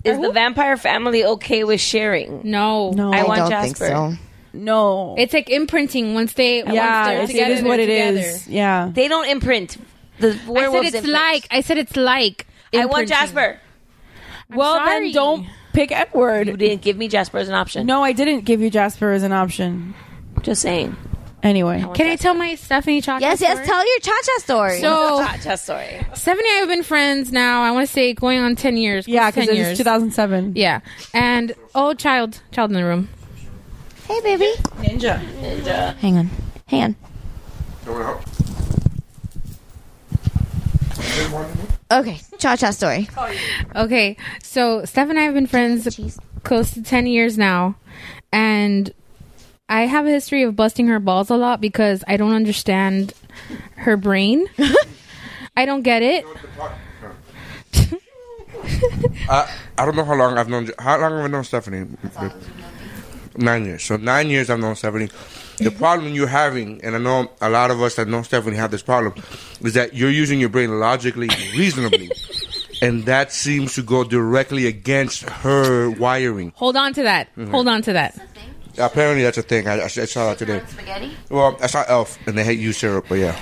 S9: Is the vampire family okay with sharing?
S3: No.
S11: No.
S9: I
S8: I
S9: want
S8: don't
S9: Jasper.
S8: think so.
S11: No.
S3: It's like imprinting once they.
S11: Yeah,
S3: once they're
S11: it's- it
S3: together,
S11: is what
S3: they're
S11: it is.
S3: together.
S11: Yeah.
S9: They don't imprint. The
S3: I said
S9: werewolves
S3: it's
S9: imprint.
S3: like. I said it's like.
S9: I want
S3: imprinting.
S9: Jasper.
S11: well, then don't pick Edward. You
S9: didn't give me Jasper as an option.
S11: No, I didn't give you Jasper as an option.
S9: Just saying.
S11: Anyway,
S3: Can I tell my Stephanie Chacha?
S8: Yes, yes, tell your cha-cha story.
S3: So
S9: Ah, Just sorry.
S3: Seven and I have been friends now. I want to say going on ten years. Yeah,
S11: 'cause it is 2007.
S3: Yeah, and oh, child, child in the room.
S8: Hey, baby.
S11: Ninja.
S9: Ninja.
S8: Hang on. Hang on. Okay, cha cha story.
S3: Okay, so Steph and I have been friends close to 10 years now, and I have a history of busting her balls a lot because I don't understand
S8: *laughs*
S3: her brain. I don't get it.
S13: I, I don't know how long I've known. How long have I known Stephanie? Nine years. So nine years I've known Stephanie. The problem you're having, and I know a lot of us that know Stephanie have this problem, is that you're using your brain logically, reasonably, and that seems to go directly against her wiring.
S3: Hold on to that.
S13: Mhm.
S3: Hold on to that.
S13: Apparently, that's a thing. I, I saw that today.
S8: Spaghetti?
S13: Well, I saw Elf, and they hate you syrup, but yeah.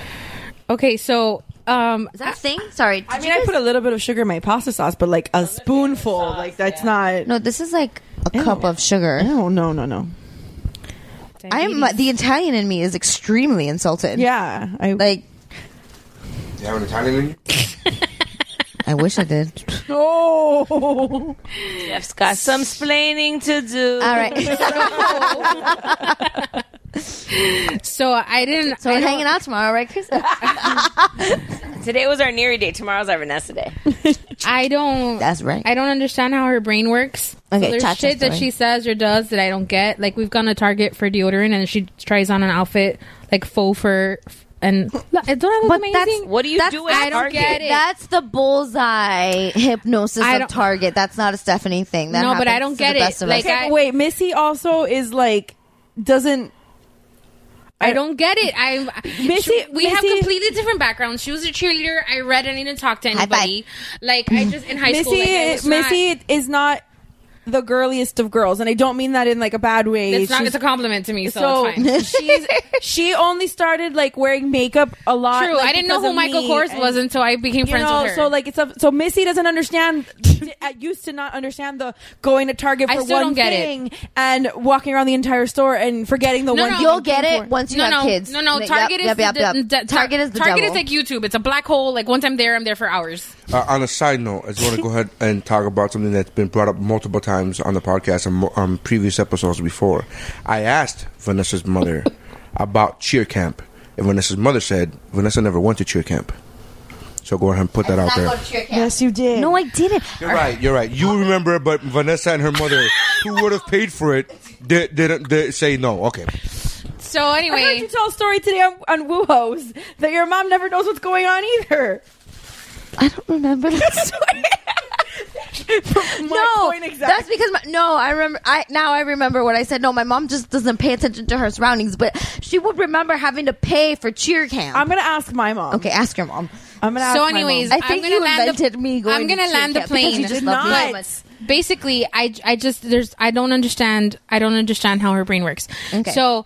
S3: Okay, so um,
S8: is that a thing? Sorry,
S11: I mean, I put a little bit of sugar in my pasta sauce, but like a spoonful, like that's not.
S8: No, this is like a cup of sugar. No,
S11: no, no, no.
S8: I'm the Italian in me is extremely insulted.
S11: Yeah, I
S8: like.
S13: You have an Italian in you?
S8: I wish I did.
S3: *laughs*
S11: Oh, No.
S9: Jeff's got some splaining to do.
S8: All right.
S3: so I didn't.
S8: So we're hanging out tomorrow, right,
S3: *laughs*
S8: Chris?
S9: Today was our Neri day. Tomorrow's our Vanessa day.
S3: I don't.
S8: That's right.
S3: I don't understand how her brain works. So
S8: Okay,
S3: there's
S8: Chacha's
S3: shit that
S8: story.
S3: she says or does that I don't get. Like we've gone to Target for deodorant and she tries on an outfit like faux fur and Look, don't I look amazing?
S9: what
S8: *laughs*
S9: do you
S8: that's-
S9: do at
S8: I don't
S9: Target?
S8: get it. That's the bullseye hypnosis
S3: I
S8: of
S3: don't-
S8: Target. That's not a Stephanie thing. That
S3: No, but I
S8: happens
S3: don't
S8: to
S3: get
S8: the
S3: it.
S8: best of
S3: Like,
S8: us.
S3: I-
S11: Wait, Missy also is like doesn't.
S3: I don't get it. I
S11: Missy-
S3: we have
S11: Missy-
S3: completely different backgrounds. She was a cheerleader. I read. I didn't talk to anybody. Like I just in high
S11: Missy,
S3: school. Like, I was not-
S11: Missy is not the girliest of girls, and I don't mean that in like a bad way.
S3: It's not.
S11: She's-
S3: It's a compliment to me.
S11: *laughs*
S3: So, it's fine.
S11: she's she only started like wearing makeup a lot.
S3: True.
S11: like,
S3: I didn't know
S11: because
S3: who
S11: of
S3: Michael
S11: me,
S3: Kors
S11: and-
S3: was until I became
S11: you
S3: friends
S11: know,
S3: with her.
S11: So like it's a, so Missy doesn't understand. I used to not understand the going to Target
S3: I
S11: for
S3: still
S11: one
S3: don't get it.
S11: thing and walking around the entire store and forgetting the one. thing
S8: You'll
S11: you
S8: get
S11: came
S8: it
S11: for.
S8: once you
S3: no,
S8: have
S3: no,
S8: kids.
S3: No, no,
S8: Like,
S3: Target
S8: yep,
S3: is
S8: yep,
S3: the,
S8: yep.
S3: the-
S8: Target is the
S3: Target
S8: devil.
S3: is like YouTube. It's a black hole. Like once I'm there, I'm there for hours.
S13: Uh, on a side note, I just want to go ahead and talk about something that's been brought up multiple times on the podcast and mo- on previous episodes before. I asked Vanessa's mother *laughs* about cheer camp, and Vanessa's mother said Vanessa never went to cheer camp. So go ahead and put that out there.
S11: Yes, you did.
S8: No, I didn't.
S13: You're right. You're right. You remember, but Vanessa and her mother, who would have paid for it, did, didn't did say no. Okay.
S3: So anyway,
S11: I heard you tell a story today on, on WooHo's that your mom never knows what's going on either.
S8: I don't remember that story. no,
S11: point exactly.
S8: that's because my, no, I remember. I now I remember what I said. No, my mom just doesn't pay attention to her surroundings, but she would remember having to pay for cheer camp. I'm
S11: gonna ask my mom.
S8: Okay, ask your mom.
S11: I'm gonna.
S3: so anyways,
S8: I think
S3: am gonna
S8: you
S3: land
S8: invented
S3: the,
S8: me. Going
S3: I'm gonna
S8: to
S3: land the
S8: cheer camp because
S3: plane.
S8: You just love me so much.
S3: But basically, I I just there's I don't understand. I don't understand how her brain works.
S8: Okay.
S3: So.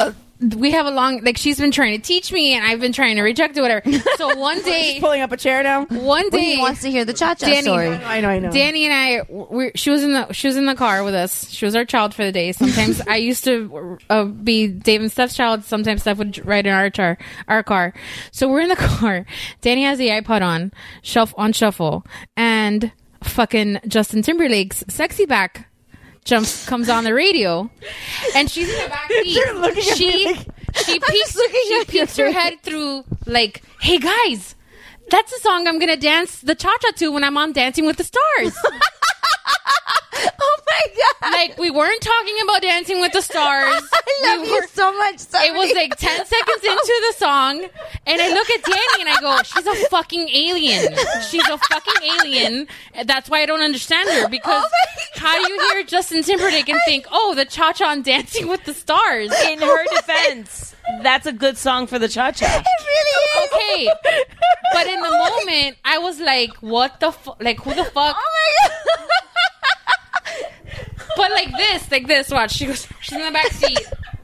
S3: uh, We have a long like she's been trying to teach me and I've been trying to reject it whatever.
S8: *laughs*
S3: So one day
S11: pulling up a chair now.
S3: One
S8: Well, he
S3: day
S8: wants to hear the cha-cha story. I know, I know, I know.
S3: Danny and I we she was in the she was in the car with us. She was our child for the day.
S15: *laughs*
S3: Sometimes I used to uh, be Dave and Steph's child. Sometimes Steph would ride in our car. Our car. So we're in the *laughs* car. Danny has the iPod on shelf on shuffle and fucking Justin Timberlake's "Sexy Back" jumps comes on the radio, and she's in the back
S15: *laughs* You're looking at
S3: seat.
S15: me
S3: She
S15: like- *laughs*
S3: she
S15: I'm
S3: peeks
S15: just looking
S3: she
S15: at you.
S3: peeks her head through like, hey guys, that's the song I'm gonna dance the cha cha to when I'm on Dancing with the Stars.
S8: *laughs* oh my god!
S3: Like we weren't talking about Dancing with the Stars.
S8: *laughs* *laughs* I love
S3: We
S8: you so much. Stephanie.
S3: It was like ten seconds into the song, and I look at Danny and I go, "She's a fucking alien. She's a fucking alien." And That's why I don't understand her
S8: Oh
S3: because how do you hear Justin Timberlake and think, "Oh, the cha cha on Dancing with the Stars"?
S9: In her defense, that's a good song for the cha cha.
S3: okay.
S11: *laughs*
S3: But in the moment, I was like, "What the fuck? Like, who the fuck?" Oh
S8: my god!
S3: *laughs* But like this, like this. Watch. She goes. She's in the back seat.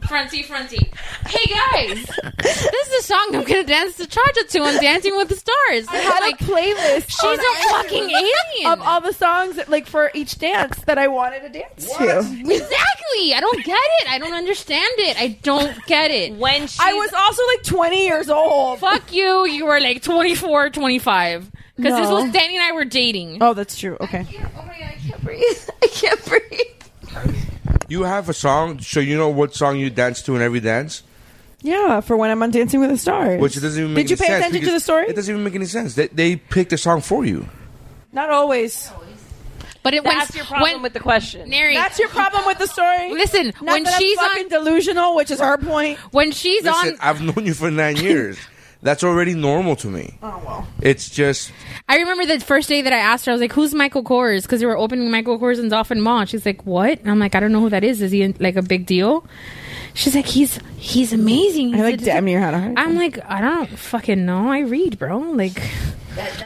S3: Front seat, front seat. Hey guys, this is the song I'm gonna dance to Charger to on Dancing with the Stars.
S11: I had
S3: like,
S11: a playlist.
S3: She's a fucking alien.
S11: of all the songs that, like for each dance that I wanted to dance to.
S3: Exactly. I don't get it. I don't understand it. I don't get it.
S9: When she
S11: I was also like 20 years old.
S3: Fuck you. You were like 24, 25. Because this
S11: No.
S3: was Danny and I were dating.
S11: Oh, that's true. Okay.
S8: *laughs*
S13: You have a song, so you know what song you dance to in every dance,
S11: Yeah, for when I'm on Dancing with the Stars.
S13: which it doesn't even make
S11: Did you
S13: any
S11: pay
S13: sense
S11: attention to
S13: because
S11: the story?
S13: It doesn't even make any sense. They, they picked a song for you.
S11: Not always.
S3: But it
S9: That's your problem with the question.
S3: Nary.
S11: That's your problem with the story.
S3: Listen,
S11: Not
S3: when
S11: that I'm
S3: she's
S11: fucking
S3: on-
S11: delusional, which is her point.
S3: When she's
S13: Listen,
S3: on,
S13: I've known you
S9: *laughs*
S13: for nine years. That's already normal to me.
S11: Oh well.
S13: It's just
S3: I remember the first day that I asked her, I was like, "Who's Michael Kors?" Because they were opening Michael Kors in Dolphin Mall. She's like, "What?" And I'm like, "I don't know who that is. Is he like a big deal?" She's like, "He's he's amazing."
S11: I, like, damn near had a heart
S3: I'm like, I don't fucking know. I read, bro. Like,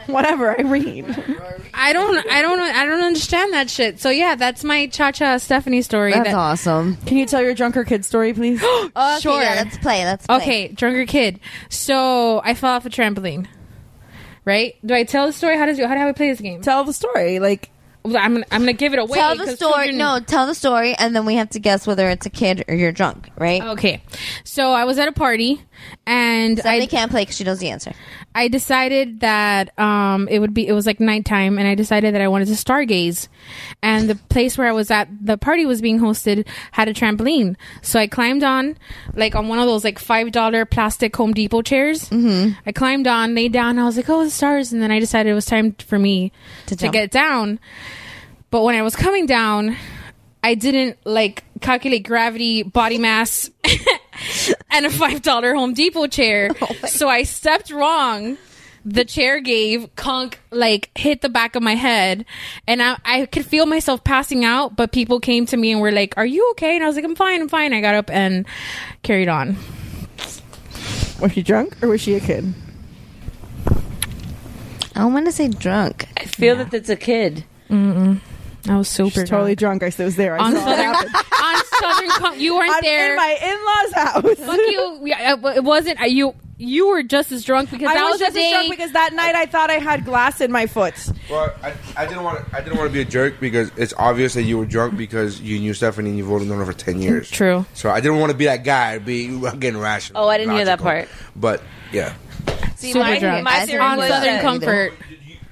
S11: whatever. I read.
S3: I don't, I don't, I don't understand that shit. So yeah, that's my cha cha Stephanie story.
S8: *laughs* That's
S3: that-
S8: awesome.
S11: Can you tell your drunker kid story, please?
S8: Okay,
S3: Sure.
S8: yeah, let's play. Let's play.
S3: Okay, drunker kid. So I fell off a trampoline. Right? Do I tell the story? How does how do I play this
S11: *gasps*
S3: game?
S11: Tell the story. Like
S3: I'm gonna, I'm gonna give it away.
S8: tell the
S3: 'cause
S8: story.
S3: children-
S8: No, tell the story, and then we have to guess whether it's a kid or you're drunk, right?
S3: Okay. So I was at a party and
S8: Stephanie
S3: I
S8: can't play because she knows the answer.
S3: I decided that um it would be it was like nighttime and I decided that I wanted to stargaze. And the place where I was at the party was being hosted had a trampoline. So I climbed on like on one of those like five dollar plastic Home Depot chairs. Mm-hmm. I climbed on, laid down, I was like, Oh the stars and then I decided it was time for me to,
S8: jump.
S3: get down. But when I was coming down, I didn't like calculate gravity, body mass, *laughs* and a five dollar Home
S11: *laughs*
S3: Depot chair.
S11: Oh
S3: so I stepped wrong. The chair gave conk like hit the back of my head, and I, I could feel myself passing out. But people came to me and were like, "Are you okay?" And I was like, "I'm fine, I'm fine." I got up and carried on.
S11: Was she drunk or was she a kid?
S8: I don't want to say drunk.
S9: I feel that it's a kid.
S3: Mm-mm. I was super
S11: She's totally drunk. I was there. I *laughs*
S3: On
S11: saw it
S3: Southern-
S11: happen.
S3: on Southern, Com- you weren't
S11: I'm
S3: there.
S11: in my in-laws house.
S3: Fuck you. Yeah, uh, it wasn't. uh, You you were just as drunk
S11: *laughs*
S3: because
S11: I
S3: that
S11: was,
S3: was,
S11: just
S3: the
S11: as
S3: day.
S11: drunk because that night I thought I had glass in my foot.
S13: Well, I, I didn't want to. I didn't want to be a jerk because it's obvious that you were drunk because you knew Stephanie and you've only known her for ten years.
S3: True.
S13: So I didn't want to be that guy. Be getting rational.
S9: Oh, I didn't hear that
S13: logical.
S9: part.
S13: But yeah,
S9: See,
S3: Super
S9: my,
S3: drunk.
S9: my
S8: I
S9: theory
S8: think
S9: was
S8: Southern
S9: that-
S8: Com- Comfort.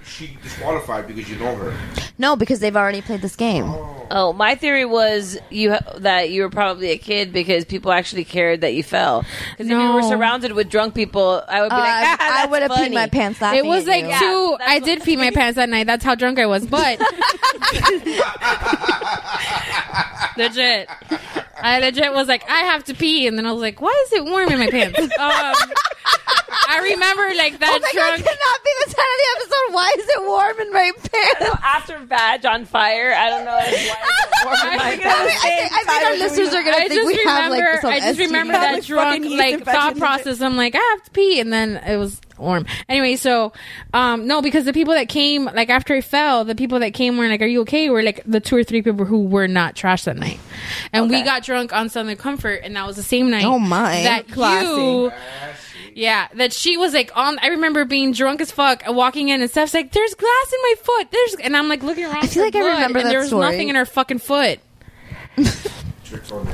S13: she disqualified because you know her.
S8: No, because they've already played this game.
S9: Oh, my theory was you ha- that you were probably a kid because people actually cared that you fell. Because if you were
S3: No.
S9: surrounded with drunk people, I would be
S8: Uh,
S9: like, *laughs* ah,
S8: I
S9: that's
S8: would have
S9: funny.
S8: peed *laughs* my pants laughing.
S3: It was
S8: at
S3: like
S8: you.
S3: two. I did pee my pants that night. That's how drunk I was. But *laughs* legit, I legit was like, I have to pee, and then I was like, why is it warm in my *laughs* pants? Um, I remember like that
S8: Oh my god,
S3: drunk.
S8: cannot be the title of the episode. Why is it warm in my pants?
S9: After Vag on fire, I don't know why
S8: *laughs*
S9: it's warm in my
S8: I, mean,
S9: pants.
S8: I think, I think our listeners are gonna
S3: I
S8: think
S3: just
S8: we
S3: remember.
S8: have like some
S3: I just
S8: STD.
S3: remember that drunk
S11: fucking
S3: like
S11: yeast
S3: thought
S11: infection.
S3: process. I'm like, I have to pee, and then it was warm. Anyway, so um, no, because the people that came like after I fell, the people that came were like, "Are you okay?" Were like the two or three people who were not trash that night, and we got drunk on Southern Comfort, and that was the same night.
S8: Oh, my.
S3: that
S8: Classy.
S3: you. Yeah, that she was like on. I remember being drunk as fuck, walking in, and Steph's like, "There's glass in my foot." There's, and I'm like looking around.
S8: I feel
S3: for
S8: like I
S3: blood,
S8: remember
S3: and
S8: that
S3: There was
S8: story.
S3: nothing in her fucking foot.
S13: Tricks on me.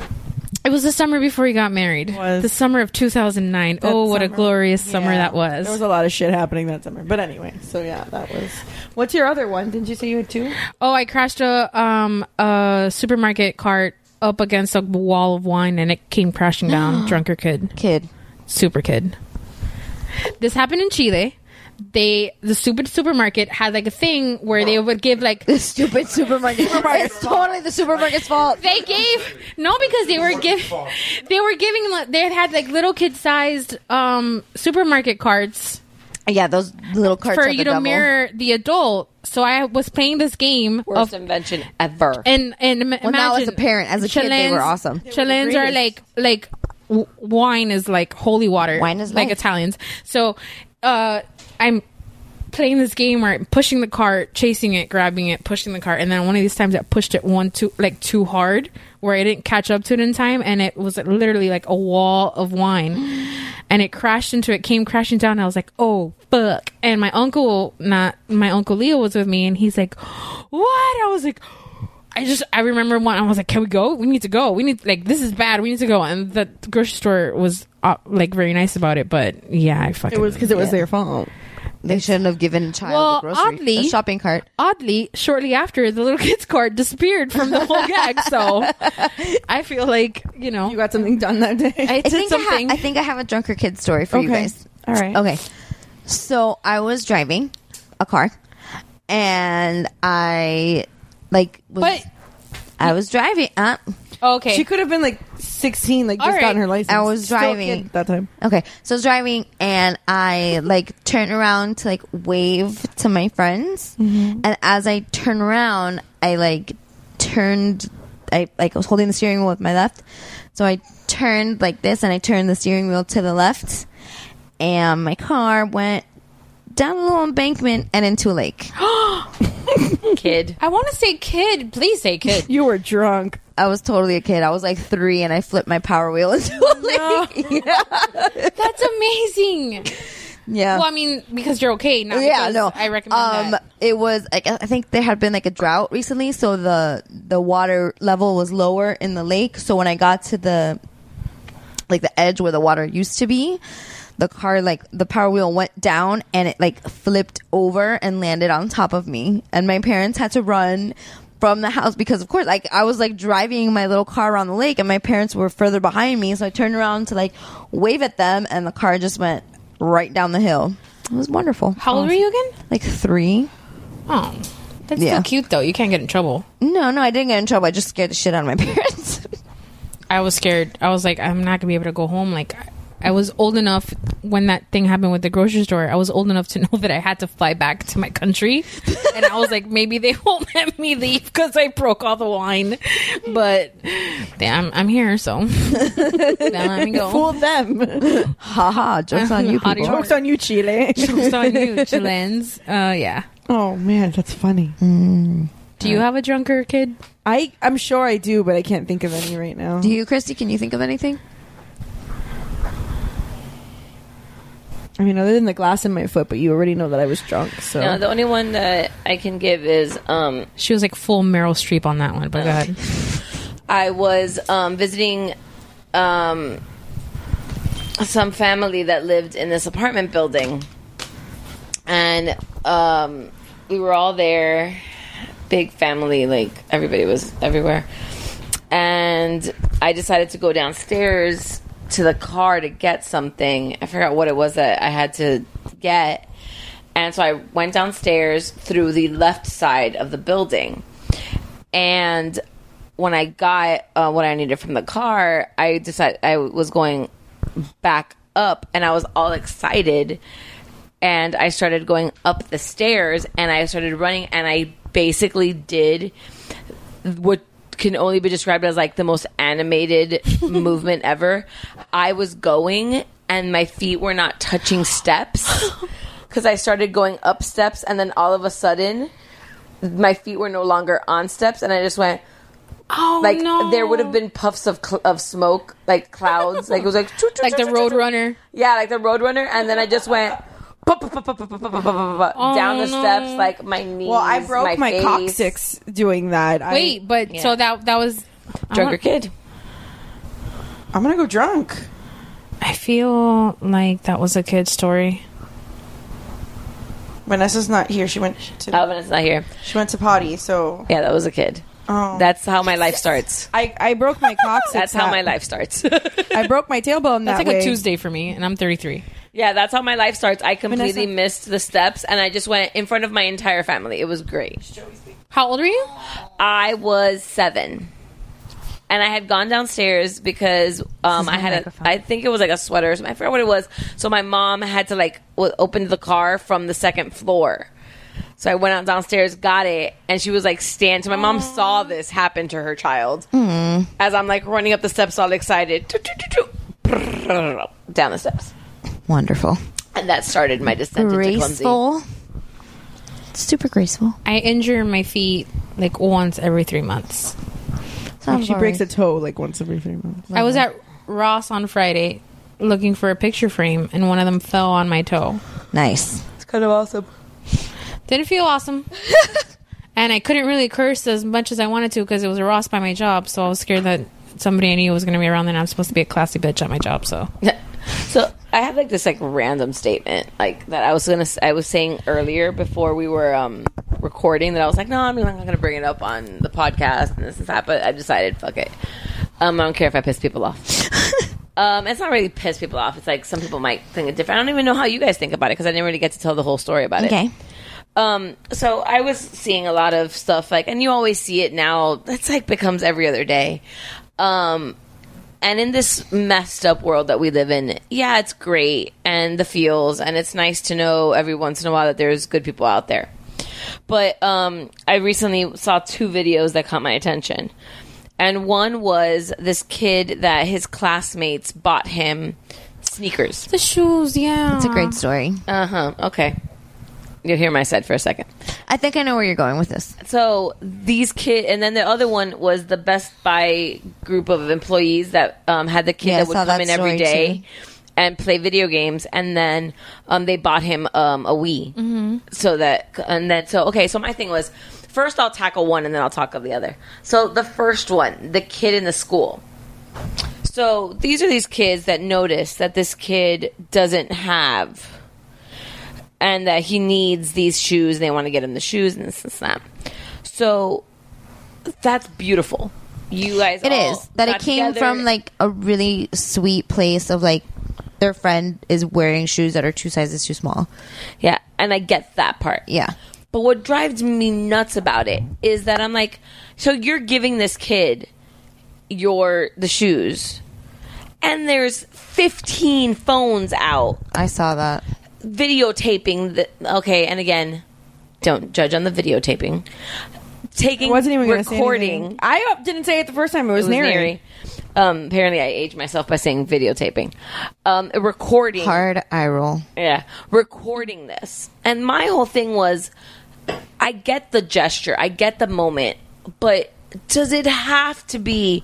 S3: It was the summer before he got married.
S11: Was.
S3: The summer of 2009.
S11: That
S3: oh, what a
S11: summer.
S3: glorious summer
S11: Yeah.
S3: that was.
S11: There was a lot of shit happening that summer. But anyway, so yeah, that was. What's your other one? Didn't you say you had two?
S3: oh, I crashed a um a supermarket cart up against a wall of wine and it came
S11: *gasps*
S3: crashing down. Drunker kid.
S8: Kid.
S3: Super kid. This happened in Chile. They the stupid supermarket had like a thing where they would give
S8: *laughs*
S3: like
S8: The stupid supermarket. it's totally the supermarket's fault.
S3: they gave no because they were giving they were giving li- they had like little kid sized um supermarket carts
S8: Yeah, those little carts
S3: for
S8: are
S3: you
S8: the
S3: to
S8: devil.
S3: mirror the adult. So I was playing this game
S9: Worst
S3: of
S9: invention ever.
S3: and and im-
S8: Well,
S3: imagine
S8: now as a parent, as a kid, they were
S3: Chileans-
S8: awesome. They were
S3: Chileans
S8: the
S3: are like
S8: greatest.
S3: like w- wine is like holy water.
S8: Wine is
S3: like
S8: life.
S3: Italians. So uh, I'm playing this game where I'm pushing the cart, chasing it, grabbing it, pushing the cart, and then one of these times I pushed it one too like too hard where I didn't catch up to it in time, and it was literally like a wall of wine,
S8: *gasps*
S3: and it crashed into it, came crashing down. And I was like, oh fuck! And my uncle, not my uncle Leo, was with me, and he's like, *gasps* what? I was like. I just I remember one. I was like, "Can we go? We need to go. We need like this is bad. We need to go." And the grocery store was uh, like very nice about it, but yeah, I fucking
S11: It was because it was their fault.
S8: They shouldn't have given child a grocery, a shopping cart.
S3: Oddly, shortly after the little *laughs* kid's cart disappeared from the whole gag, so *laughs* I feel like you know
S11: you got something done that day.
S8: I think I, ha- I think I have a drunker kid story for you
S11: Okay.
S8: guys.
S11: All right.
S8: Okay. So I was driving a car, and I like was I was driving uh, up.
S3: Okay.
S11: She could have been like 16, like just
S8: All right.
S11: gotten her license.
S8: I was
S11: Still a
S8: driving.
S11: kid that time.
S8: Okay, so I was driving and I like turn around to like wave to my friends, and as I turn around, I like turned. I like I was holding the steering wheel with my left, so I turned like this, and I turned the steering wheel to the left, and my car went down a little embankment and into a lake.
S9: kid.
S3: I want to say kid. Please say kid. *laughs*
S11: you were drunk.
S8: I was totally a kid. I was like three, and I flipped my power wheel *laughs* into a lake.
S3: That's amazing.
S8: Yeah.
S3: Well, I mean, because you're okay. Not because I recommend
S8: um,
S3: that.
S8: It was like I I think there had been like a drought recently, so the the water level was lower in the lake. So when I got to the like the edge where the water used to be, the car like the power wheel went down and it like flipped over and landed on top of me, and my parents had to run. From the house because of course like I was like driving my little car around the lake and my parents were further behind me so I turned around to like wave at them and the car just went right down the hill. It was wonderful.
S3: How old were you again?
S8: Like three.
S3: Oh, that's
S8: Yeah.
S3: so cute though. You can't get in trouble.
S8: No, no, I didn't get in trouble. I just scared the shit out of my *laughs* parents.
S3: I was scared. I was like, I'm not gonna be able to go home. Like, I- I was old enough when that thing happened with the grocery store. I was old enough to *laughs* know that I had to fly back to my country, and I was like, maybe they won't *laughs* let me leave because I broke all the wine. But yeah, I'm, I'm here, so they let me go.
S11: Fool them.
S8: *laughs* ha ha. Jokes on you.
S3: *laughs* How do you
S8: People.
S3: work?
S11: Jokes on you, *laughs* Chile.
S3: Jokes on you, Chileans. Uh, yeah.
S11: Oh man, that's funny.
S3: Do you have a drunker kid?
S11: I I'm sure I do, but I can't think of any right now.
S8: Do you, Christy? Can you think of anything?
S11: I mean, other than the glass in my foot, but you already know that I was drunk. So
S9: No, uh, the only one that I can give is um,
S3: She was like full Meryl Streep on that one, but go ahead.
S9: I was um, visiting um, some family that lived in this apartment building, and um, we were all there. Big family, like everybody was everywhere. And I decided to go downstairs to the car to get something. I forgot what it was that I had to get. And so I went downstairs through the left side of the building. And when I got uh, what I needed from the car, I decided I was going back up and I was all excited. And I started going up the stairs and I started running and I basically did what can only be described as like the most animated movement ever. I was going and my feet were not touching steps because I started going up steps and then all of a sudden my feet were no longer on steps and I just went.
S3: Oh
S9: like
S3: no.
S9: there would have been puffs of cl- of smoke, like clouds, like it was like choo, choo,
S3: Like
S9: choo,
S3: the
S9: choo, choo, choo.
S3: Roadrunner.
S9: Yeah, like the Roadrunner, and then I just went pa- pa- pa- pa- pa- pa- pa- pa- pa- pa- pa- down the
S3: Oh, no.
S9: steps, like my knees.
S11: well, I broke my,
S9: face.
S11: coccyx doing that. I-
S3: Wait, but so that that was
S9: Drunker kid.
S11: I'm gonna go drunk.
S3: I feel like that was a kid story.
S11: Vanessa's not here. She went to.
S9: Oh, Vanessa's not here.
S11: She went to potty. So
S9: Yeah, that was a kid.
S11: Oh.
S9: That's how my life starts.
S3: *laughs*
S11: I I broke my
S9: *laughs*
S11: coccyx.
S9: That's how
S11: that-
S9: my life starts. *laughs*
S11: I broke my tailbone. that
S3: That's like
S11: way.
S3: a Tuesday for me, and I'm 33.
S9: yeah, that's how my life starts. I completely
S3: Vanessa?
S9: missed the steps, and I just went in front of my entire family. It was great.
S3: How old were you?
S9: I was seven. And I had gone downstairs because um, I had a, I think it was like a sweater. or something. I forgot what it was. So my mom had to like w- open the car from the second floor. So I went out downstairs, got it, and she was like stand. So my mom saw this happen to her child
S8: Hmm.
S9: as I'm like running up the steps, all excited, toot, toot, toot, toot, down the steps,
S8: Wonderful.
S9: and that started my descent into clumsy.
S8: Graceful. Super graceful.
S3: I injure my feet like once every three months.
S11: Like, she breaks a toe like once every three months.
S3: I was at Ross on Friday looking for a picture frame, and one of them fell on my toe.
S8: Nice.
S9: It's kind of awesome.
S3: Didn't feel *laughs* awesome. and I couldn't really curse as much as I wanted to because it was a Ross by my job, so I was scared that somebody I knew was going to be around, and I'm supposed to be a classy bitch at my job, so.
S9: *laughs* So I have like this like random statement like that I was gonna s- I was saying earlier before we were um recording that I was like no I'm not gonna bring it up on the podcast and this and that but I decided fuck it um I don't care if I piss people off *laughs* um it's not really piss people off it's like some people might think it different I don't even know how you guys think about it because I didn't really get to tell the whole story about it
S8: Okay.
S9: um, so I was seeing a lot of stuff like, and you always see it now. That's like becomes every other day. Um, and in this messed up world that we live in, yeah, it's great and the feels, and it's nice to know every once in a while that there's good people out there. But um, I recently saw two videos that caught my attention. And one was this kid that his classmates bought him sneakers.
S3: The shoes, yeah.
S8: It's a great story.
S9: Uh huh. Okay. You'll hear my said for a second.
S8: I think I know where you're going with this.
S9: So these kid, and then the other one was the Best Buy group of employees that um, had the kid
S8: Yeah, I
S9: that would
S8: saw
S9: come
S8: that
S9: in every
S8: story,
S9: day
S8: too.
S9: and play video games, and then um, they bought him um, a Wii,
S8: Mm-hmm.
S9: so that and then so okay. So my thing was, first I'll tackle one, and then I'll talk of the other. So the first one, the kid in the school. So these are these kids that notice that this kid doesn't have and that he needs these shoes and they want to get him the shoes and this and that. So that's beautiful. You guys
S8: It is that it came from like a really sweet place of like their friend is wearing shoes that are two sizes too small.
S9: Yeah, and I get that part.
S8: Yeah.
S9: But what drives me nuts about it is that I'm like, so you're giving this kid your the shoes and there's 15 phones out
S8: I saw that.
S9: videotaping the okay and again don't judge on the videotaping taking
S11: I wasn't even gonna say
S9: recording
S11: anything. I uh, didn't say it the first time. It was,
S9: It was
S11: Neri.
S9: Neri. Um, apparently, I aged myself by saying videotaping, um, recording.
S8: Hard eye roll.
S9: Yeah, recording this. And my whole thing was, I get the gesture, I get the moment, but does it have to be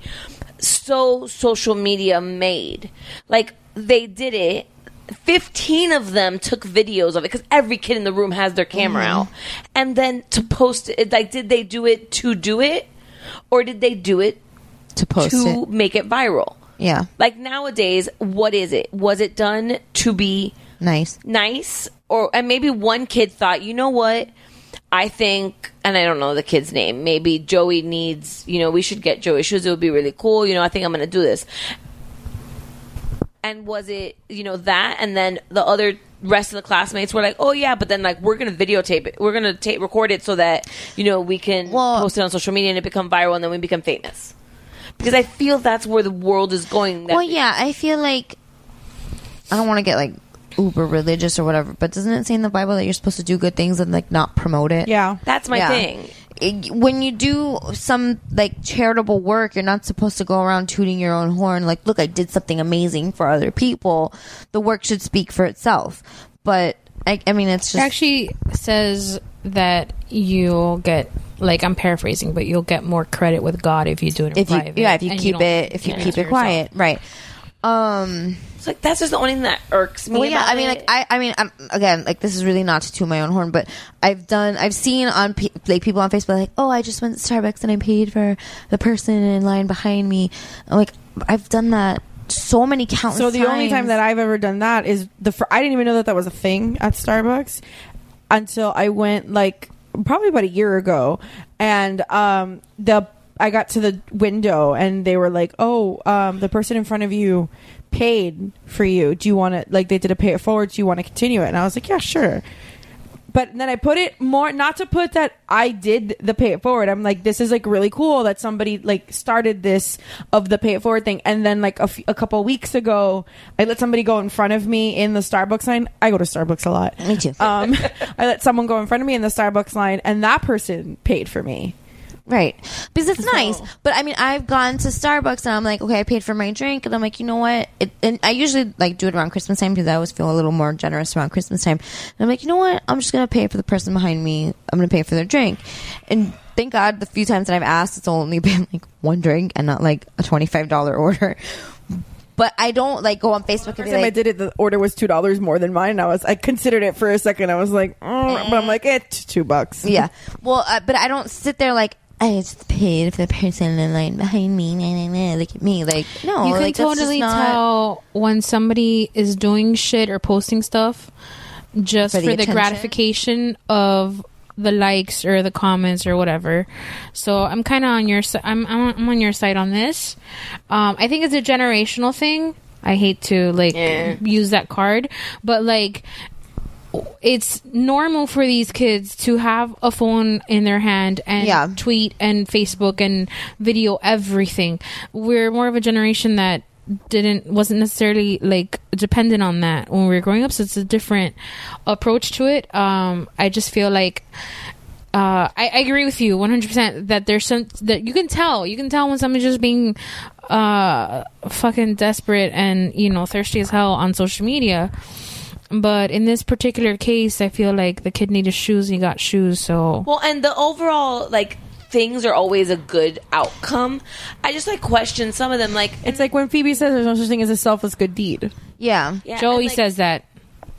S9: so social media made? Like they did it. 15 of them took videos of it because every kid in the room has their camera
S8: Mm-hmm.
S10: Mhm.
S9: out. And then to post it, like, did they do it to do it? Or did they do it
S8: to post
S9: to
S8: it.
S9: make it viral?
S8: Yeah.
S9: Like nowadays, what is it? Was it done to be
S8: Nice.
S9: nice or and maybe one kid thought you know what i think and i don't know the kid's name maybe joey needs you know we should get joey shoes it would be really cool you know i think i'm gonna do this and was it you know that and then the other rest of the classmates were like oh yeah but then like we're gonna videotape it we're gonna tape record it so that you know we can post it on social media and it become viral and then we become famous because i feel that's where the world is going that
S8: Well, yeah, I feel like I don't want to get like uber religious or whatever, but doesn't it say in the Bible that you're supposed to do good things and like not promote it?
S11: Yeah.
S9: That's my
S8: Yeah.
S9: thing.
S8: It- when you do some like charitable work, you're not supposed to go around tooting your own horn. Like, look, I did something amazing for other people. The work should speak for itself. But I, I mean, it's
S3: It
S8: just
S3: actually says that you'll get like I'm paraphrasing, but you'll get more credit with God if you do it in
S8: if you
S3: private.
S8: yeah if you
S3: and
S8: keep
S3: don't
S8: it if you
S3: keep
S8: keep
S3: to
S8: it quiet, right? Um,
S9: it's like that's just the only thing that irks me
S8: Well, yeah,
S9: about
S8: I mean,
S9: it.
S8: like I, I mean, I'm, again, like this is really not to toot my own horn, but I've done, I've seen on pe- like people on Facebook like, oh, I just went to Starbucks and I paid for the person in line behind me. I'm like I've done that so many countless.
S11: So the only time
S8: times.
S11: that I've ever done that is the fir- I didn't even know that that was a thing at Starbucks until I went like probably about a year ago and um the I got to the window and they were like, "Oh, um the person in front of you paid for you. Do you want to like they did a pay it forward, do you want to continue it?" And I was like, "Yeah, sure." But then I put it more not to put that I did the pay it forward. I'm like, this is like really cool that somebody like started this of the pay it forward thing. And then like a, f- a couple weeks ago, I let somebody go in front of me in the Starbucks line. I go to Starbucks a lot.
S8: Me too.
S11: *laughs* Um, I let someone go in front of me in the Starbucks line, and that person paid for me.
S8: Right. Because it's nice. But I mean, I've gone to Starbucks and I'm like, okay, I paid for my drink. And I'm like, you know what? It, and I usually like do it around Christmas time because I always feel a little more generous around Christmas time. And I'm like, you know what? I'm just going to pay for the person behind me I'm gonna pay for their drink. And thank God, the few times that I've asked, it's only *laughs* been like one drink and not like a twenty five dollar order. But I don't like go on Facebook and
S11: First
S8: be
S11: time I
S8: like,
S11: did it, the order was two dollars more than mine. And I was, I considered it for a second. I was like, mm, but I'm like, it's two bucks.
S8: Eh. yeah. Well, uh, but I don't sit there like. I just paid for the person in line behind me. Nah, nah, nah, look at me, like no.
S3: you can
S8: like, that's just
S3: totally
S8: not-
S3: tell when somebody is doing shit or posting stuff just
S8: For
S3: for
S8: the
S3: the,
S8: attention?
S3: gratification of the likes or the comments or whatever. So I'm kind of on your si- I'm, I'm I'm on your side on this. Um, I think it's a generational thing. I hate to like use that card, but like it's normal for these kids to have a phone in their hand and tweet and Facebook and video everything. We're more of a generation that didn't wasn't necessarily like dependent on that when we were growing up so it's a different approach to it um i just feel like uh, I, I agree with you 100% that there's some that you can tell you can tell when somebody's just being uh fucking desperate and you know thirsty as hell on social media but in this particular case i feel like the kid needed shoes and he got shoes so
S9: Well, and the overall like things are always a good outcome. I just like question some of them. Like
S11: It's like when Phoebe says there's no such thing as a selfless good deed.
S8: yeah,
S3: joey says that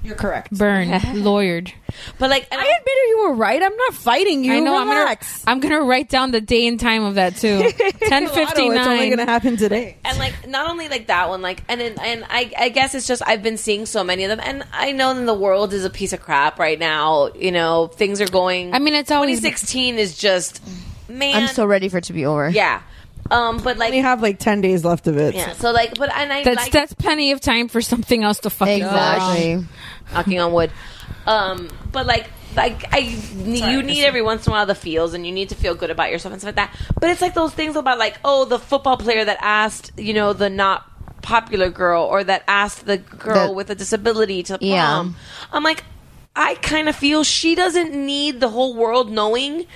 S11: you're correct
S3: burn lawyered
S9: but like
S11: I admit you were right. I'm not fighting you.
S3: i know
S11: Relax.
S3: *laughs* i'm gonna i'm gonna write down the day and time of that too 1059
S11: *laughs* It's only gonna happen today.
S9: and like not only like that one like and then and I, I guess it's just i've been seeing so many of them and i know that the world is a piece of crap right now you know things are going i
S3: mean it's always
S9: 2016 is just man
S8: I'm so ready for it to be over.
S9: yeah um but like
S11: We have like ten days left of it.
S9: yeah so like but and i
S3: that's
S9: like
S3: that's plenty of time for something else to fucking go wrong.
S9: knocking on wood um but like like I, you need every once in a while the feels, and you need to feel good about yourself and stuff like that. But it's like those things about like, oh, the football player that asked, you know, the not popular girl, or that asked the girl
S8: That-
S9: with a disability to prom.
S8: Yeah.
S9: I'm like, I kind of feel she doesn't need the whole world knowing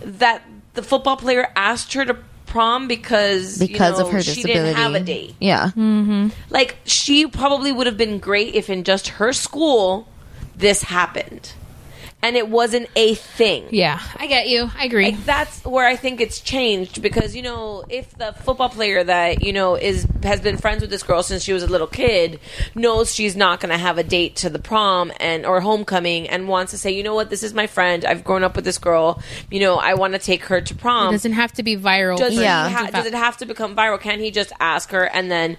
S9: that the football player asked her to prom because you
S8: because
S9: know,
S8: of her
S9: she
S8: disability.
S9: didn't have a date.
S8: Yeah.
S3: Mm-hmm.
S9: Like she probably would have been great if in just her school this happened. And it wasn't a thing.
S3: yeah i get you i agree
S9: Like that's where I think it's changed because you know if the football player that you know is has been friends with this girl since she was a little kid knows she's not going to have a date to the prom and or homecoming and wants to say you know what this is my friend I've grown up with this girl you know I want to take her to
S3: it
S9: prom
S3: doesn't have to be viral
S9: does, he
S3: for you to
S9: ha-
S3: fa-
S9: does it have to become viral? Can he just ask her and then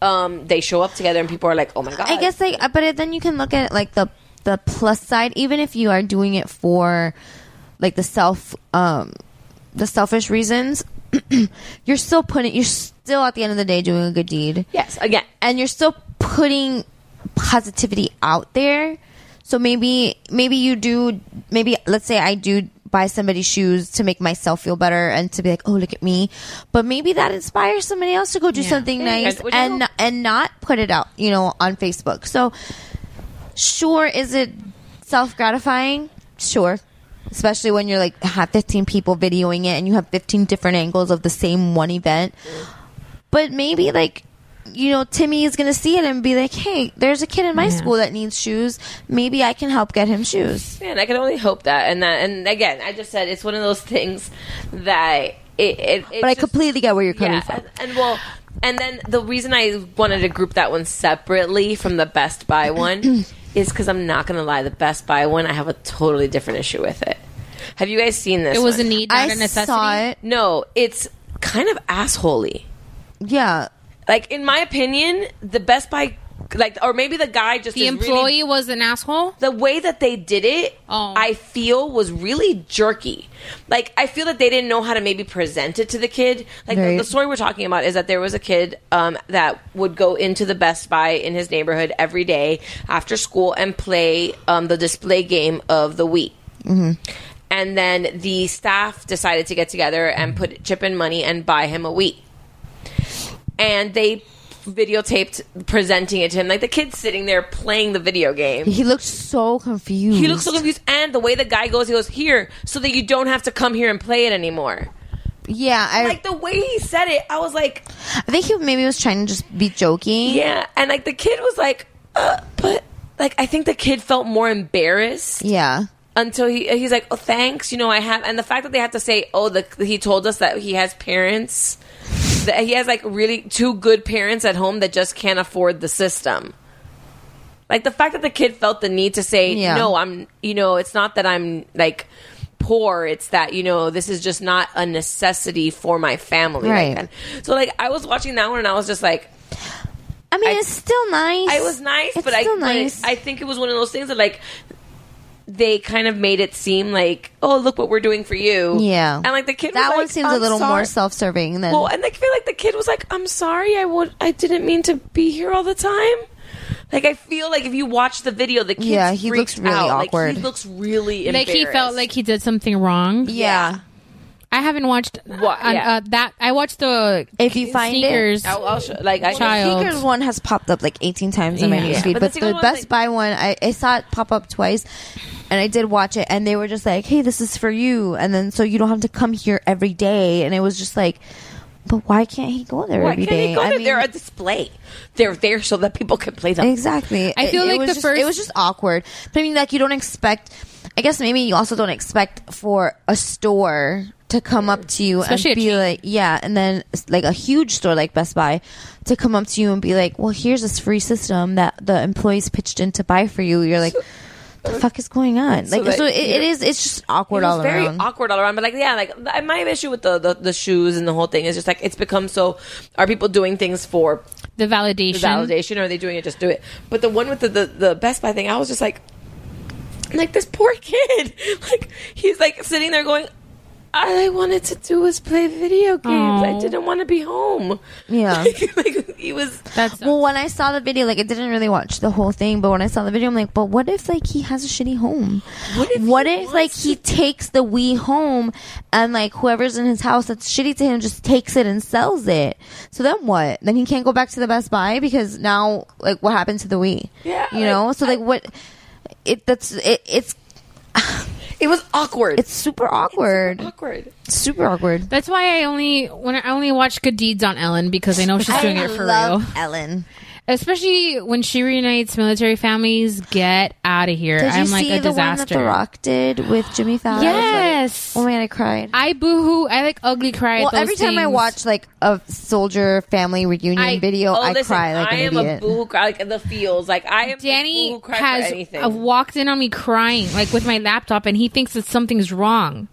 S9: um, they show up together and people are like, oh my god?
S8: I guess like, uh, but it, then you can look at like the the plus side. Even if you are doing it for like the self um the selfish reasons, *clears throat* you're still putting. You're still at the end of the day doing a good deed.
S9: Yes, again,
S8: and you're still putting positivity out there. So maybe maybe you do maybe let's say I do buy somebody shoes to make myself feel better and to be like, "Oh, look at me." But maybe that inspires somebody else to go do something
S9: Yeah,
S8: nice
S9: and- which is
S8: and and not put it out, you know, on Facebook. So sure is it self-gratifying? Sure. Especially when you're like have 15 people videoing it and you have 15 different angles of the same one event but maybe like you know timmy is gonna see it and be like hey there's a kid in my school that needs shoes maybe i can help get him shoes
S9: Man, I can only hope that. And that, and again, I just said it's one of those things that it. it, it
S8: but i
S9: just-
S8: completely get where you're coming
S9: yeah,
S8: from
S9: and, and well, and then the reason I wanted to group that one separately from the Best
S8: *clears throat*
S9: Buy one is because I'm not gonna lie, the Best Buy one I have a totally different issue with it. Have you guys seen this?
S3: It was
S9: one?
S3: a need, not I a necessity? saw it.
S9: No, it's kind of assholey.
S8: yeah
S9: Like in my opinion, the Best Buy, like, or maybe the guy just
S3: the
S9: is really-
S3: employee was an asshole
S9: the way that they did it, I feel was really jerky. Like I feel that they didn't know how to maybe present it to the kid. Like the-
S10: Right.
S9: the, story we're talking about is that there was a kid um, that would go into the Best Buy in his neighborhood every day after school and play um, the display game of the week. And then the staff decided to get together and put chip in money and buy him a Wii. And they videotaped presenting it to him. Like the kid's sitting there playing the video game.
S8: he looks so confused
S9: He looks so confused. And the way the guy goes, he goes, Here, so that you don't have to come here and play it anymore.
S8: yeah i
S9: like the way he said it, I was like,
S8: i think he maybe was trying to just be joking
S9: Yeah. And like the kid was like, uh, But like, I think the kid felt more embarrassed
S8: yeah
S9: until he he's like, "Oh, thanks." You know, I have, and the fact that they have to say, "Oh, the he told us that he has parents." That he has like really two good parents at home that just can't afford the system. Like the fact that the kid felt the need to say,
S8: Yeah.
S9: "No, I'm," you know, it's not that I'm like poor. It's that you know this is just not a necessity for my family.
S8: Right.
S9: Like that. So like I was watching that one and I was just like,
S8: I mean, it's still nice.
S9: it was nice,
S8: It's
S9: but I
S8: still
S9: but
S8: nice.
S9: I think it was one of those things that like they kind of made it seem like, oh, look what we're doing for you.
S8: Yeah.
S9: and like the kid
S8: that
S9: was
S8: one
S9: like,
S8: seems a
S9: "I'm
S8: little more
S9: sorry."
S8: self-serving than.
S9: Well, and I feel like the kid was like, "I'm sorry, I would, I didn't mean to be here all the time." Like I feel like if you watch the video, the kid
S8: Yeah, he
S9: freaked
S8: looks really
S9: out. Like,
S8: awkward.
S9: he looks really
S3: like he felt
S9: embarrassed.
S3: like he did something wrong.
S8: Yeah.
S3: I haven't watched
S9: What-
S3: uh,
S9: yeah.
S3: uh, that. I watched the
S8: If you find it-
S3: sneakers.
S9: I'll, I'll show, like I
S3: Child.
S8: The Sneakers one has popped up like 18 times in my
S3: Yeah.
S8: newsfeed,
S3: But
S8: but,
S3: the
S8: the,
S3: Sneakers one's
S8: Best Buy one, I, I saw it pop up twice, and I did watch it, and they were just like, "Hey, this is for you," and then so you don't have to come here every day, and it was just like, "But why can't he go there
S9: Why
S8: every
S9: can't he
S8: day?"
S9: go
S8: I
S9: there?
S8: mean,
S9: They're a display. They're there so that people can play them.
S8: Exactly.
S3: I
S8: It-
S3: feel
S8: it
S3: like
S8: was
S3: the
S8: just-
S3: first-
S8: it was just awkward. But I mean, like you don't expect. I guess maybe you also don't expect for a store to come up to you
S3: Especially a
S8: and be like, yeah, and then like a huge store like Best Buy to come up to you and be like, well, here's this free system that the employees pitched in to buy for you. You're like. the fuck is going on?
S9: So
S8: Like, so,
S9: that-
S8: it, it is. It's just awkward
S9: It was
S8: all
S9: very
S8: around.
S9: awkward all around. But like, yeah, like th- my issue with the, the the shoes and the whole thing is just like it's become so. Are people doing things for
S3: the validation?
S9: the validation, or are they doing it just do it? But the one with the the, the Best Buy thing, I was just like, like this poor kid, *laughs* like he's like sitting there going. All I wanted to do was play video games. I
S8: Aw.
S9: didn't want to be home.
S8: Yeah.
S9: *laughs* Like, he was.
S3: That's
S8: well. When I saw the video, like I didn't really watch the whole thing, but when I saw the video, I'm like, but what if like he has a shitty home? What if, like he takes the Wii home and like whoever's in his house that's shitty to him just takes it and sells it? So then what? Then he can't go back to the Best Buy because now like what happened to the Wii?
S9: Yeah,
S8: you know. So like what? It that's it, it's.
S9: It was awkward.
S8: It's super awkward.
S9: awkward.
S8: Super awkward.
S3: That's why I only when I only watch Good Deeds on Ellen because I know she's
S8: I
S3: doing it for
S8: love
S3: real.
S8: Ellen.
S3: Especially when she reunites military families, get out of here!
S8: Did you
S3: I'm like
S8: see
S3: a
S8: the one that
S3: disaster.
S8: The Rock did with Jimmy Fallon?
S3: Yes.
S8: Oh my god, I cried.
S3: I boohoo. I like ugly cry. at
S8: Well,
S3: those
S8: every time I
S3: things.
S8: watch like a soldier family reunion video,
S9: oh,
S8: I
S9: listen,
S8: cry like
S9: I
S8: an
S9: am
S8: idiot.
S9: a boo cry. Like in the feels. Like I am. a
S3: Danny
S9: boo cry for
S3: has
S9: anything.
S3: uh, walked in on me crying, like with my laptop, and he thinks that something's wrong.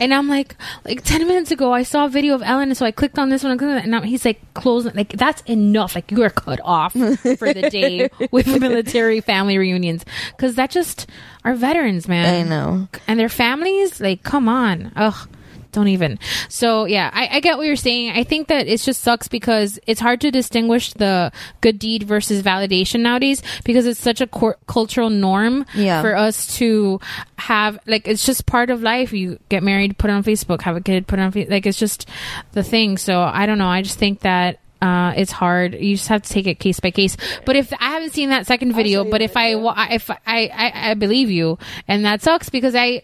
S3: and I'm like, like ten minutes ago, I saw a video of Ellen, and so I clicked on this one, and, clicked on that, and now he's like, close, like that's enough. Like you are cut off for the day with military family reunions because that just are veterans, man.
S8: I know,
S3: and their families. Like, come on, ugh. Don't even. So yeah, I, I get what you're saying. I think that it just sucks because it's hard to distinguish the good deed versus validation nowadays because it's such a cor- cultural norm
S8: Yeah.
S3: for us to have like it's just part of life. You get married, put it on Facebook, have a kid, put it on Fa- like it's just the thing. So I don't know. I just think that. Uh, it's hard. You just have to take it case by case. But if I haven't seen that second video, but if I wa- if I, I I believe you, and that sucks because I,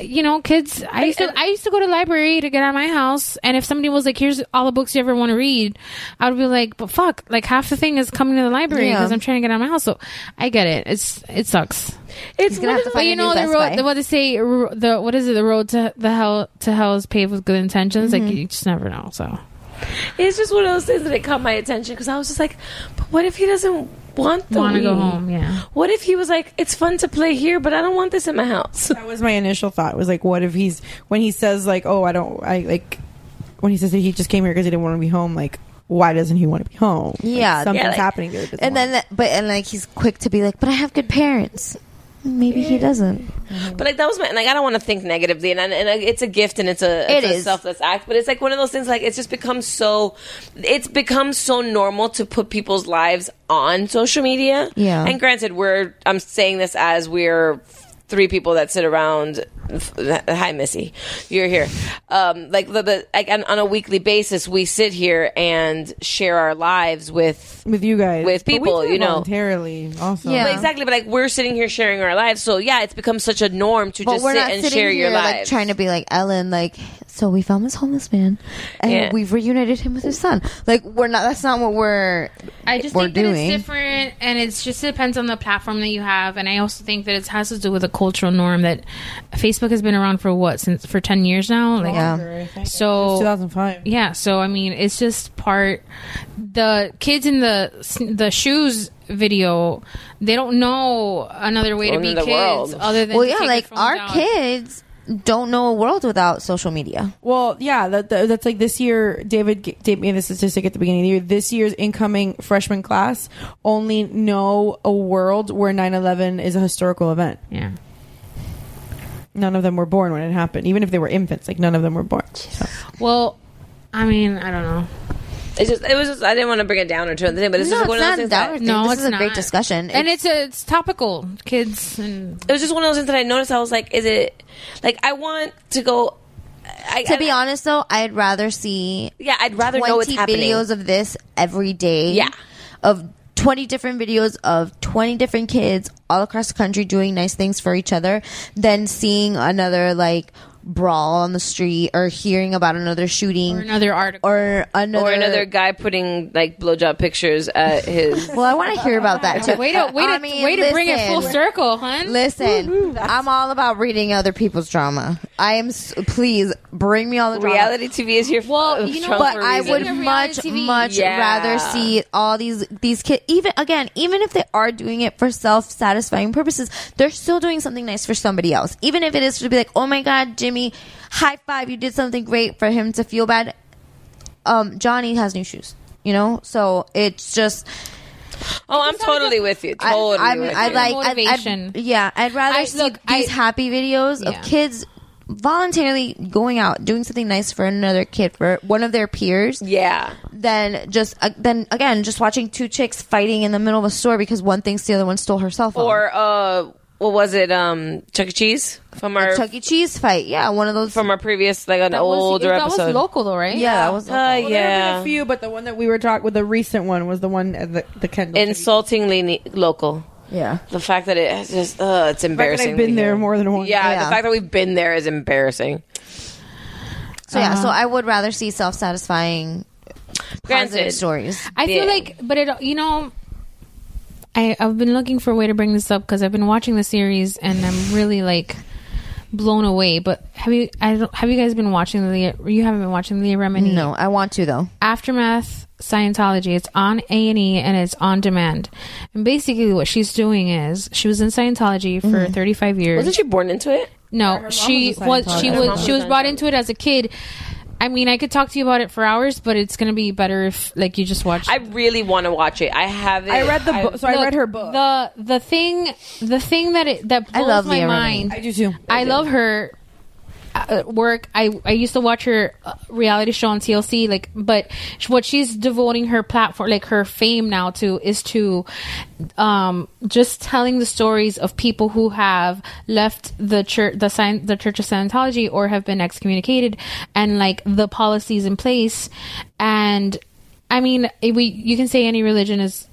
S3: you know, kids. I used to I used to go to the library to get out of my house, and if somebody was like, "Here's all the books you ever want to read," I would be like, "But fuck!" Like half the thing is coming to the library
S8: Yeah.
S3: because I'm trying to get out of my house. So I get it. It's it sucks.
S9: It's
S8: gonna have to
S3: But
S8: find
S3: you
S8: a new
S3: know the
S8: Best
S3: road.
S8: Buy.
S3: The, what they say. ro- The what is it? The road to the hell to hell is paved with good intentions. Like
S8: Mm-hmm.
S3: you just never know. So
S9: It's just one of those things that it caught my attention because I was just like, but what if he doesn't want the
S3: want to go
S9: Wii?
S3: home? Yeah.
S9: What if he was like, it's fun to play here, but I don't want this in my house? *laughs*
S11: That was my initial thought. Was like, what if he's when he says like, oh, I don't, I like, when he says that he just came here because he didn't want to be home. Like, why doesn't he want to be home? Like,
S8: Yeah,
S11: something's
S8: yeah, like-
S11: happening. There
S8: and then that- but and like he's quick to be like, but I have good parents. Maybe he doesn't.
S9: But like that was my like I don't want to think negatively, and, I, and I, it's a gift and it's a it's
S8: It
S9: a
S8: is.
S9: selfless act. But it's like one of those things like it's just become so it's become so normal to put people's lives on social media.
S8: Yeah.
S9: And granted, we're I'm saying this as we're three people that sit around. Hi, Missy, you're here. Um, like the, the like on, on a weekly basis, we sit here and share our lives with
S11: with you guys,
S9: with
S11: But we
S9: people,
S11: do it
S9: you know.
S11: voluntarily also.
S9: But exactly. But like we're sitting here sharing our lives, so yeah, it's become such a norm to
S8: But
S9: just
S8: we're
S9: sit
S8: not
S9: and
S8: sitting
S9: share
S8: here
S9: your
S8: like
S9: lives.
S8: trying to be like Ellen. Like So we found this homeless man, and
S9: Yeah.
S8: we've reunited him with his son. Like we're not. That's not what we're.
S3: I just
S8: we're
S3: think
S8: doing.
S3: that it's different, and it just depends on the platform that you have. And I also think that it has to do with a cultural norm that Facebook has been around for what since for ten years now. Like,
S11: Longer, I think.
S3: so
S11: Since 2005.
S3: Yeah, so I mean, it's just part. The kids in the the shoes video, they don't know another way to
S8: Well,
S3: be
S8: in the
S3: kids
S8: world.
S3: other than
S8: well,
S3: to
S8: yeah,
S3: take
S8: like our kids don't know a world without social media.
S11: Well, yeah, that, that- that's like this year. David g- gave me the statistic at the beginning of the year. This year's incoming freshman class only know a world where 9-11 is a historical event.
S3: Yeah.
S11: None of them were born when it happened, even if they were infants. Like none of them were born. So.
S3: Well, I mean, I don't know.
S9: It's just, it was just, I didn't want to bring it down or turn the thing, but it's
S3: No,
S9: just one
S3: it's
S9: of those
S3: not
S9: things
S3: down or
S9: that,
S3: thing. No, This is it's a great not.
S8: discussion.
S3: and it's a, it's topical, kids and
S9: it was just one of those things that I noticed. I was like, is it like I want to go? I,
S8: to be
S9: I-
S8: honest, though, I'd rather see.
S9: Yeah, I'd rather know what's happening.
S8: videos of this every day. Yeah, of twenty different videos of twenty different kids all across the country doing nice things for each other than seeing another like brawl on the street or hearing about another shooting or
S3: another article
S8: or
S9: or
S8: another.
S9: another guy putting like blowjob pictures at his.
S8: well, I want to hear about that too.
S3: Way to- way to- way to bring it full circle, hun.
S8: Listen, I'm all about reading other people's drama. I am. s please bring me all the
S9: *laughs*
S8: drama.
S9: Reality TV is here. Well,
S3: you know what?
S8: but I would
S3: Speaking of
S8: much,
S3: reality TV,
S8: much
S9: Yeah.
S8: rather see all these these kids. Even again, even if they are doing it for self satisfying purposes, they're still doing something nice for somebody else. Even if it is to be like, oh my god, Jimmy, high five, you did something great for him to feel bad. Um, Johnny has new shoes, you know, so it's just.
S9: Oh, I'm totally with you. Totally.
S8: I,
S9: with
S8: I
S9: you.
S8: like I'd- I'd- yeah, I'd rather
S3: I-
S8: see
S3: look,
S8: these
S3: I-
S8: happy videos
S3: Yeah.
S8: of kids voluntarily going out doing something nice for another kid for one of their peers.
S9: Yeah.
S8: Than just uh, then again just watching two chicks fighting in the middle of a store because one thinks the other one stole her cell phone.
S9: Or uh, what was it? Um, Chuck E. Cheese from our
S8: Chuck E. Cheese fight. Yeah, one of those
S9: from our previous like an older episode.
S3: though, right?
S8: Yeah, that was
S9: Uh,
S8: local.
S11: Well, there have been
S9: yeah.
S11: a few, but the one that we were talking with, the recent one, was the one at the, the Kendall.
S9: Insultingly ne- local.
S8: Yeah.
S9: The fact that it has just uh, it's embarrassing.
S11: I've been there more than once.
S9: Yeah,
S8: Yeah.
S9: the fact that we've been there is embarrassing.
S8: So yeah, so
S9: Uh-huh.
S8: I would rather see self satisfying positive
S9: Granted.
S8: stories.
S3: I feel like, but it, you know, I, I've been looking for a way to bring this up because I've been watching the series and I'm really like blown away. But have you, I don't, have you guys been watching Leah? You haven't been watching Leah Remini?
S8: No, I want to though.
S3: Aftermath Scientology. It's on A and E and it's on demand. And basically, what she's doing is she was in Scientology for
S11: Mm-hmm.
S3: 35 years.
S9: Wasn't she born into it?
S3: No, she
S9: was a
S3: was. She
S9: Scientologist. Her mom
S3: was. She
S9: was
S3: was
S9: a
S3: brought into it as a kid. I mean, I could talk to you about it for hours, but it's gonna be better if like you just watch.
S9: I really want to watch it. I haven't.
S11: I read the book, so I
S3: Look,
S11: read her book.
S3: The the thing the thing that it that
S11: I
S3: blows
S11: love
S3: my
S11: Leah Remini.
S3: mind.
S11: I do too.
S3: I, love her uh, work. I I used to watch her uh, reality show on TLC. Like, but sh- what she's devoting her platform, like her fame now to, is to um just telling the stories of people who have left the church, the sign, the Church of Scientology, or have been excommunicated, and like the policies in place. And I mean, it- we you can say any religion is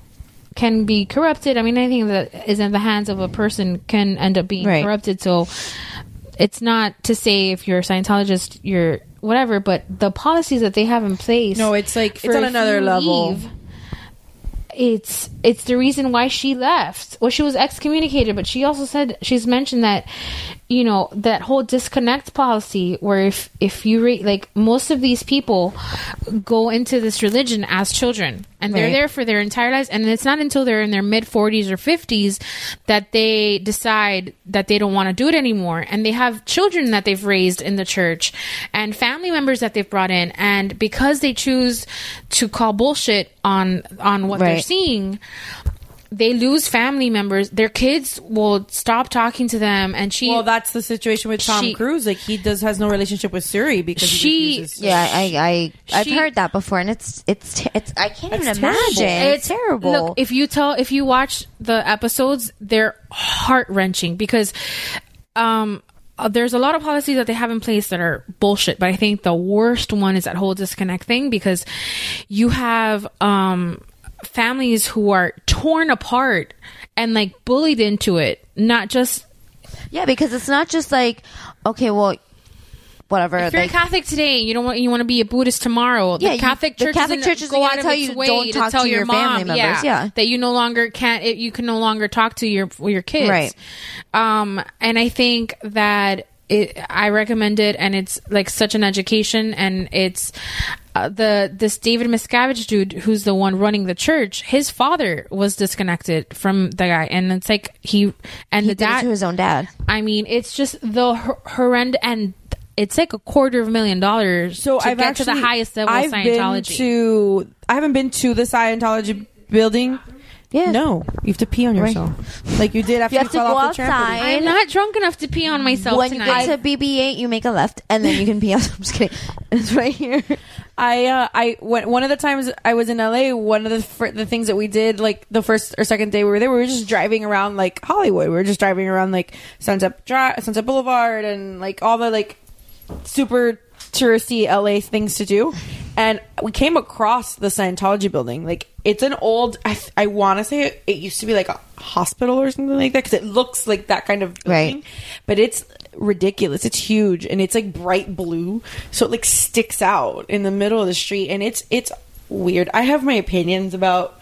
S3: can be corrupted. I mean, anything that is in the hands of a person can end up being
S8: Right.
S3: corrupted. So it's not to say if you're a Scientologist, you're whatever, but the policies that they have in place.
S11: No, it's like-
S3: for
S11: it's on
S3: if
S11: another
S3: you
S11: level.
S3: it's it's the reason why she left. Well, she was excommunicated, but she also said she's mentioned that you know that whole disconnect policy where if if you re- like most of these people go into this religion as children and they're
S12: Right.
S3: there for their entire lives and it's not until they're in their mid 40s or 50s that they decide that they don't want to do it anymore and they have children that they've raised in the church and family members that they've brought in and because they choose to call bullshit on on what they're
S8: Right.
S3: seeing they lose family members their kids will stop talking to them and she
S11: well, that's the situation with Tom
S3: she-
S11: Cruise. Like he does has no relationship with Suri because
S3: She-
S11: he refuses to-
S8: Yeah, I, I I've
S3: She-
S8: heard that before, and it's it's te- it's I can't
S3: It's
S8: even imagine. It's terrible.
S3: Look, if you tell, if you watch the episodes, they're heart wrenching because um, uh, there's a lot of policies that they have in place that are bullshit. But I think the worst one is that whole disconnect thing because you have um, families who are torn apart and like bullied into it, not just
S8: Yeah, because it's not just like, okay, well, whatever.
S3: If you're
S8: like-
S3: a Catholic today, you don't want you want to be a Buddhist tomorrow.
S8: Yeah,
S3: the
S8: you-
S3: Catholic
S8: the
S3: Church
S8: Catholic
S3: doesn't
S8: Church isn't
S3: go
S8: gonna
S3: out of
S8: tell
S3: its
S8: you
S3: way
S8: don't
S3: to
S8: talk
S3: tell
S8: to
S3: your,
S8: your
S3: mom,
S8: family members, yeah.
S3: that you no longer can't you can no longer talk to your your kids.
S8: Right.
S3: Um, and I think that it, I recommend it, and it's like such an education, and it's. Uh, the this David Miscavige dude, who's the one running the church, his father was disconnected from the guy, and it's like he and the
S8: did it
S3: dad
S8: to his own dad.
S3: I mean, it's just the hor- horrendous, and it's like a quarter of a million dollars
S11: So
S3: to
S11: I've
S3: get
S11: actually,
S3: to the highest level
S11: I've
S3: of Scientology.
S11: Been to, I haven't been to the Scientology building.
S8: Yeah.
S11: No, you have to pee on
S3: Right.
S11: yourself, like you did after
S8: You
S11: you,
S8: have to
S11: fell
S8: go
S11: off the trampoline.
S8: outside.
S3: I'm not drunk enough to pee on myself
S8: when
S3: tonight.
S8: you get to BB-8, you make a left, and then you can *laughs* pee. out. I'm just kidding. It's right here.
S11: I uh, I went one of the times I was in LA. One of the fir- the things that we did, like the first or second day we were there, we were just driving around like Hollywood. We were just driving around like Sunset Dri- Sunset Boulevard and like all the like super touristy LA things to do. And we came across the Scientology building. Like it's an old. I I want to say it, it used to be like a hospital or something like that because it looks like that kind of building. But it's ridiculous. It's huge and it's like bright blue, so it like sticks out in the middle of the street. And it's it's weird. I have my opinions about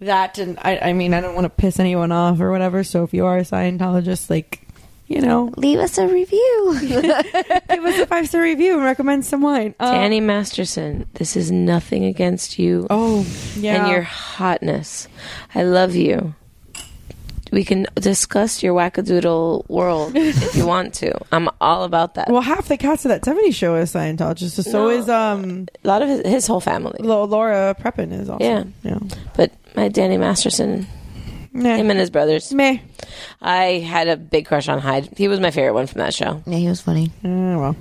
S11: that, and I I mean I don't want to piss anyone off or whatever. So if you are a Scientologist, like you know,
S8: leave us a review.
S11: give us a five star review and recommend some wine. Um,
S9: Danny Masterson, this is nothing against you.
S11: Oh, yeah.
S9: And your hotness. I love you. We can discuss your wackadoodle
S11: *laughs*
S9: world if you want to. I'm all about that.
S11: Well, half the cast of that 70 show is Scientologists. So,
S9: No.
S11: is um
S9: a lot of his, his whole family.
S11: Laura Prepon is also.
S9: Yeah. But my Danny Masterson, him and his brothers.
S11: Meh.
S9: I had a big crush on Hyde. He was my favorite one from that show.
S8: Yeah, he was funny.
S11: well,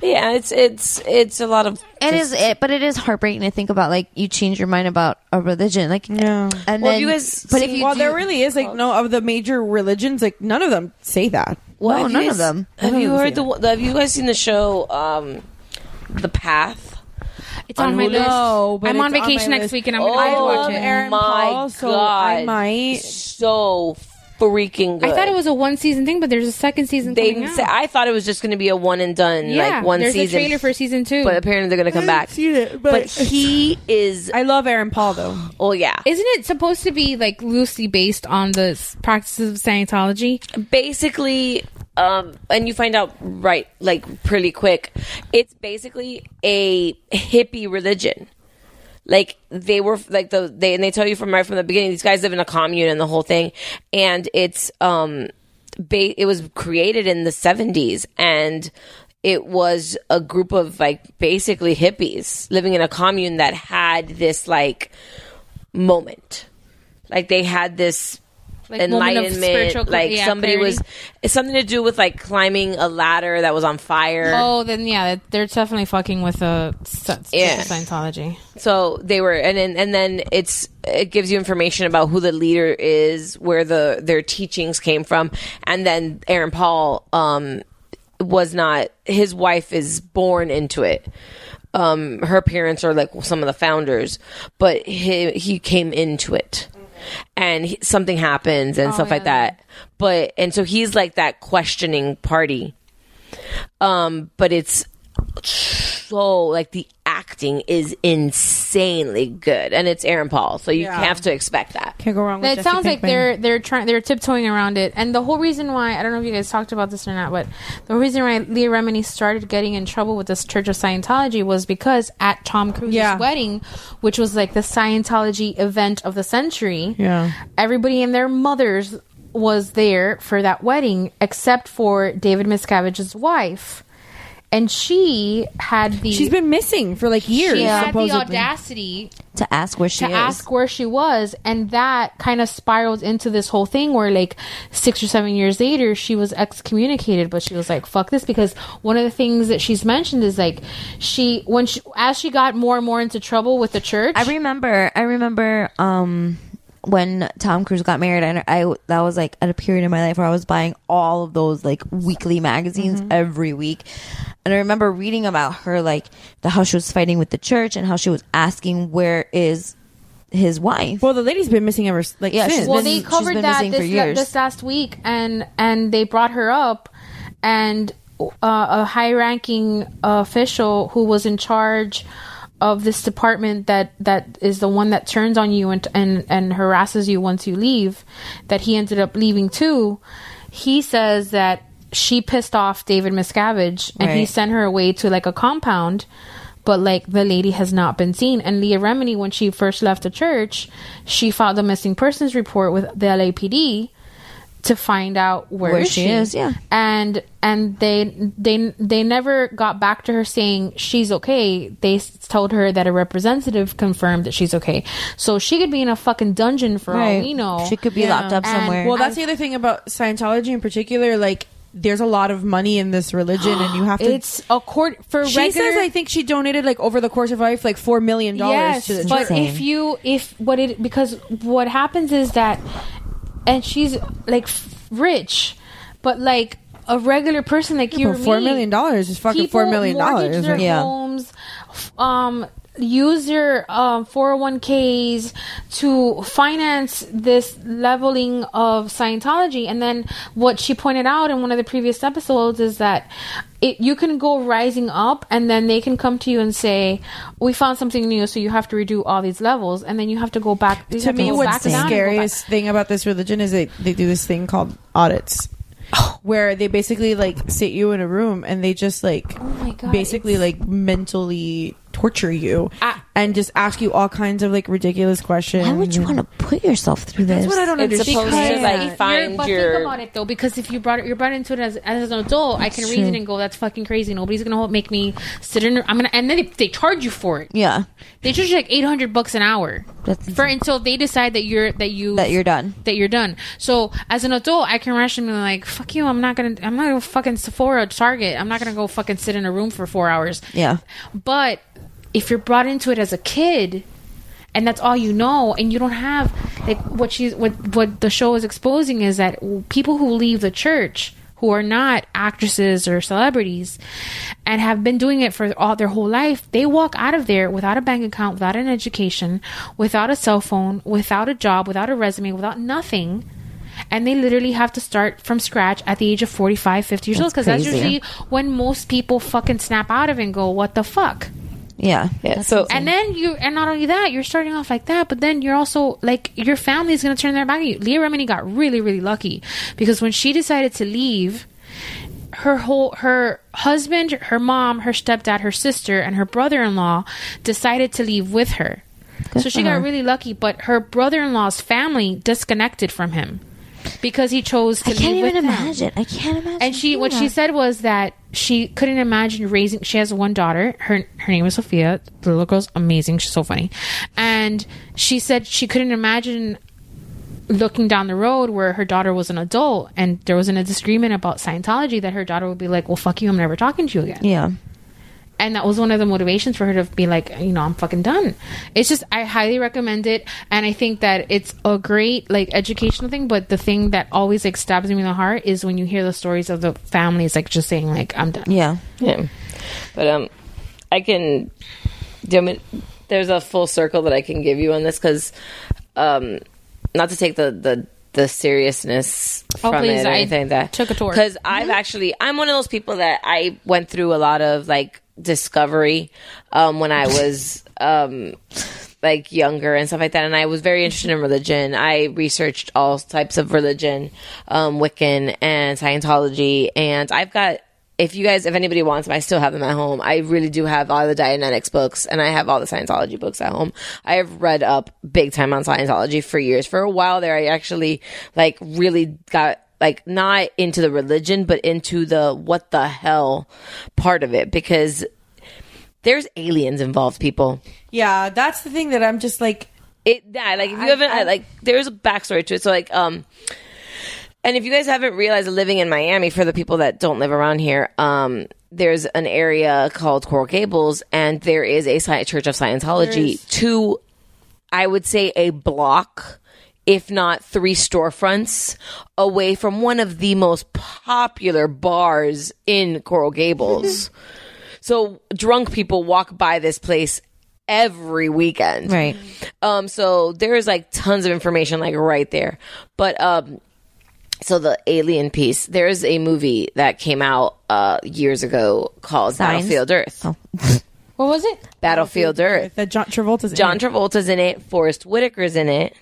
S9: But yeah, it's it's it's a lot of
S8: it is it, but it is heartbreaking to think about. Like you change your mind about a religion, like
S11: yeah.
S8: And
S9: Well,
S8: then,
S9: you guys
S8: but if
S9: seen-
S8: you
S11: well,
S8: do,
S11: there really is like no of the major religions, like none of them say that.
S9: Well, have
S11: Well,
S9: you guys- Have you heard the, the? Have you guys seen the show, um, The Path?
S3: It's on my
S9: Hulu?
S3: list. No, but I'm on it's on vacation my next list. week and I'm gonna go
S9: Oh
S3: watch it. Aaron
S9: my
S3: Paul, so
S9: god!
S3: I
S11: might.
S9: So freaking good.
S3: I thought it was a one season thing, but there's a second season.
S9: They
S3: coming
S9: didn't say,
S3: out.
S9: I thought it was just going to be a one and done, like one
S3: there's
S9: season.
S3: a trailer for season two.
S9: but apparently they're going to come back.
S11: it,
S9: but he is.
S11: I love Aaron Paul though.
S9: Oh yeah,
S3: Isn't it supposed to be like loosely based on the s- practices of Scientology?
S9: basically um and you find out right like pretty quick it's basically a hippie religion like they were like the they and they tell you from right from the beginning these guys live in a commune and the whole thing and it's um ba- it was created in the 70s and it was a group of like basically hippies living in a commune that had this like moment like they had this
S3: Like, moment of spiritual
S9: enlightenment
S3: cl-
S9: like
S3: yeah,
S9: somebody was it's something to do with like climbing a ladder that was on fire
S3: Oh, then yeah, they're definitely fucking with a
S9: Yeah.
S3: Scientology.
S9: so they were and then and then it's it gives you information about who the leader is where the their teachings came from and then aaron paul um was not his wife is born into it um her parents are like some of the founders but he he came into it and he, something happens and
S3: Oh,
S9: stuff like
S3: yeah.
S9: that but and so he's like that questioning party um but it's so like the acting is insanely good and it's aaron paul so you
S3: Yeah.
S9: have to expect that
S11: can't go wrong.
S3: It sounds like they're they're trying they're tiptoeing around it, and the whole reason why I don't know if you guys talked about this or not, but the whole reason why Leah Remini started getting in trouble with this Church of Scientology was because at Tom Cruise's
S11: Yeah.
S3: wedding, which was like the Scientology event of the century,
S11: Yeah.
S3: everybody and their mothers was there for that wedding except for David Miscavige's wife, and she had the
S11: She's been missing for like years.
S3: She had the
S11: supposedly.
S3: audacity
S8: to ask where she
S3: to
S8: is,
S3: ask where she was and that kind of spiraled into this whole thing where like six or seven years later she was excommunicated but she was like fuck this because one of the things that she's mentioned is like she when she as she got more and more into trouble with the church
S8: I remember. I remember um, when Tom Cruise got married. And I that was like at a period in my life where I was buying all of those like weekly magazines every week, and I remember reading about her like the how she was fighting with the church and how she was asking where is his wife.
S11: Well, the lady's been missing ever s- like
S8: Yeah,
S11: since.
S8: she's
S3: well
S8: been-
S3: they
S8: she's
S3: covered
S8: been
S3: that
S8: missing for
S3: this,
S8: years.
S3: this last week and and they brought her up and uh, a high-ranking official who was in charge of this department that that is the one that turns on you and and, and harasses you once you leave that he ended up leaving too he says that she pissed off david miscavige and he
S12: Right.
S3: sent her away to like a compound but like the lady has not been seen and leah remini when she first left the church she filed a missing persons report with the lapd to find out where,
S8: Where she is, yeah.
S3: and and they they they never got back to her saying she's okay they s- told her that a representative confirmed that she's okay so she could be in a fucking dungeon for all
S11: Right.
S3: we know
S8: She could be locked up somewhere.
S11: Well, that's the other thing about Scientology in particular. Like, there's a lot of money in this religion, and you have to.
S3: It's a court for
S11: She says,
S3: regular-
S11: I think she donated like over the course of her life, like four million dollars to the
S3: but
S11: church.
S3: if you if what it because what happens is that and she's like f- rich but like a regular person like you
S11: but
S3: or me,
S11: $4 million is fucking
S3: people
S11: $4 million,
S3: mortgage their
S11: yeah.
S3: homes f- um use their um 401ks to finance this leveling of Scientology and then what she pointed out in one of the previous episodes is that it, you can go rising up and then they can come to you and say we found something new so you have to redo all these levels and then you have to go back you
S11: to
S3: have
S11: me,
S3: go
S11: what's the
S3: down and go
S11: scariest thing about this religion is they they do this thing called audits, where they basically like sit you in a room and they just like
S3: God,
S11: basically like mentally torture you and just ask you all kinds of like ridiculous questions. Why would you want
S8: to put yourself through this?
S11: That's what I don't
S9: It's
S11: understand.
S9: supposed to like
S3: You're-
S9: find
S3: but think
S9: your
S3: about it though, because if you brought it, you're brought into it as, as an adult, I
S8: That's
S3: can
S8: true.
S3: reason and go, "That's fucking crazy." Nobody's gonna hold- make me sit in. I'm gonna, and then they, they charge you for it.
S8: Yeah.
S3: They charge you like 800 bucks an hour for until they decide that you're that you
S8: That you're done.
S3: that you're done. So as an adult, I can rationally be like, "Fuck you! I'm not gonna. I'm not gonna fucking Sephora, Target. I'm not gonna go fucking sit in a room for four hours."
S8: Yeah.
S3: But if you're brought into it as a kid and that's all you know and you don't have like what she's what what the show is exposing is that people who leave the church who are not actresses or celebrities and have been doing it for all their whole life they walk out of there without a bank account without an education without a cell phone without a job without a resume without nothing and they literally have to start from scratch at the age of 45 50 years old
S8: That's
S3: because that's
S8: crazy.
S3: usually when most people fucking snap out of it and go what the fuck
S8: Yeah.
S9: Yeah. So
S3: and then you, and not only that, you're starting off like that, but then you're also like your family is going to turn their back on you. Leah Remini got really, really lucky because when she decided to leave, her whole her husband, her mom, her stepdad, her sister, and her brother-in-law decided to leave with her.
S8: Good
S3: so she
S8: for her.
S3: got really lucky, but her brother-in-law's family disconnected from him because he chose to
S8: I can't
S3: leave with
S8: even
S3: them.
S8: imagine. I can't imagine.
S3: And she, what
S8: doing
S3: she
S8: that.
S3: said was that she couldn't imagine raising. She has one daughter. Her her name is Sophia. The little girl's amazing. She's so funny. And she said she couldn't imagine looking down the road where her daughter was an adult and there wasn't a disagreement about Scientology that her daughter would be like, "Well, fuck you. I'm never talking to you again."
S8: Yeah.
S3: and that was one of the motivations for her to be like, you know, I'm fucking done. It's just I highly recommend it, and I think that it's a great like educational thing. But the thing that always like stabs me in the heart is when you hear the stories of the families like just saying like, I'm done.
S8: Yeah.
S9: Yeah. But um, I can. Do you want me- there's a full circle that I can give you on this because, um, not to take the the the seriousness
S3: Oh,
S9: from
S3: please,
S9: it or
S3: I
S9: anything like that
S3: took a tour. Mm-hmm.
S9: because I've actually I'm one of those people that I went through a lot of like discovery um, when I
S3: *laughs*
S9: was um, like younger and stuff like that, and I was very interested in
S3: Mm-hmm.
S9: religion. I researched all types of religion, um, Wiccan and Scientology, and I've got. If you guys, if anybody wants them, I still have them at home. I really do have all the Dianetics books and I have all the Scientology books at home. I have read up big time on Scientology for years. For a while there, I actually like really got like not into the religion but into the what the hell part of it because there's aliens involved people
S11: yeah, that's the thing that I'm just like
S9: it yeah like if you haven't I, like there's a backstory to it so like um and if you guys haven't realized living in miami for the people that don't live around here um there's an area called coral gables and there is a Sci- church of
S10: There
S9: scientology
S10: is.
S9: to i would say a block if not three storefronts away from one of the most popular bars in coral gables so drunk people walk by this place every weekend
S8: Right.
S9: um, so there's like tons of information like right there. But um so the alien piece. There is a movie that came out uh, years ago called
S8: Signs?
S9: Battlefield Earth.
S8: Oh.
S3: What was it?
S9: Battlefield Earth.
S11: That John Travolta's
S9: John Travolta's in it. Forrest Whitaker's in it.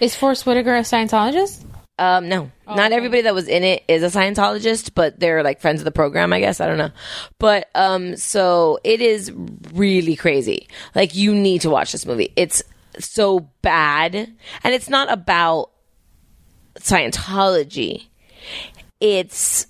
S3: Is Forrest Whitaker a Scientologist?
S9: Um, no, not everybody that was in it is a Scientologist, but they're like friends of the program, I guess. I don't know, but um, so it is really crazy. Like you need to watch this movie. It's so bad, and it's not about Scientology. It's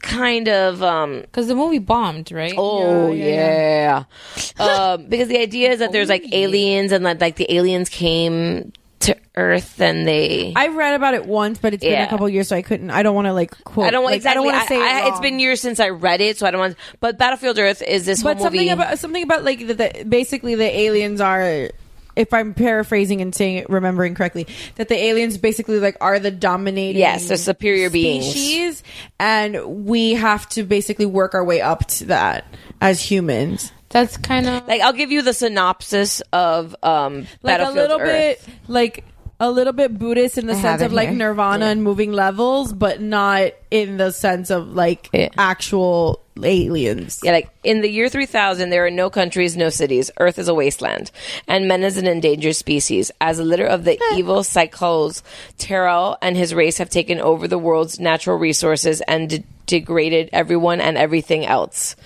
S9: kind of um
S3: because the movie bombed right
S9: oh yeah, *laughs* um because the idea is that there's like aliens and that like the aliens came to earth and they
S11: I read about it once, but it's been
S9: Yeah.
S11: a couple years, so I couldn't. I don't want to like quote.
S9: I don't
S11: like,
S9: exactly.
S11: I don't want to say
S9: I,
S11: it
S9: has been years since I read it, so I don't want. But Battlefield Earth is this
S11: but
S9: whole movie.
S11: something about something about like the, the, basically the aliens are if i'm paraphrasing and saying it remembering correctly that the aliens basically like are the dominating
S9: yes, they're superior beings.
S11: species and we have to basically work our way up to that as humans
S3: that's kind of
S9: Like I'll give you the synopsis of um,
S11: like a
S9: Battlefield
S11: little
S9: Earth.
S11: bit like a little bit buddhist in the
S9: I have
S11: sense
S9: it
S11: of like
S9: here.
S11: nirvana and moving levels but not in the sense of like actual aliens
S9: Yeah, like in the year 3000, there are no countries, no cities. Earth is a wasteland, and man is an endangered species. As a litter of the evil cycles, Terrell and his race have taken over the world's natural resources and de- degraded everyone and everything else.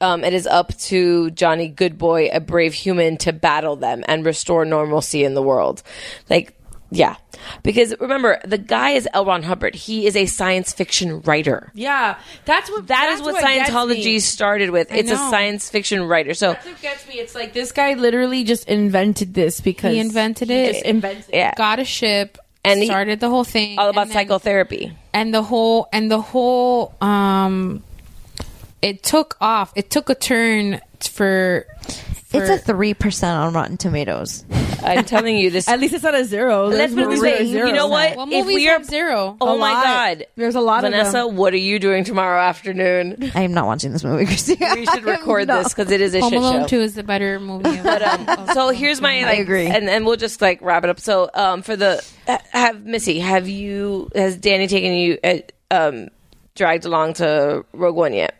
S9: Um, it is up to Johnny Goodboy, a brave human, to battle them and restore normalcy in the world. Like, yeah. Because remember, the guy is L. Ron Hubbard. He is a science fiction writer.
S11: yeah that's what
S9: That's what, Scientology started with.
S11: I
S9: It's a
S11: know.
S9: science fiction writer. So
S11: That's what gets me. It's like this guy literally just invented this because
S3: he invented it
S11: just invented
S9: yeah.
S3: got a ship
S9: And
S3: and
S9: he-
S3: started the whole thing
S9: all about psychotherapy.
S3: and the whole and the whole um it took off it took a turn for, for
S8: It's a three percent on
S11: *laughs*
S8: Rotten Tomatoes.
S9: I'm telling you this.
S11: At least it's not a zero.
S9: Let's put it this way. You know what?
S3: What
S9: if
S3: movies
S9: we are
S3: have zero?
S9: oh
S3: A
S9: my
S3: lot.
S9: god,
S11: there's a lot of
S9: Vanessa,
S11: them.
S9: what are you doing tomorrow
S11: *laughs*
S9: afternoon?
S8: I am not watching this movie, Christina.
S9: We
S8: *laughs*
S9: should record this because it is a
S3: Home
S9: shit
S3: Alone
S9: show.
S3: Two is the better movie.
S9: *laughs*
S3: Of
S9: so here's my like,
S8: agree.
S9: and and we'll just like wrap it up. So um, for the ha- have Missy, have you has Danny taken you uh, um dragged along to Rogue One yet?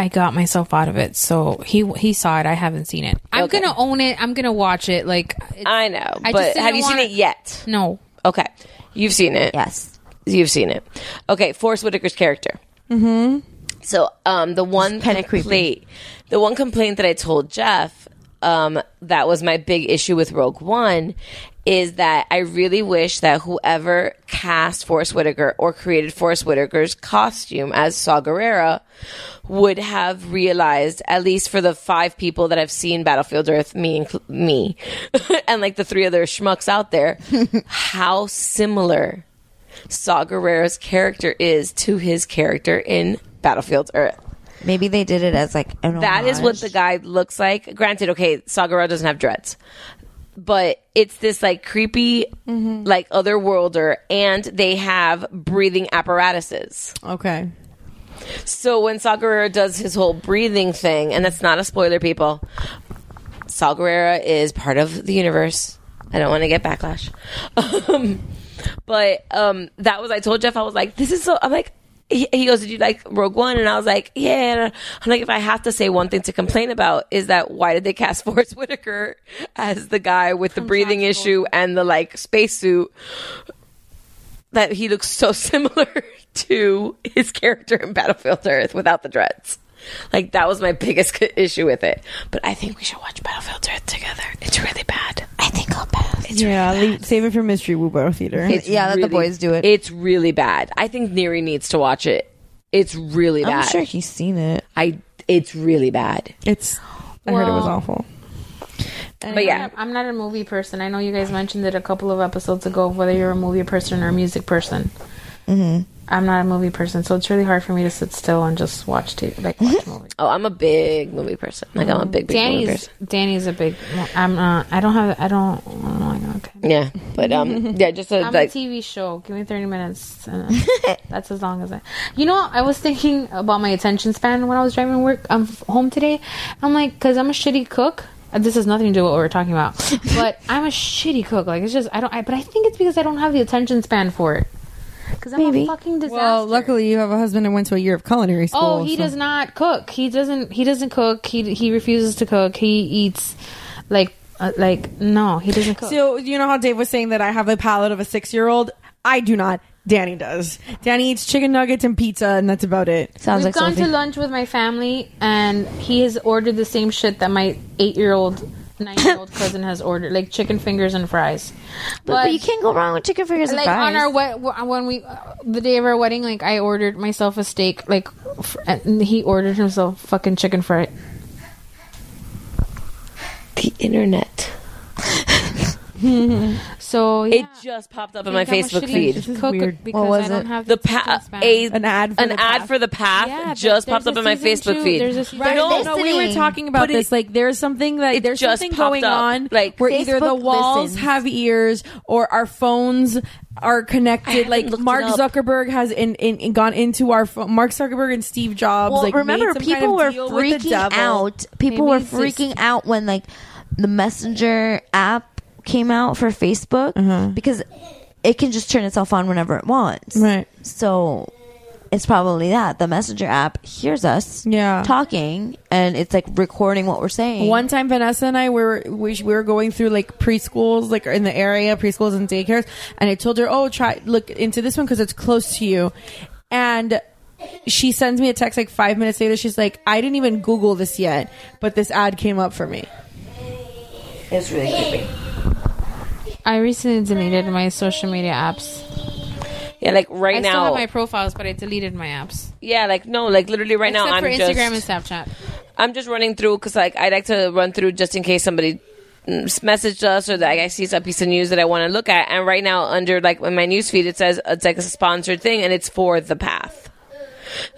S3: I got myself out of it, so he he saw it. I haven't seen it. I'm
S9: Okay.
S3: gonna own it. I'm gonna watch it. Like
S9: I know,
S3: I just
S9: but
S3: didn't
S9: have you seen
S3: wanna-
S9: it yet?
S3: No.
S9: Okay, you've seen it.
S8: Yes,
S9: you've seen it. Okay, Forrest Whitaker's character.
S11: Mm-hmm.
S9: So um, the one complaint, the one complaint that I told Jeff, um, that was my big issue with Rogue One, is that I really wish that whoever cast Forrest Whitaker or created Forrest Whitaker's costume as Saw Gerrera would have realized, at least for the five people that have seen Battlefield Earth, me, incl- me, *laughs* and like the three other schmucks out there, how similar Saw Gerrera's character is to his character in Battlefield Earth.
S8: maybe they did it as like an
S9: That is what the guy looks like. Granted, okay, Saw Gerrera doesn't have dreads, but it's this like creepy, like otherworlder, and they have breathing apparatuses.
S11: Okay.
S9: So when Saw Gerrera does his whole breathing thing, and that's not a spoiler, people, Saw Gerrera is part of the universe. I don't want to get backlash. *laughs* Um, but um, that was, I told Jeff, I was like, this is so, I'm like, he he goes, did you like Rogue One? And I was like, yeah. I'm like, if I have to say one thing to complain about is that why did they cast *laughs* Forrest Whitaker as the guy with the breathing issue and the like spacesuit that he looks so *laughs* similar to his character in Battlefield Earth without the dreads. Like that was my biggest *laughs* c- issue with it. But I think we should watch Battlefield Earth together. It's really bad. I think I'll pass. It's
S11: yeah, leave, save it for Mystery Woo Theater.
S9: It's really- It's really bad. I think Neri needs to watch it. It's really
S8: I'm
S9: bad.
S8: sure he's seen it.
S9: I. It's really bad.
S11: It's. I heard it was
S3: Well-
S11: awful.
S9: But yeah.
S3: I'm not a movie person. I know you guys mentioned it a couple of episodes ago. Whether you're a movie person or a music person,
S8: Mm-hmm.
S3: I'm not a movie person, so it's really hard for me to sit still and just watch TV. Like *laughs* watch movies.
S9: Oh, I'm a big movie person. Like I'm a big, big movie person.
S3: Danny's Danny's a big. I'm not. I don't have. I don't. oh my God.
S9: Yeah, but *laughs* um, yeah, just a,
S3: I'm
S9: like
S3: a TV show. Give me 30
S9: *laughs*
S3: minutes. Uh, that's as long as I. You know, I was thinking about my attention span when I was driving work um, f- home today. I'm like, because I'm a shitty cook. Uh, This has nothing to do with what
S9: *laughs*
S3: we're talking about, but I'm a shitty cook. Like it's just I don't. I, but I think it's because I don't have the attention span for it. Because I'm a fucking disaster.
S6: Well, luckily you have a husband who went to a year of culinary school.
S3: Oh, he
S6: so-
S3: does not cook. He doesn't. He doesn't cook. He he refuses to cook. He eats like uh, like no. He doesn't cook.
S11: So you know how Dave was saying that I have a palate of a six year old. I do not. Danny does. Danny eats chicken nuggets and pizza, and that's about it.
S3: We've gone to lunch with my family, and he has ordered the same shit that my eight-year-old, nine-year-old cousin has ordered, like chicken fingers and fries.
S8: But, but you can't go wrong with chicken fingers
S3: like
S8: and fries.
S3: on our we- when we uh, the day of our wedding, like I ordered myself a steak, like f- and he ordered himself fucking chicken fry.
S9: The internet.
S3: so
S9: it just popped up in my Facebook feed.
S3: What was it?
S9: the pa- uh, a, an ad for an the ad for the path
S3: Yeah,
S9: just
S3: there-
S9: popped up
S3: there's
S9: in
S3: a
S9: my
S3: season
S9: Facebook
S3: two,
S9: feed.
S3: there's a season
S9: Right,
S3: two.
S11: No, no, we were talking about
S9: But it-
S11: this. like, there's something that there's
S9: just
S11: something
S9: popped
S11: going
S9: up.
S11: on.
S9: Like,
S11: where either the
S9: Facebook
S11: walls
S9: listens.
S11: have ears or our phones are connected.
S9: haven't
S11: Like
S9: looked it
S11: Mark
S9: up.
S11: Zuckerberg has in, in, in- gone into our phone. Mark Zuckerberg and Steve Jobs.
S8: Well,
S11: like, made
S8: remember,
S11: some kind
S8: people
S11: of
S8: were
S11: deal with the
S8: freaking
S11: devil.
S8: out. People
S11: Maybe
S8: were
S11: it's just-
S8: freaking out when like the messenger app came out for Facebook
S11: Uh-huh.
S8: because it can just turn itself on whenever it wants.
S11: Right.
S8: So it's probably that the messenger app hears us
S11: yeah.
S8: talking and it's like recording what we're saying.
S11: One time, Vanessa and I were we, we were going through like preschools, like in the area, preschools and daycares, and I told her, "Oh, try look into this one because it's close to you," and. She sends me a text like five minutes later. She's like, I didn't even Google this yet, but this ad came up for me.
S8: It's really creepy.
S3: I recently deleted my social media apps.
S9: Yeah, like right
S3: I still
S9: now.
S3: have my profiles, but I deleted my apps.
S9: yeah, like no, like literally right
S3: Except
S9: now. I'm
S3: for
S9: just
S3: Instagram and Snapchat.
S9: I'm just running through because like I like to run through just in case somebody mm, s- messaged us or that I see a piece of news that I want to look at. And right now, under like in my news feed, it says it's like a sponsored thing, and it's for the path.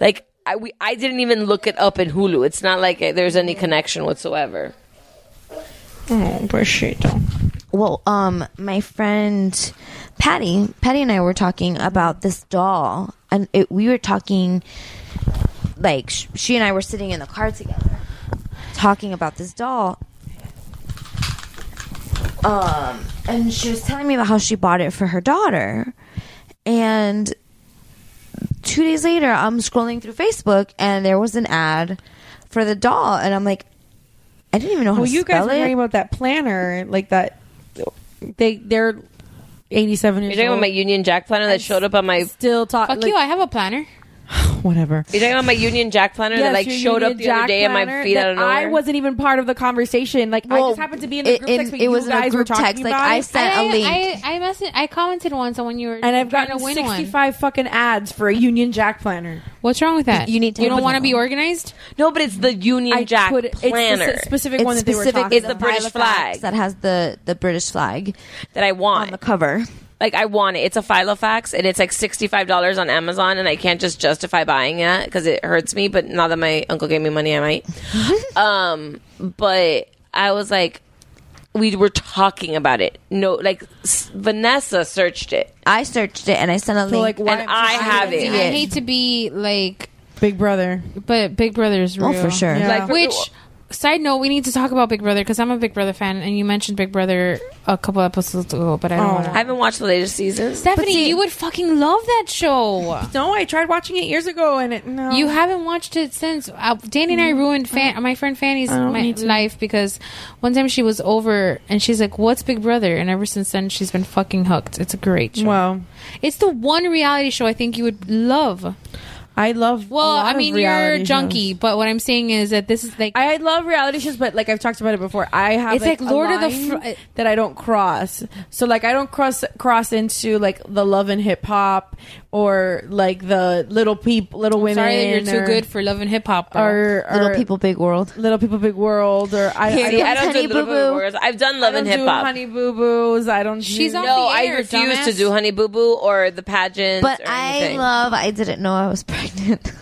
S9: Like I we I didn't even look it up in Hulu. It's not like eh, there's any connection whatsoever.
S11: Oh, prosciutto.
S8: Well, um, my friend Patty, Patty and I were talking about this doll, and it, we were talking like sh- she and I were sitting in the car together, talking about this doll. Um, and she was telling me about how she bought it for her daughter, and two days later, I'm scrolling through Facebook, and there was an ad for the doll, and I'm like, I didn't even know how
S11: Well,
S8: to
S11: you guys
S8: spell
S11: were
S8: it.
S11: talking about that planner, like that. They they're eighty seven
S9: You're
S11: years
S9: talking
S11: old.
S9: about my Union Jack planner that showed up on my
S11: still talk.
S3: Fuck you, I have a planner.
S11: Whatever.
S9: You're talking about my Union Jack planner
S11: Yes,
S9: that like
S11: your
S9: showed up
S11: Union
S9: the other
S11: Jack
S9: day on my
S11: planner
S9: feed. I
S11: that
S9: don't know.
S11: I wasn't even part of the conversation. Like I
S8: Well,
S11: just happened to be in the
S8: it-
S11: group
S8: it-
S11: text. But
S8: it
S11: you
S8: was in a
S11: guys were
S8: group
S11: talking
S8: text, like,
S11: about
S8: I
S11: it.
S8: sent a link.
S3: I I messaged, I commented once on when you were
S11: and I've
S3: trying
S11: gotten
S3: to win one.
S11: sixty five fucking ads for a Union Jack planner.
S3: What's wrong with that?
S11: You need to
S3: You
S11: have a
S3: don't want to
S11: plan.
S3: be organized.
S9: No, but it's the Union
S3: I
S9: Jack
S3: put- it's the
S9: planner.
S3: s-
S11: specific
S8: It's specifically
S9: It's the British
S8: file of
S9: flag
S8: facts that has the the British flag
S9: that I want
S8: on the cover.
S9: like I want it. It's a Filofax, and it's like sixty five dollars on Amazon, and I can't just justify buying it because it hurts me. But now that my uncle gave me money, I might. um, but I was like, we were talking about it. No, like s- Vanessa searched it.
S8: I searched it and I sent a link.
S9: and I have it.
S3: I hate to be like
S11: Big Brother,
S3: but Big Brother is real.
S8: Oh, for sure. Yeah.
S3: Like which. Side note: We need to talk about Big Brother because I'm a Big Brother fan, and you mentioned Big Brother a couple episodes ago, but I don't.
S9: I
S3: wanna.
S9: haven't watched the latest season.
S3: Stephanie, you would fucking love that show.
S11: No, I tried watching it years ago, and it no.
S3: You haven't watched it since. Uh, Danny and I ruined fan- my friend Fanny's
S11: I don't
S3: my
S11: need to.
S3: life because one time she was over and she's like, "What's Big Brother?" And ever since then, she's been fucking hooked. It's a great show.
S11: Wow.
S3: It's the one reality show I think you would love.
S11: I love.
S3: Well,
S11: lot
S3: I
S11: of
S3: mean, you're
S11: reality
S3: a junkie, but what I'm saying is that this is like
S11: I love reality shows, but like I've talked about it before, I have
S3: It's like
S11: a
S3: Lord of the
S11: line
S3: Fr-
S11: that I don't cross. So like I don't cross cross into like the love and hip hop or like the little peep little women.
S3: sorry that you're too
S11: or-
S3: good for love and hip hop. bro.
S11: Or, or
S8: Little people, big world.
S11: little people, big world. Or I,
S9: See, I don't do Little Boo Boo Wars. I've done Love
S11: I
S9: and
S11: don't
S9: Hip
S11: do
S9: Hop.
S11: Honey Boo Boos. I don't.
S3: She's
S11: do,
S3: on
S9: No,
S3: the
S9: I
S3: air,
S9: refuse to
S3: dumbass.
S9: do Honey Boo Boo or the pageants.
S8: But
S9: or
S8: I
S9: anything.
S8: love. I didn't know I was *laughs* pregnant.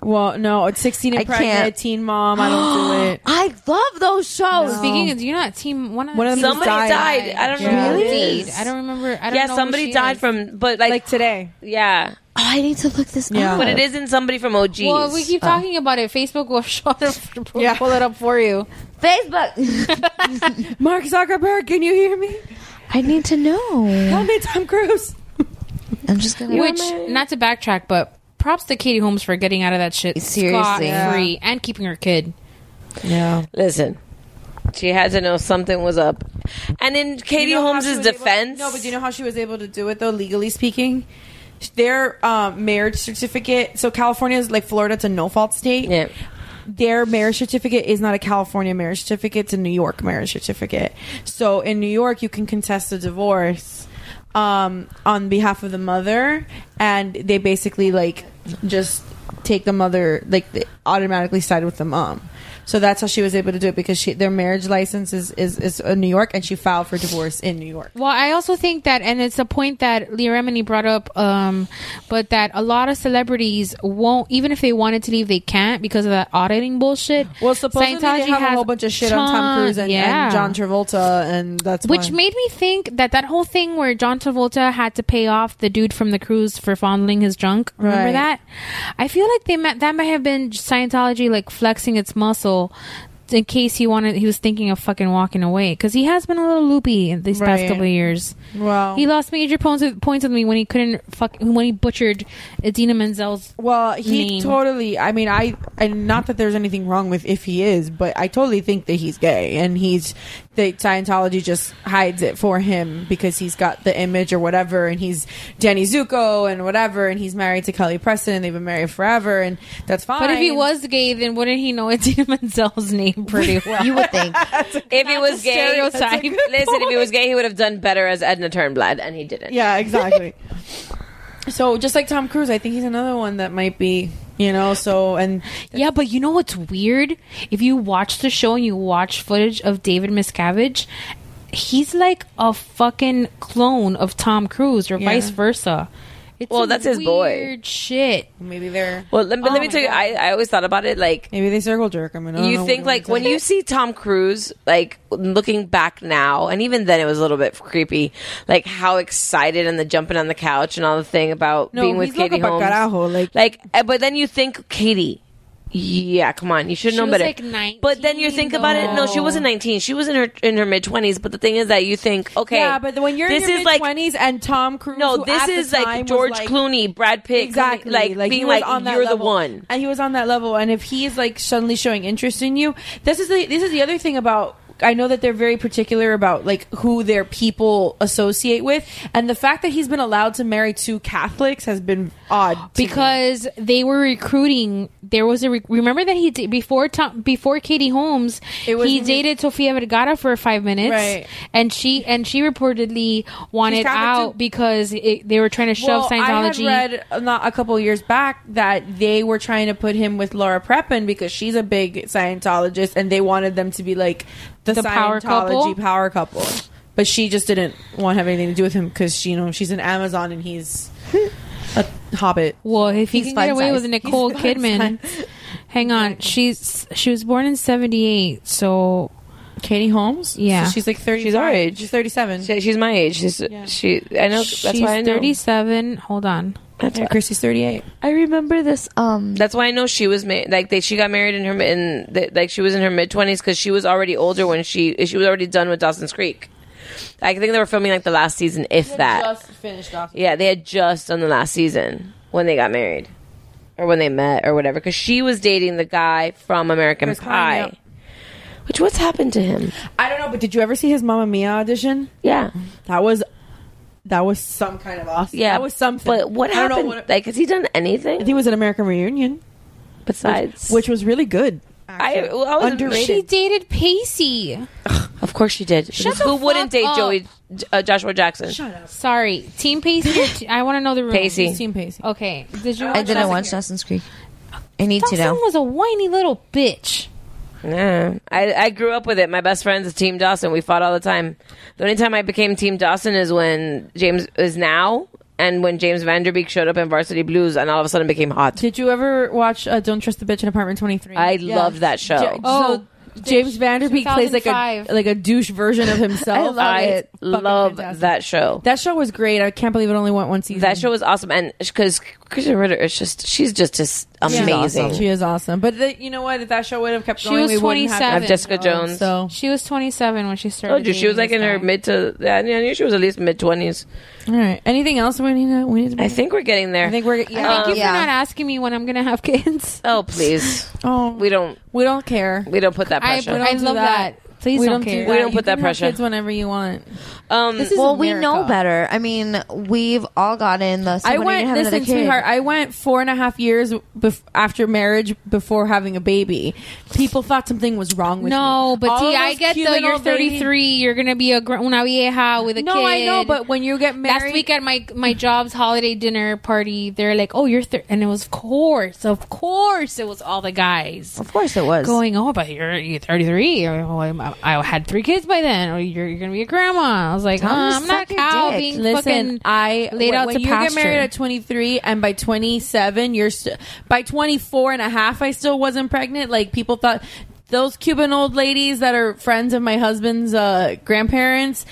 S11: Well, no, it's sixteen and
S8: I
S11: pregnant,
S8: can't.
S11: teen mom. I don't do it.
S8: I love those shows.
S3: Speaking of, you know, that team one of
S11: One of them just
S9: Somebody died. I don't know who it
S3: Really?
S9: is.
S3: I don't remember. I don't
S9: yeah,
S3: know who
S9: somebody
S3: she
S9: died
S3: is.
S9: from, but like,
S11: Like today.
S9: yeah.
S8: Oh, I need to look this
S11: Yeah.
S8: up.
S9: But it isn't somebody from OG.
S3: Well, we keep talking about it. Facebook will show it,
S11: Oh. *laughs* Yeah.
S3: pull it up for you.
S8: *laughs* Facebook.
S11: Mark Zuckerberg, can you hear me?
S8: I need to know.
S11: Help me, Tom Cruise.
S8: I'm just gonna.
S3: Which, not to backtrack, but props to Katie Holmes for getting out of that shit
S9: Seriously.
S3: free
S9: Yeah.
S3: and keeping her kid.
S9: Yeah. Listen, she had to know something was up. And in Katie
S11: You know how she
S9: Holmes's
S11: was able-
S9: defense,
S11: no, but do you know how she was able to do it though, legally speaking? Their um, marriage certificate. So California is like Florida; it's a no-fault state.
S9: Yeah.
S11: Their marriage certificate is not a California marriage certificate; it's a New York marriage certificate. So in New York, you can contest a divorce um, on behalf of the mother, and they basically like just take the mother like they automatically side with the mom. So that's how she was able to do it because she, their marriage license is, is, is in New York and she filed for divorce in New York.
S3: Well, I also think that, and it's a point that Leah Remini brought up, um, but that a lot of celebrities won't, even if they wanted to leave, they can't because of that auditing bullshit.
S11: Well, supposedly
S3: Scientology
S11: they have
S3: has
S11: a whole bunch of shit on Tom
S3: ton-
S11: Cruise and,
S3: yeah.
S11: and John Travolta, and that's
S3: Which
S11: why.
S3: made me think that that whole thing where John Travolta had to pay off the dude from the cruise for fondling his junk. Remember
S11: Right.
S3: that? I feel like they met, that might have been Scientology like flexing its muscle in case he wanted. He was thinking of fucking walking away because he has been a little loopy in these past
S11: Right.
S3: couple of years.
S11: Well,
S3: He lost major points with, points with me when he couldn't fuck when he butchered Adina Menzel's.
S11: Well, he
S3: name.
S11: totally. I mean, I and not that there's anything wrong with if he is, but I totally think that he's gay, and he's that Scientology just hides it for him because he's got the image or whatever, and he's Danny Zuko and whatever, and he's married to Kelly Preston, and they've been married forever, and that's fine.
S3: But if he was gay, then wouldn't he know *laughs* Adina Menzel's
S11: *laughs*
S3: name pretty well? you would think.
S9: if he was gay, *laughs*
S3: stereotype.
S9: listen, if he was gay, he would have done better as Edna Turnblad, and he didn't.
S3: *laughs*
S11: Yeah, exactly. so just like Tom Cruise, I think he's another one that might be, you know. So and
S3: yeah, but you know what's weird? If you watch the show and you watch footage of David Miscavige, he's like a fucking clone of Tom Cruise or
S9: Yeah.
S3: vice versa. It's
S9: Well,
S3: some
S9: that's his boy.
S3: weird Shit.
S11: Maybe they're.
S9: Well, let, but
S3: Oh
S9: let me
S3: my
S9: tell you, I, I always thought about it like
S11: maybe they circle jerk. I mean, I don't
S9: you
S11: know
S9: think
S11: what
S9: like when you see Tom Cruise, like looking back now, and even then it was a little bit creepy, like how excited and the jumping on the couch and all the thing about
S11: No,
S9: being with
S11: he's loco
S9: Katie
S11: pa'
S9: Holmes.
S11: carajo, like-
S9: like, eh, but then you think Katie. Yeah, come on. You should
S3: She
S9: know
S3: was,
S9: better.
S3: like, 19,
S9: but then you think about it. No, she
S3: though.
S9: wasn't 19. She was in her in her mid 20s, but the thing is that you think, okay.
S11: Yeah, but when you're
S9: this
S11: in your
S9: is like
S11: twenties and Tom Cruise,
S9: No,
S11: who
S9: this
S11: at the
S9: is
S11: time
S9: like
S11: was,
S9: George
S11: like-
S9: Clooney, Brad Pitt,
S11: exactly,
S9: like, being
S11: he was
S9: like you're the
S11: level.
S9: one.
S11: and he was on that level. And if he is like suddenly showing interest in you, this is the this is the other thing about. I know that they're very particular about like who their people associate with, and the fact that he's been allowed to marry two Catholics has been odd to me.
S3: because they were recruiting. There was a re- remember that he did before Tom, before Katie Holmes.
S11: was re-
S3: he dated Sofia Vergara for five minutes,
S11: Right.
S3: And she and she
S11: She's
S3: reportedly wanted
S11: Catholic
S3: out
S11: too.
S3: because it, they were trying to shove Scientology.
S11: I had read uh, not a couple years back that they were trying to put him with Laura Prepon because she's a big Scientologist, and they wanted them to be like the,
S3: The power
S11: Scientology
S3: couple?
S11: power couple. But she just didn't want to have anything to do with him because she, you know, she's an Amazon and he's a hobbit.
S3: well, if he
S11: He's
S3: can get away
S11: fun-sized.
S3: with Nicole
S11: He's fun-sized.
S3: Kidman, hang on, she's she was born in seventy eight, so.
S11: Katie Holmes,
S3: yeah,
S11: So she's like thirty.
S9: She's our age.
S11: She's thirty-seven.
S9: she's my age. She's she. I know. that's
S3: She's
S9: why I know.
S3: thirty-seven. Hold on,
S9: That's
S11: Yeah, Christy's thirty-eight.
S10: I remember this. Um,
S9: That's why I know she was ma- like they, she got married in her mi- in the, like she was in her mid twenties because she was already older when she she was already done with Dawson's Creek. I think they were filming like the last season, if that.
S11: finished off.
S9: yeah, they had just done the last season when they got married, or when they met, or whatever. Because she was dating the guy from American
S11: Chris
S9: Pie,
S11: Pine,
S9: which what's happened to him?
S11: I don't know, but did you ever see his Mamma Mia audition?
S9: Yeah,
S11: that was that was some kind of awesome.
S9: Yeah,
S11: that was something.
S9: But what
S11: I don't know
S9: happened?
S11: what-
S9: like, has he done anything?
S11: He was an American Reunion.
S9: Besides,
S11: which, which was really good.
S9: I, well, I was
S11: Underrated.
S3: she dated Pacey.
S9: Of course she did.
S3: Shut
S9: Because who
S3: the
S9: wouldn't
S3: fuck
S9: date
S3: up.
S9: Joey uh, Joshua Jackson?
S3: Sorry, Team Pacey. Or *laughs* t- I want to know the room.
S9: Pacey.
S11: Team Pacey.
S3: Okay. Did you?
S8: I didn't
S3: Dawson
S8: watch Dawson's Creek. I need to
S3: Dawson
S8: know.
S3: was a whiny little bitch.
S9: Yeah, I, I grew up with it. My best friend's Team Dawson. We fought all the time. The only time I became Team Dawson is when James is now, and when James Vanderbeek showed up in Varsity Blues, and all of a sudden became hot.
S11: Did you ever watch uh, Don't Trust the Bitch in Apartment 23?
S9: I loved that show.
S11: oh, James Vanderbeek plays like a
S3: 2005.
S11: like a douche version of *laughs* himself.
S9: I love, love that show.
S11: That show was great. I can't believe it only went one season.
S9: That show was awesome, and because Kristen Ritter is just she's just as amazing.
S11: She is awesome. But the, you know what? If that show would have kept
S3: She
S11: going,
S3: was
S11: we wouldn't have
S3: 27. Of Jessica
S11: Oh,
S9: Jones.
S11: So
S3: She was 27 when she started.
S9: Told you, she was like in her mid to. I knew I knew she was at least mid twenties.
S11: all right. Anything else we need to? We need to.
S9: I think we're getting there. Um, I think we're.
S3: Yeah. Thank you for not asking me when I'm gonna have kids.
S9: Oh please.
S11: Oh,
S9: we don't.
S11: We don't care.
S9: We don't put that
S3: I-
S9: pressure.
S3: we don't I do love that. that. Please
S11: we
S3: don't
S11: do
S3: care.
S11: that.
S9: We don't
S11: You
S9: put that
S11: can have
S9: pressure.
S11: Kids whenever you want.
S9: Um,
S11: This is
S8: well, we
S11: America.
S8: know better. I mean, we've all gotten the.
S11: I went.
S8: Have
S11: Listen, sweetheart. I went four and a half years bef- after marriage before having a baby. People thought something was wrong with me.
S3: No, but
S11: All
S3: T,
S11: of
S3: I
S11: those
S3: get
S11: cute
S3: the
S11: little
S3: you're 33, you're gonna be a gr- una vieja with a
S11: No,
S3: kid.
S11: I know, but when you get
S3: last
S11: married-
S3: week at my my job's holiday dinner party, they're like, "Oh, you're," thir-, and it was of course, of course, it was all the guys.
S8: Of course, it was
S3: going. Oh, but you're, you're 33. Or, oh, I'm- i had three kids by then. Or you're, you're gonna be a grandma. I was like,
S11: Tell 'em
S3: "Uh,
S11: to
S3: I'm not
S11: suck your
S3: cow
S11: dick.
S3: being
S11: Listen,
S3: fucking
S11: I
S3: laid
S11: when-
S3: out
S11: when
S3: to
S11: you
S3: pasture.
S11: get married at 23 and by 27 you're st- by 24 and a half I still wasn't pregnant like people thought those Cuban old ladies that are friends of my husband's uh, grandparents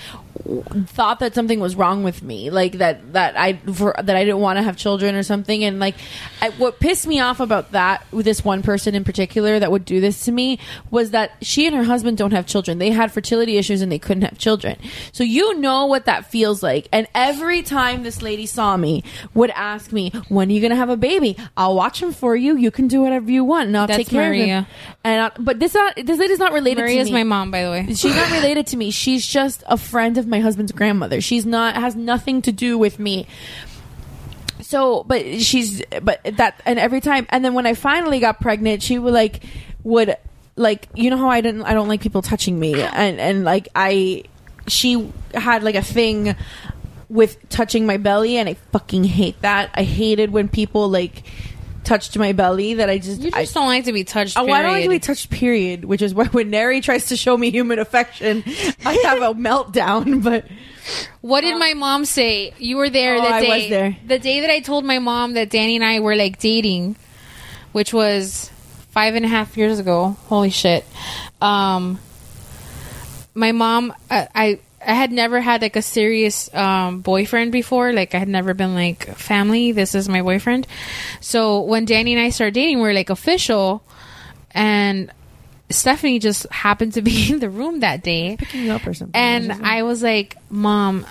S11: thought that something was wrong with me like that that I for, that I didn't want to have children or something and like I, what pissed me off about that with this one person in particular that would do this to me was that she and her husband don't have children they had fertility issues and they couldn't have children so you know what that feels like and every time this lady saw me would ask me when are you gonna have a baby I'll watch him for you you can do whatever you want and I'll
S3: That's
S11: take care of
S3: Maria.
S11: him and I, but this not this lady's not related to
S3: Maria's
S11: me.
S3: my mom, by the way.
S11: She's
S3: *laughs*
S11: not related to me. She's just a friend of my husband's grandmother. She's not has nothing to do with me. So, but she's but that and every time and then when I finally got pregnant, she would like would like you know how I didn't I don't like people touching me and and like I she had like a thing with touching my belly and I fucking hate that. I hated when people like touched my belly that I just
S3: You just don't like to be touched.
S11: Oh, I don't like to
S3: period.
S11: be touched, period. Which is why when Neri tries to show me human affection, I have a *laughs* meltdown. But
S3: What did my mom say? You were there
S11: Oh,
S3: the
S11: I
S3: day.
S11: was there.
S3: The day that I told my mom that Danny and I were like dating, which was five and a half years ago. Holy shit! Um, my mom, I, I, I had never had like a serious um, boyfriend before. Like I had never been like family. This is my boyfriend. So when Danny and I started dating, we were like official, and Stephanie just happened to be *laughs* in the room that day.
S11: you up or something? Mm-hmm.
S3: And I was like, Mom,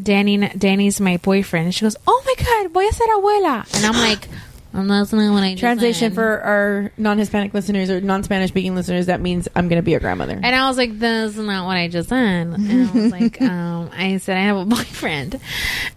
S3: Danny, Danny's my boyfriend. And she goes, Oh my God, voy a ser abuela. And I'm like, I'm not listening when I just
S11: translation
S3: said."
S11: for our non-Hispanic listeners or non-Spanish speaking listeners, that means I'm going to be a grandmother.
S3: And I was like, "That's not what I just said." And I
S8: *laughs*
S3: was like, um, "I said I have a boyfriend,"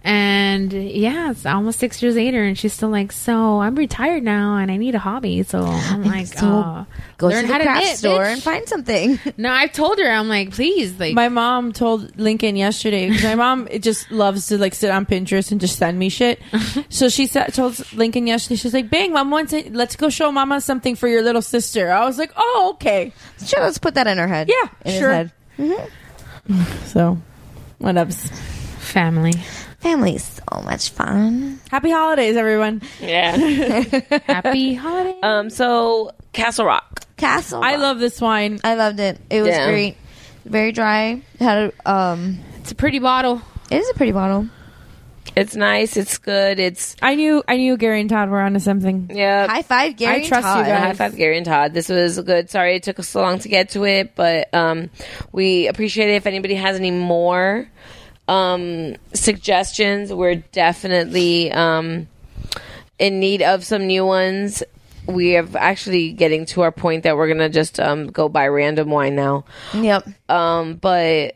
S3: and yeah, it's almost six years later, and she's still like, "So I'm retired now, and I need a hobby." So I'm like,
S8: so
S3: uh,
S8: go
S3: learn
S8: to the
S3: how
S8: craft
S3: knit,
S8: store
S3: bitch."
S8: and find something. *laughs*
S3: No, I've told her. I'm like, please, like,
S11: my mom told Lincoln yesterday because my mom it just loves to like sit on Pinterest and just send me shit. so she sa told Lincoln yesterday, she's like, "Bang, mom wants it. Let's go show mama something for your little sister." I was like, "Oh, okay,
S8: sure. Let's put that in her head.
S11: Yeah,
S8: In his
S11: sure. Mm-hmm.
S8: head.
S11: So, what up?
S3: family.
S8: Family's so much fun.
S11: Happy holidays, everyone.
S9: Yeah.
S8: *laughs*
S3: Happy
S8: Uh,
S3: holidays.
S9: Um. So Castle Rock.
S8: Castle.
S11: I
S8: Rock.
S11: love this wine.
S8: I loved it. It was
S9: Yeah.
S8: great. Very dry. Had a, um.
S3: It's a pretty bottle.
S8: It is a pretty bottle.
S9: It's nice. It's good. It's
S11: I knew I knew Gary and Todd were onto something.
S9: yeah.
S8: High five, Gary.
S11: I trust
S8: and Todd.
S11: you guys.
S9: High five, Gary and Todd. This was good. Sorry it took us so long to get to it, but um, we appreciate it. If anybody has any more um, suggestions, we're definitely um, in need of some new ones. We have actually getting to our point that we're gonna just um, go buy random wine now.
S8: Yep.
S9: Um, but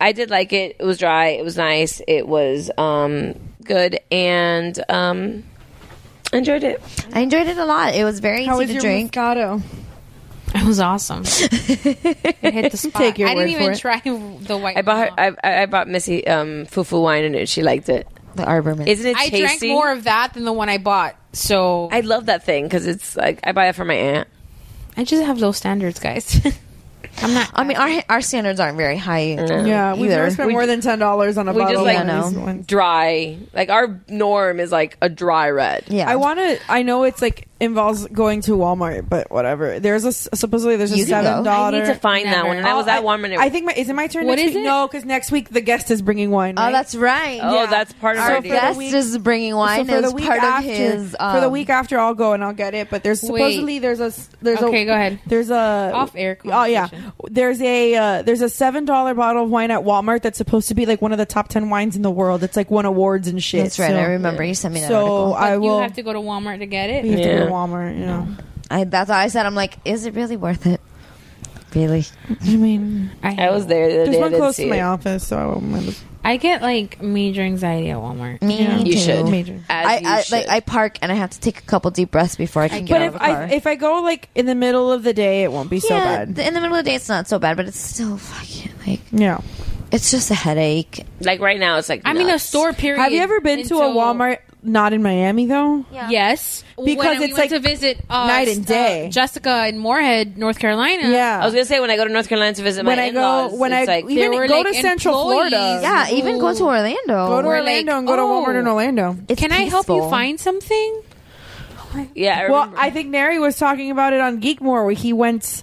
S9: I did like it. It was dry. It was nice. It was um, good and um, enjoyed it.
S8: I enjoyed it a lot. It was very
S11: How
S8: easy
S11: was
S8: to
S11: your
S8: drink.
S11: Moscato?
S3: It was awesome. It hit the spot.
S11: Take your
S3: I
S11: word
S3: didn't even
S11: for it.
S3: try the white.
S9: I bought her, I, I bought Missy um, fufu wine and she liked it.
S8: The Arborman.
S9: Isn't it
S3: I
S9: tasty?
S3: drank more of that than the one I bought. So
S9: I love that thing because it's like I buy it for my aunt.
S3: I just have low standards, guys. *laughs* I'm not.
S8: I mean, our our standards aren't very high.
S11: Yeah, we've never
S8: Um, either.
S11: spent more than ten dollars on a
S9: We
S11: bottle.
S9: just
S11: of
S9: like
S11: wine.
S9: dry. Like our norm is like a dry red.
S8: Yeah.
S11: I want to. I know it's like involves going to Walmart, but whatever. There's a s- supposedly there's a
S9: You can go.
S11: seven dollar.
S9: I need to find that one, and I was at Walmart and-
S11: I think my is it my turn?
S9: What
S11: next
S9: is
S11: week?
S9: it?
S11: No, because next week the guest is bringing wine.
S8: Oh,
S11: right?
S8: that's right.
S9: Oh, that's part of
S8: Our
S9: our deal.
S8: guest is bringing wine
S11: for
S8: as
S11: the week
S8: part
S11: after,
S8: of his. Um,
S11: for the week after, I'll go and I'll get it. But there's supposedly there's a s- there's a,
S3: Okay, go ahead.
S11: There's a
S3: Off air
S11: Oh yeah, there's a uh, there's a seven dollar bottle of wine at Walmart that's supposed to be like one of the top ten wines in the world. It's like won awards and shit.
S8: That's right.
S11: So-
S8: I remember you sent me that.
S11: So
S8: article.
S11: I will.
S3: You have to go to Walmart to get it.
S11: we have to go to Walmart. You know.
S8: I, that's why I said I'm like, is it really worth it? Really?
S11: I mean,
S9: I was there the other
S11: There's
S9: day.
S11: one
S9: I didn't
S11: close
S9: see
S11: to my
S9: it.
S11: office, so I won't.
S3: I get like major anxiety at Walmart.
S8: Me too.
S9: You should. Major. As
S8: I,
S9: you
S8: I
S9: should.
S8: like I park and I have to take a couple deep breaths before I can get
S11: But
S8: out
S11: if
S8: of the car.
S11: I if I go like in the middle of the day, it won't be so
S8: yeah,
S11: bad.
S8: th- in the middle of the day it's not so bad, but it's still fucking like
S11: yeah,
S8: it's just a headache.
S9: Like right now, it's like
S3: I'm in a
S9: nuts.
S3: store. Period.
S11: Have you ever been to a
S3: until-
S11: Walmart not in Miami though?
S3: Yes,
S11: Because
S3: When we
S11: it's like
S3: went to visit uh,
S11: night and
S3: uh,
S11: day.
S3: Jessica in Moorhead, North Carolina.
S11: Yeah.
S9: I was gonna say when I go to North Carolina to visit
S11: When
S9: my
S11: I go-
S9: in-laws,
S11: when I-
S9: it's like,
S11: even
S9: there were,
S11: go
S9: like,
S11: to Central
S9: employees
S11: Florida.
S8: Yeah, even go to
S9: who-
S8: Orlando.
S11: Go to
S3: We're
S11: Orlando
S3: like,
S11: and go to Walmart in
S3: oh.
S11: Orlando.
S8: It's
S3: Can I help you
S8: peaceful.
S3: find something?
S9: Yeah, I
S11: well,
S9: remember.
S11: I think Nary was talking about it on Geekmore where he went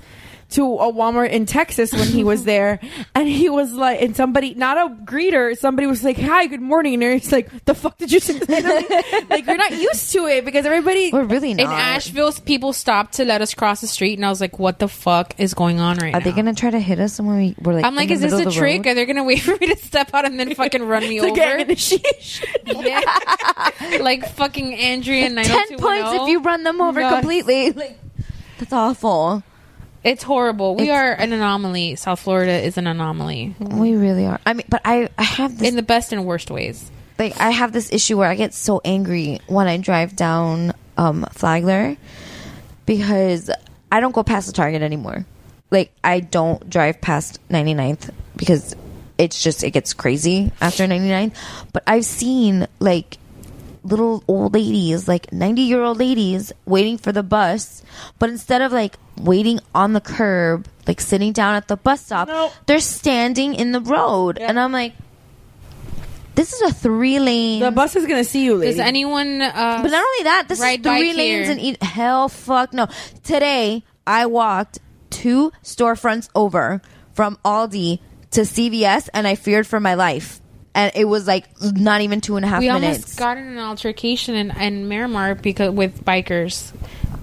S11: to a Walmart in Texas when he was there, *laughs* and he was like, and somebody, not a greeter, somebody was like, "Hi, good morning," and Nary's like, "The fuck did you say?" *laughs* to me?" like you're not used to it because everybody.
S8: We're really not.
S3: In Asheville, people stopped to let us cross the street, and I was like, "What the fuck is going on right
S8: Are
S3: now?"
S8: they gonna try to hit us when we we're like?
S3: I'm like,
S8: in
S3: "Is
S8: the
S3: this a
S8: middle of the
S3: trick?
S8: road?"
S3: Are they gonna wait *laughs* for me to step out
S8: *laughs*
S3: and then fucking run me
S11: It's a gang
S3: over?" *laughs* Yeah. like fucking Andrea oh and
S8: *laughs* Ten points if you run them over
S3: Yes.
S8: completely. *laughs* Like, that's awful.
S3: It's horrible. We
S8: It's-
S3: are an anomaly. South Florida is an anomaly
S8: We really are. I mean, but I I have this
S3: Mm. in the best and worst ways.
S8: like I have this issue where I get so angry when I drive down um, Flagler because I don't go past the Target anymore. Like I don't drive past 99th because it's just it gets crazy after 99th. But I've seen like little old ladies, like 90 year old ladies waiting for the bus, but instead of like waiting on the curb, like sitting down at the bus stop, they're standing in the road. And I'm like, this is a three lane.
S11: The bus is gonna see you, lady.
S3: Does anyone? Uh,
S8: but not only that, this is
S3: Ride
S8: three lanes
S3: bike here.
S8: and eat. Hell, fuck no. Today I walked two storefronts over from Aldi to CVS, and I feared for my life. And it was like not even two and a half
S3: we
S8: minutes.
S3: almost got in an altercation in, in Miramar because with bikers,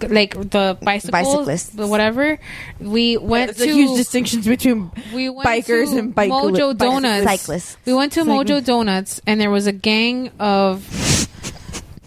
S3: like the bicycles,
S8: Bicyclists.
S3: the whatever. We went
S11: There's
S3: to
S11: a huge distinctions between
S3: we went
S11: bikers
S3: to
S11: and bike
S3: Mojo Donuts.
S8: Cyclists.
S3: We went to
S11: Cyclists.
S3: Mojo Donuts, and there was a gang of.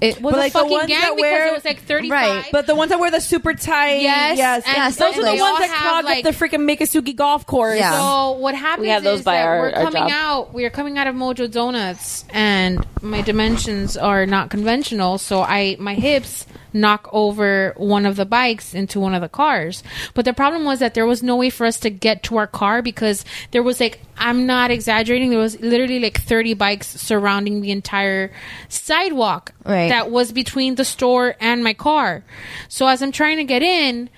S3: It was
S11: But
S3: a
S11: like the
S3: fucking
S11: ones
S3: gang
S11: that
S3: because
S11: wear-
S3: it was like thirty-five.
S11: But the ones that wear the super tight,
S3: Yes,
S11: yes,
S3: and-
S8: Yes,
S11: those are
S8: they
S11: the
S3: all
S11: ones that
S3: have,
S11: clog
S3: like-
S11: up the freaking Makasugi golf course.
S8: Yeah.
S3: So what happens
S9: have those
S3: is
S9: by
S3: that
S9: our-
S3: we're
S9: our
S3: coming
S9: job.
S3: out. We are coming out of Mojo Donuts, and my dimensions are not conventional. So I my hips knock over one of the bikes into one of the cars. But the problem was that there was no way for us to get to our car because there was like I'm not exaggerating. There was literally like 30 bikes surrounding the entire sidewalk
S8: Right.
S3: that was between the store and my car. So as I'm trying to get in,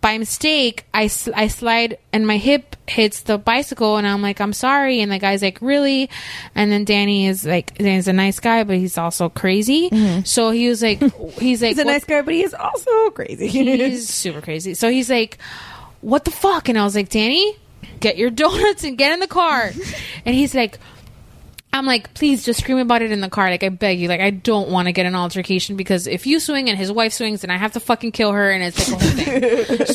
S3: by mistake, I, sl- I slide and my hip hits the bicycle, and I'm like, I'm sorry. And the guy's like, Really? And then Danny is like, Danny's a nice guy, but he's also crazy. So he
S11: *laughs*
S3: was like, He's like,
S11: Mm-hmm. He's a
S3: "What
S11: nice guy, but he is also crazy.
S3: he's super crazy. So he's like, "What the fuck?" And I was like, "Danny, get your *laughs* donuts and get in the car." and he's like, "I'm like, please just scream about it in the car. Like, I beg you. Like, I don't want to get an altercation because if you swing and his wife swings, and I have to fucking kill her, and it's like a whole
S11: *laughs*
S3: thing."
S11: *laughs*
S3: so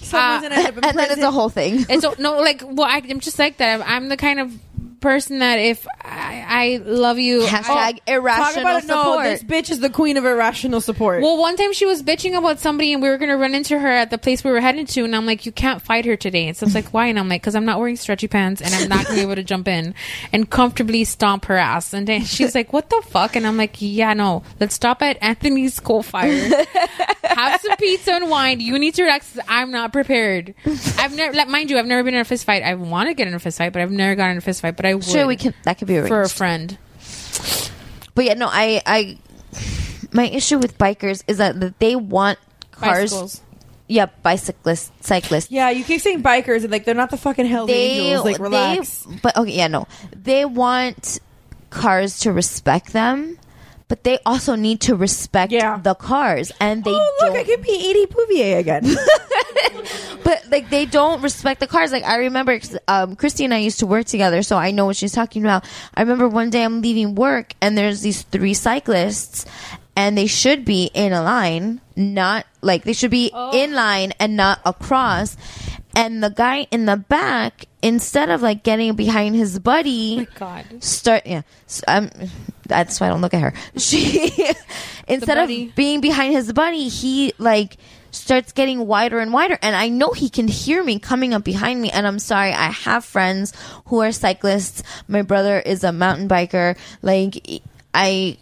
S11: Someone's
S3: *laughs* Uh,
S11: gonna end up in
S8: and then it's
S11: prison.
S8: a whole thing.
S3: it's so- no like well I, i'm just like that I'm, I'm the kind of person that if i, I love you
S8: *laughs*
S3: I-
S8: Hashtag irrational
S11: No,
S8: support.
S11: this bitch is the queen of irrational support.
S3: Well, one time she was bitching about somebody, and we were gonna run into her at the place we were headed to, and I'm like, "You can't fight her today." And so I was like, "Why?" And I'm like, "Cause I'm not wearing stretchy pants, and I'm not gonna be able to jump in and comfortably stomp her ass." And then she's like, "What the fuck?" And I'm like, "Yeah, no. Let's stop at Anthony's coal fire, have some pizza and wine. You need to relax. 'cause I'm not prepared. I've never, like, mind you, I've never been in a fist fight. I want to get in a fist fight, but I've never gotten in a fist fight. But I would
S8: sure, we can. That could be arranged.
S3: for a
S8: *laughs*
S3: friend.
S8: But yeah, no, I, I, my issue with bikers is that that they want cars.
S3: Bicycles.
S8: Yeah, bicyclists, cyclists.
S11: yeah, you keep saying bikers and like they're not the fucking hell angels. Like relax.
S8: They, but okay, yeah, no, they want cars to respect them, But they also need to respect the cars, and
S11: Oh,
S8: they don't.
S14: I could be Edie Bouvier
S3: *laughs*
S14: again.
S8: but like they don't respect the cars. Like I remember, um, Christy and I used to work together, so I know what she's talking about. I remember one day I'm leaving work, and there's these three cyclists, and they should be in a line, not like they should be
S3: Oh.
S8: in line and not across. And the guy in the back, instead of like getting behind his buddy,
S3: Oh God.
S8: start yeah so, um, that's why i don't look at her *laughs* she instead
S3: buddy.
S8: of being behind his buddy he like starts getting wider and wider and i know he can hear me coming up behind me and i'm sorry i have friends who are cyclists my brother is a mountain biker like i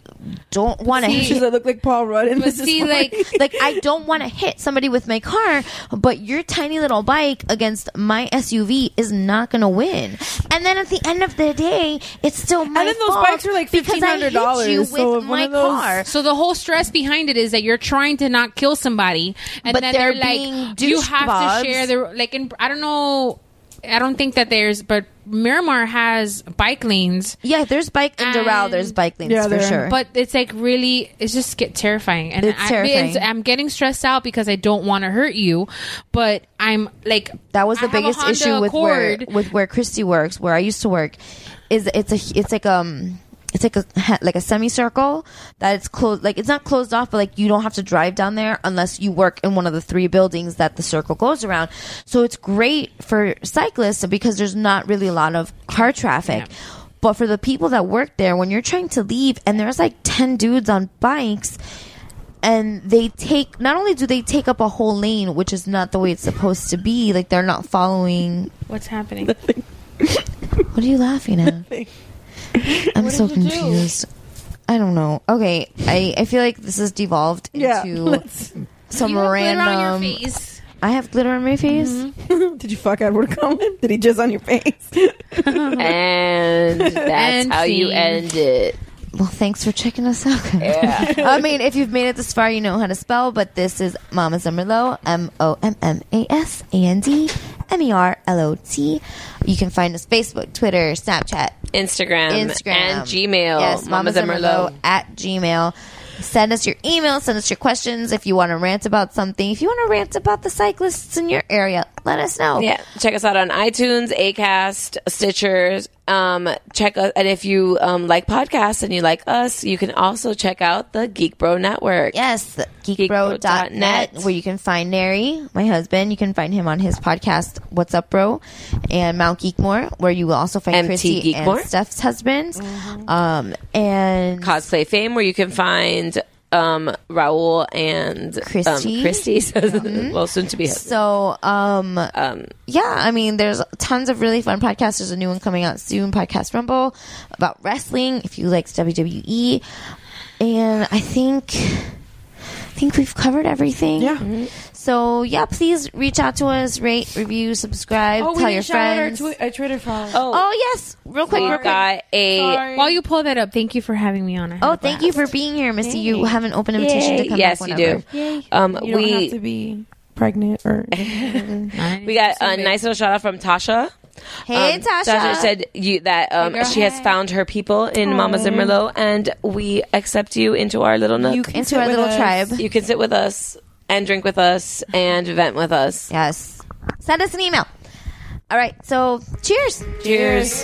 S8: don't want to
S14: See- She's like, look like Paul Rudd in
S8: but
S14: this
S8: see,
S14: one.
S8: like, like I don't want to hit somebody with my car, but your tiny little bike against my SUV is not going to win. And then at the end of the day, it's still my
S14: And then those
S8: fault
S14: bikes are like
S8: because I hit
S14: $1,500,
S8: you
S14: so
S8: with
S14: if one
S8: my
S14: of those-
S8: car.
S12: So the whole stress behind it is that you're trying to not kill somebody, and
S8: But
S12: then
S8: they're
S12: they're,
S8: being
S12: like, you have
S8: douchebobs.
S12: to share the like. In, I don't know. I don't think that there's, but Miramar has bike lanes.
S8: Yeah, there's bike
S12: in
S8: Doral, there's bike lanes Yeah, for there- sure.
S12: But it's like really, it's just get terrifying, and
S8: It's
S12: I,
S8: terrifying.
S12: it's- I'm getting stressed out because I don't want to hurt you, but I'm like
S8: That was the
S12: I have a
S8: biggest
S12: Honda
S8: issue with where,
S12: Accord.
S8: with where Christy works, where I used to work, is it's a it's like um it's like a *laughs* like a semicircle that it's closed like it's not closed off, but like you don't have to drive down there unless you work in one of the three buildings that the circle goes around. So it's great for cyclists because there's not really a lot of car traffic. But for the people that work there, when you're trying to leave and there's like ten dudes on bikes, and they take not only do they take up a whole lane which is not the way it's supposed to be like they're not following
S12: What's happening?
S8: what are you
S14: *laughs*
S8: laughing at i'm so confused i don't know okay i i feel like this has devolved
S14: *laughs* Yeah,
S8: into
S11: *laughs*
S14: let's-
S8: some
S14: You have glitter
S8: random
S14: on your Mm-hmm.
S8: i have glitter on my face
S14: Did you fuck Edward Cullen? Did he jizz on your face?
S9: and that's
S8: *laughs* And
S9: how you
S8: scene.
S9: end it.
S8: well thanks for checking us out guys.
S9: Yeah.
S8: *laughs* i mean if you've made it this far you know how to spell but this is mama Zimmerlo, E m-o-m-m-a-s-a-n-d-m-e-r-l-o-t you can find us facebook twitter snapchat
S9: Instagram,
S8: Instagram.
S9: and Gmail.
S8: Yes, Mama
S9: Mamas and
S8: Merlot
S9: Merlot.
S8: at Gmail. Send us your email. Send us your questions. If you want to rant about something, if you want to rant about the cyclists in your area, let us know.
S9: Yeah, check us out on iTunes, Acast, Stitchers. Um, check us, and if you um, like podcasts and you like us, you can also check out the Geek Bro Network.
S8: Yes, geekbro.net, where you can find Neri, my husband. You can find him on his podcast, What's Up, Bro, and Mount Geekmore, where you will also find
S9: MT
S8: Christy
S9: Geekmore. Mm-hmm.
S8: and Steph's husbands. Um, and
S9: Cosplay Fame, where you can find um, Raul and
S8: Christy. Mm-hmm.
S9: Um, Christy, *laughs* so- well, soon to be. husband.
S8: So, um, yeah, I mean, there's tons of really fun podcasts. There's a new one coming out soon, Podcast Rumble, about wrestling. If you liked WWE, and I think, I think we've covered everything. Yeah.
S9: Mm-hmm.
S8: So yeah, please reach out to us, rate, review, subscribe,
S11: Oh, we
S8: tell your
S11: didn't shout out our,
S8: friends.
S11: twi- our Twitter follow.
S8: Oh, yes, real quick,
S12: We
S8: real quick.
S9: got a- Sorry.
S12: While you pull that up, thank you for having me on. I had
S8: Oh,
S12: a
S8: thank
S12: blast.
S8: you for being here, Missy. You have an open invitation
S9: Yay.
S8: to come
S9: yes,
S8: back
S9: you
S8: whenever.
S9: do. Um,
S14: You don't
S9: we
S14: have to be pregnant or.
S9: we got a nice little shout out from Tasha. Um,
S8: Hey, Tasha.
S9: said you, that um,
S8: girl.
S9: she has fofound her people in Mama
S8: Aw.
S9: Zimmerlo, and we accept you into our little nook,
S8: You can Into sit our with little us. tribe.
S9: You can sit with us and drink with us and vent with us.
S8: Yes. Send us an email. All right, so cheers.
S9: Cheers.